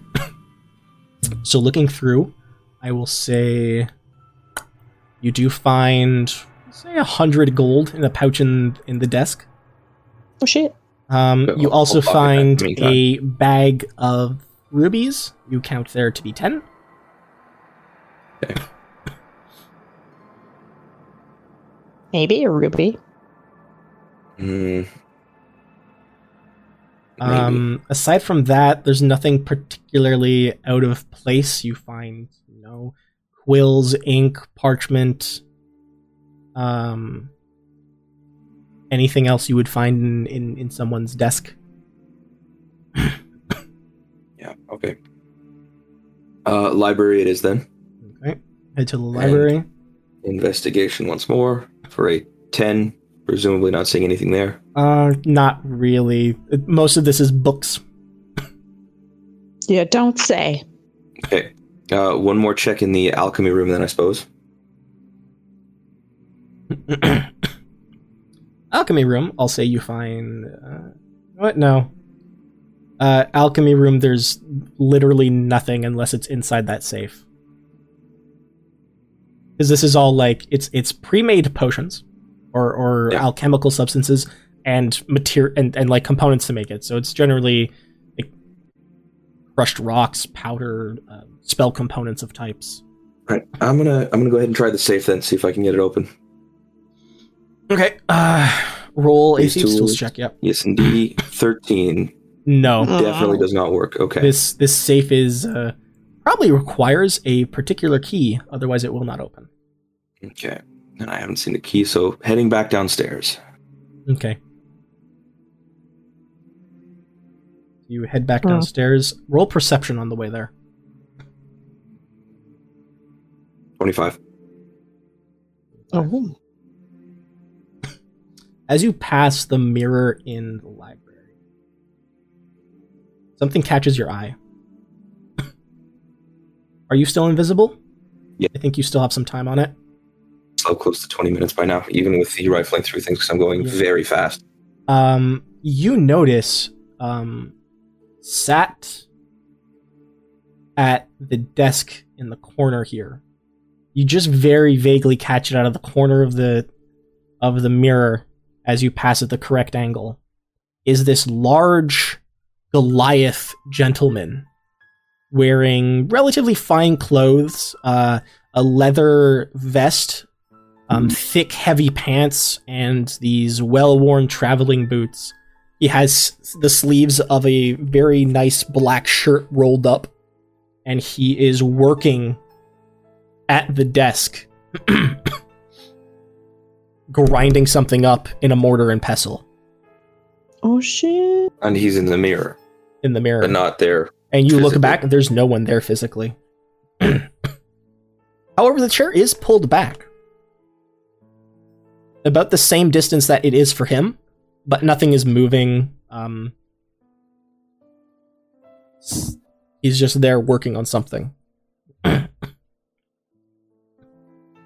Speaker 6: so looking through, I will say you do find say a hundred gold in a pouch in in the desk.
Speaker 2: Oh shit.
Speaker 6: Um,
Speaker 4: But
Speaker 6: you
Speaker 4: I'll-
Speaker 6: also
Speaker 4: I'll pocket that in
Speaker 6: find
Speaker 4: the meantime.
Speaker 6: a bag of rubies. You count there to be ten.
Speaker 2: Maybe a ruby.
Speaker 4: Mm, Maybe.
Speaker 6: Um, aside from that, there's nothing particularly out of place. You find, you know, quills, ink, parchment, um, anything else you would find in, in, in someone's desk.
Speaker 4: yeah. Okay. Uh, library it is then.
Speaker 6: Okay, head to the library.
Speaker 4: Investigation once more for a ten. Presumably not seeing anything there.
Speaker 6: Uh, not really. Most of this is books.
Speaker 2: Yeah, don't say.
Speaker 4: Okay. Uh, one more check in the alchemy room then, I suppose.
Speaker 6: alchemy room i'll say you find uh, what no uh, alchemy room there's literally nothing unless it's inside that safe because this is all like it's it's pre-made potions or or
Speaker 4: Yeah.
Speaker 6: alchemical substances and material and, and like components to make it so it's generally like crushed rocks powder uh, spell components of types
Speaker 4: Right. I'm gonna I'm gonna go ahead and try the safe then, see if I can get it open.
Speaker 6: okay uh roll a
Speaker 4: These
Speaker 6: thieves tools
Speaker 4: tools.
Speaker 6: check yep
Speaker 4: Yes, indeed. Thirteen
Speaker 6: no
Speaker 4: definitely does not work. Okay.
Speaker 6: Uh-huh. this this safe is uh, probably requires a particular key otherwise it will not open
Speaker 4: Okay. And I haven't seen the key, so heading back downstairs.
Speaker 6: okay you head back downstairs roll perception on the way there
Speaker 4: Twenty-five.
Speaker 2: Oh.
Speaker 6: as you pass the mirror in the library something catches your eye are you still invisible
Speaker 4: Yeah.
Speaker 6: i think you still have some time on it
Speaker 4: So close to twenty minutes by now, even with the rifling through things, because I'm going
Speaker 6: Yeah.
Speaker 4: very fast.
Speaker 6: um, you notice um, sat at the desk in the corner here. You just very vaguely catch it out of the corner of the of the mirror as you pass at the correct angle. Is this large Goliath gentleman wearing relatively fine clothes, uh, a leather vest um, thick, heavy pants and these well worn traveling boots. He has the sleeves of a very nice black shirt rolled up, and he is working at the desk, grinding something up in a mortar and pestle
Speaker 2: Oh shit.
Speaker 4: And he's in the mirror,
Speaker 6: in the mirror.
Speaker 4: but not there.
Speaker 6: and you look
Speaker 4: physically.
Speaker 6: back, there's no one there physically. However, the chair is pulled back. About the same distance that it is for him, but nothing is moving. Um, s- he's just there working on something.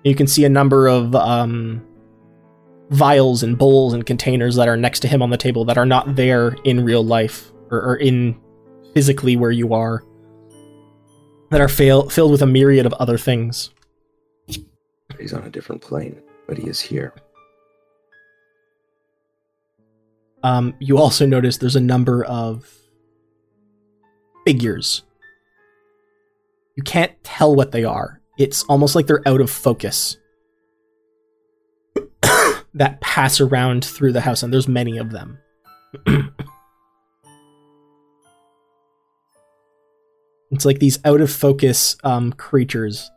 Speaker 6: you can see a number of um, vials and bowls and containers that are next to him on the table that are not there in real life or, or in physically where you are that are fail- filled with a myriad of other things.
Speaker 4: He's on a different plane, but he is here.
Speaker 6: Um, you also notice there's a number of figures. You can't tell what they are. It's almost like they're out of focus. that pass around through the house, and there's many of them. it's like these out of focus um, creatures.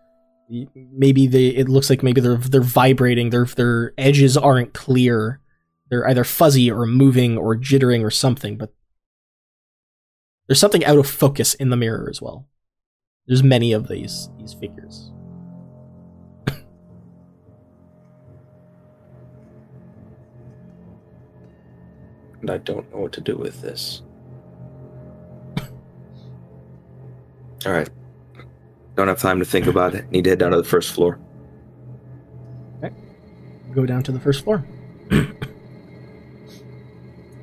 Speaker 6: Y- Maybe they. It looks like maybe they're they're vibrating. Their their edges aren't clear. they're either fuzzy or moving or jittering or something, but there's something out of focus in the mirror as well. There's many of these these figures.
Speaker 4: and I don't know what to do with this. All right. Don't have time to think about it. Need to head down to the first floor.
Speaker 6: Go down to the first floor. uh,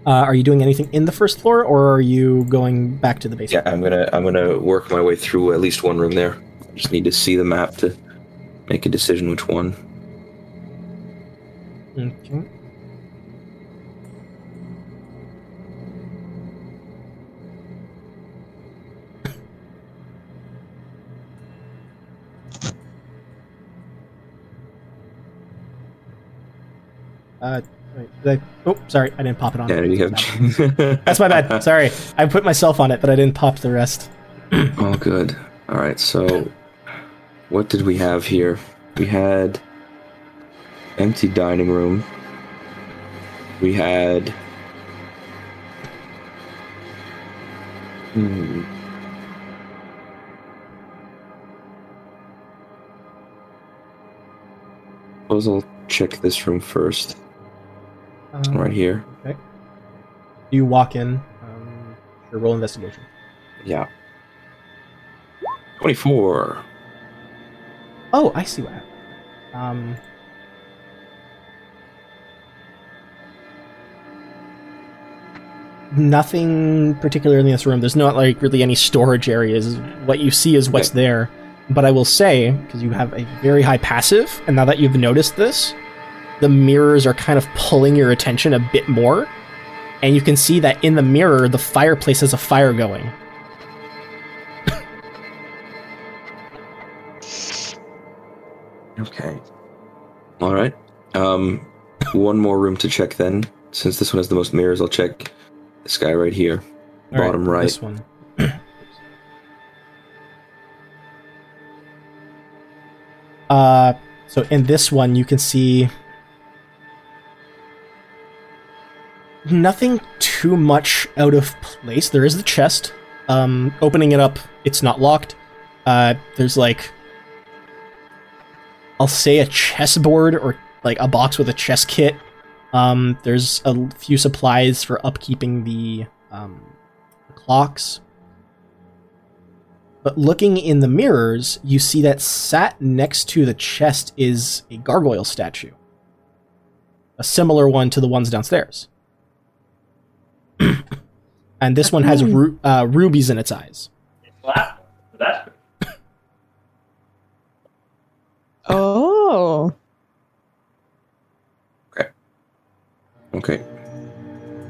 Speaker 6: are you doing anything in the first floor, or are you going back to the basement?
Speaker 4: Yeah, I'm gonna I'm gonna work my way through at least one room there. Just need to see the map to make a decision which one.
Speaker 6: Okay. Uh, wait, did I, oh, sorry, I didn't pop it on.
Speaker 4: Yeah, you have.
Speaker 6: That's my bad. Sorry, I put myself on it, but I didn't pop the rest.
Speaker 4: Oh, good. All right. So, what did we have here? We had empty dining room. We had. Hmm. Suppose I'll check this room first.
Speaker 6: Um,
Speaker 4: Right here.
Speaker 6: You walk in. Um, sure, roll investigation.
Speaker 4: Yeah. Twenty-four.
Speaker 6: Oh, I see what happened. Um, nothing particular in this room. There's not like really any storage areas. What you see is what's there. But I will say, because you have a very high passive, and now that you've noticed this, the mirrors are kind of pulling your attention a bit more. And you can see that in the mirror, the fireplace has a fire going.
Speaker 4: Okay. All right. Um, one more room to check then. Since this one has the most mirrors, I'll check this guy right here,
Speaker 6: All
Speaker 4: bottom right.
Speaker 6: This one. uh, so in this one, you can see nothing too much out of place. There is the chest. Um, opening it up, it's not locked. Uh, there's like, I'll say a chessboard or like a box with a chess kit. Um, there's a l- few supplies for upkeeping the um, clocks. But looking in the mirrors, you see that sat next to the chest is a gargoyle statue. A similar one to the ones downstairs. and this one has ru- uh, rubies in its eyes.
Speaker 9: Clap for that.
Speaker 2: Oh.
Speaker 4: Okay.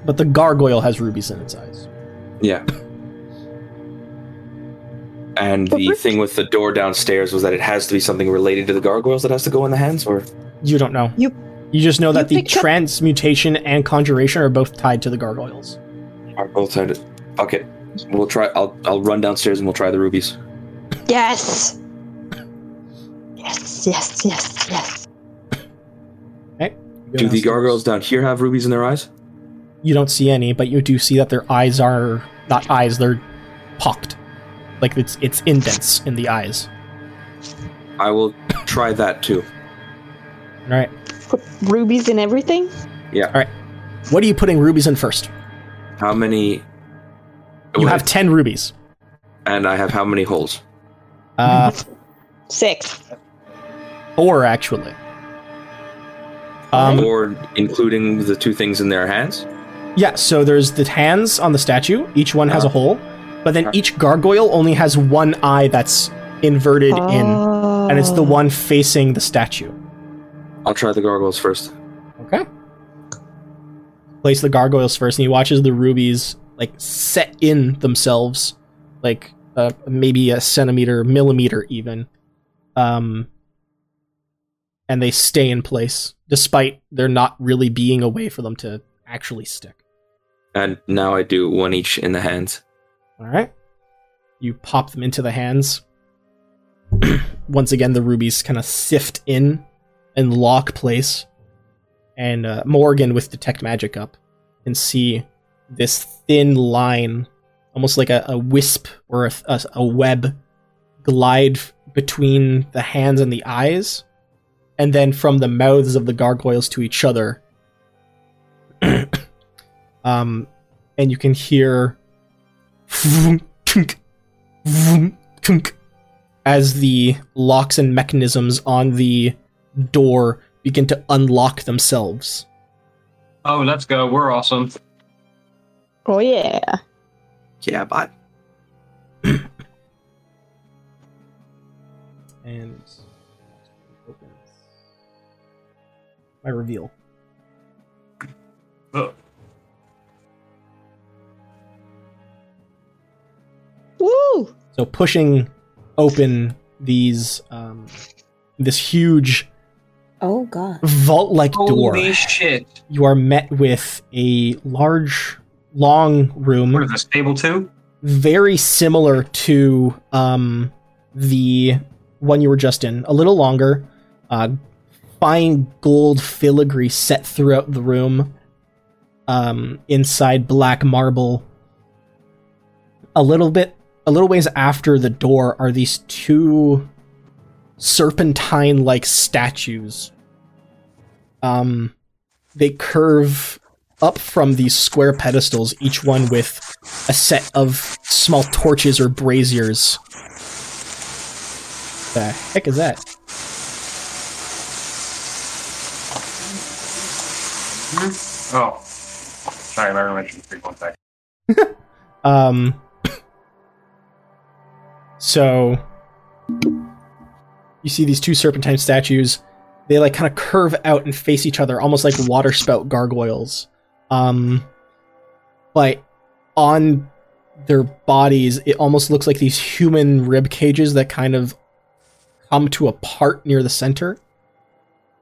Speaker 6: But the gargoyle has rubies in its eyes.
Speaker 4: Yeah. And the thing with the door downstairs was that it has to be something related to the gargoyles that has to go in the hands, or
Speaker 6: You don't know.
Speaker 2: You-
Speaker 6: you just know that
Speaker 2: you
Speaker 6: the
Speaker 2: picked up-
Speaker 6: transmutation and conjuration are both tied to the gargoyles.
Speaker 4: are both tied. Fuck it. We'll try. I'll I'll run downstairs and we'll try the rubies.
Speaker 2: Yes. Yes, yes, yes, yes.
Speaker 4: Do the gargoyles down here have rubies in their eyes?
Speaker 6: you don't see any, but you do see that their eyes are not eyes; they're pocked, like it's it's indents in the eyes.
Speaker 4: I will try that too.
Speaker 6: All right,
Speaker 2: Put rubies in everything?
Speaker 6: what are you putting rubies in first?
Speaker 4: How many?
Speaker 6: You have ten rubies.
Speaker 4: and I have how many holes?
Speaker 6: Uh,
Speaker 2: Mm-hmm. Six.
Speaker 6: four actually. Um,
Speaker 4: or including the two things in their hands.
Speaker 6: yeah. So there's the hands on the statue; each one has a hole, but then each gargoyle only has one eye that's inverted in, and it's
Speaker 5: Oh.
Speaker 6: the one facing the statue.
Speaker 4: I'll try the gargoyles first.
Speaker 6: Okay. Place the gargoyles first, and he watches the rubies like set in themselves, like uh, maybe a centimeter, millimeter even, um, and they stay in place despite there not really being a way for them to actually stick.
Speaker 4: And now I do one each in the hands.
Speaker 6: All right. You pop them into the hands. Once again, the rubies kind of sift in and lock place. And uh, Morgan, with detect magic up, can see this thin line, almost like a, a wisp or a, a, a web glide f- between the hands and the eyes, and then from the mouths of the gargoyles to each other. um, and you can hear vroom, tunk, vroom, tunk, as the locks and mechanisms on the door begin to unlock themselves.
Speaker 8: Oh, let's go. We're awesome.
Speaker 2: Oh yeah.
Speaker 4: Yeah, bye.
Speaker 6: and my reveal.
Speaker 8: Ugh.
Speaker 2: Woo!
Speaker 6: So pushing open these um, this huge
Speaker 2: Oh god.
Speaker 6: vault-like door,
Speaker 8: Holy shit.
Speaker 6: you are met with a large, long room.
Speaker 8: What is this, table two?
Speaker 6: very similar to um, the one you were just in, a little longer. Uh, fine gold filigree set throughout the room. Um, inside black marble. A little bit, a little ways after the door are these two serpentine-like statues. Um, they curve up from these square pedestals, each one with a set of small torches or braziers. The heck is that?
Speaker 8: Oh. Sorry, my room entered three one second.
Speaker 6: Um. So you see these two serpentine statues. They like kind of curve out and face each other, almost like water spout gargoyles. Um, but on their bodies, it almost looks like these human rib cages that kind of come to a part near the center.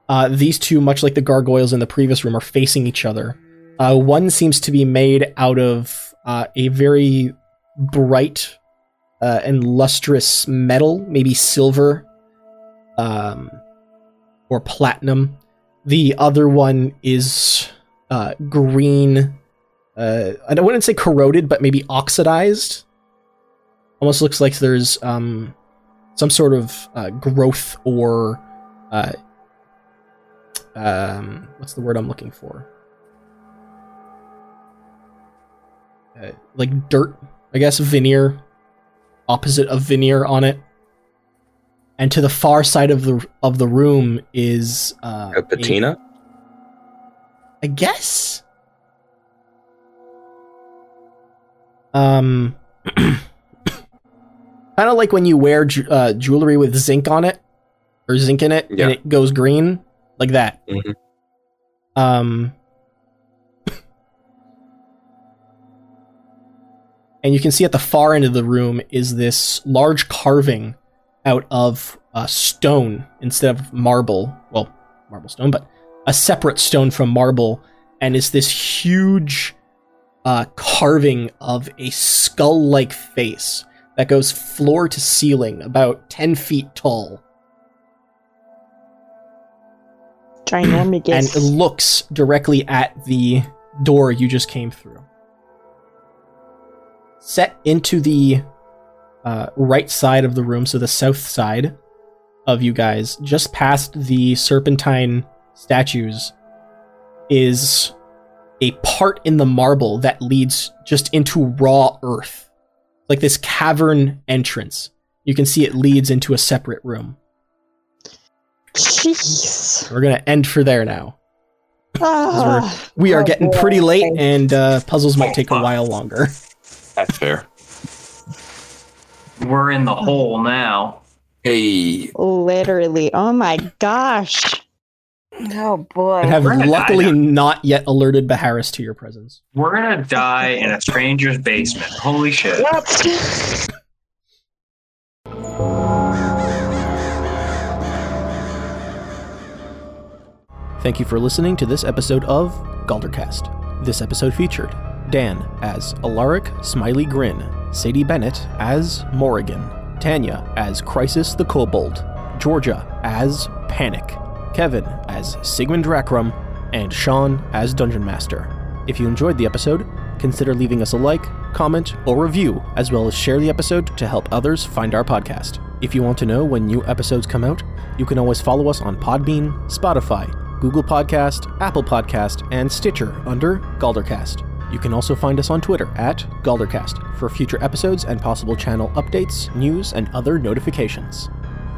Speaker 6: Uh, these two, much like the gargoyles in the previous room, are facing each other. Uh, one seems to be made out of uh, a very bright uh, and lustrous metal, maybe silver um, or platinum. The other one is uh, green. Uh, I don't- wouldn't say corroded, but maybe oxidized. Almost looks like there's um, some sort of uh, growth or uh, um, what's the word I'm looking for? uh, like dirt, I guess, veneer, opposite of veneer on it. And to the far side of the of the room is uh,
Speaker 4: A patina?
Speaker 6: I guess. Um, kind of like when you wear ju- uh, jewelry with zinc on it, or zinc in it,
Speaker 4: Yeah.
Speaker 6: and it goes green, like that.
Speaker 4: Mhm.
Speaker 6: Um, and you can see at the far end of the room is this large carving out of uh, stone instead of marble. Well, marble stone, but a separate stone from marble, and is this huge uh, carving of a skull like face that goes floor to ceiling, about 10 feet tall, and
Speaker 2: Ginormous.
Speaker 6: looks directly at the door you just came through. Set into the uh, right side of the room, so the south side of you guys, just past the serpentine statues, is a part in the marble that leads just into raw earth. Like this cavern entrance. You can see it leads into a separate room.
Speaker 2: Jeez.
Speaker 6: We're going to end for there now.
Speaker 2: Ah.
Speaker 6: We are
Speaker 5: Oh,
Speaker 6: getting
Speaker 5: boy.
Speaker 6: pretty late,
Speaker 5: Okay.
Speaker 6: and uh, puzzles might take a while longer.
Speaker 4: That's fair.
Speaker 8: We're in the hole now.
Speaker 4: Hey,
Speaker 2: Literally. Oh my gosh.
Speaker 5: Oh boy.
Speaker 6: And have
Speaker 8: We're gonna die
Speaker 6: luckily
Speaker 8: now.
Speaker 6: not yet alerted Baharis to your presence.
Speaker 8: We're gonna die in a stranger's basement. Holy shit.
Speaker 1: Thank you for listening to this episode of Galdercast. This episode featured Dan as Alaric Smiley Grin, Sadie Bennett as Morrigan, Tanya as Crisis the Kobold, Georgia as Panic, Kevin as Sigmund Rackrum, and Sean as Dungeon Master. If you enjoyed the episode, consider leaving us a like, comment, or review, as well as share the episode to help others find our podcast. If you want to know when new episodes come out, you can always follow us on Podbean, Spotify, Google Podcast, Apple Podcast, and Stitcher under Galdercast. You can also find us on Twitter at Galdercast for future episodes and possible channel updates, news, and other notifications.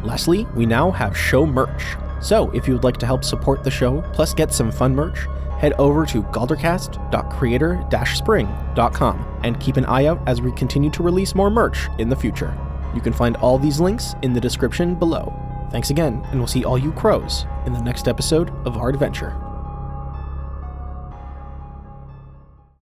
Speaker 1: Lastly, we now have show merch. So, if you would like to help support the show, plus get some fun merch, head over to galdercast.creator-spring.com and keep an eye out as we continue to release more merch in the future. You can find all these links in the description below. Thanks again, and we'll see all you crows in the next episode of our adventure.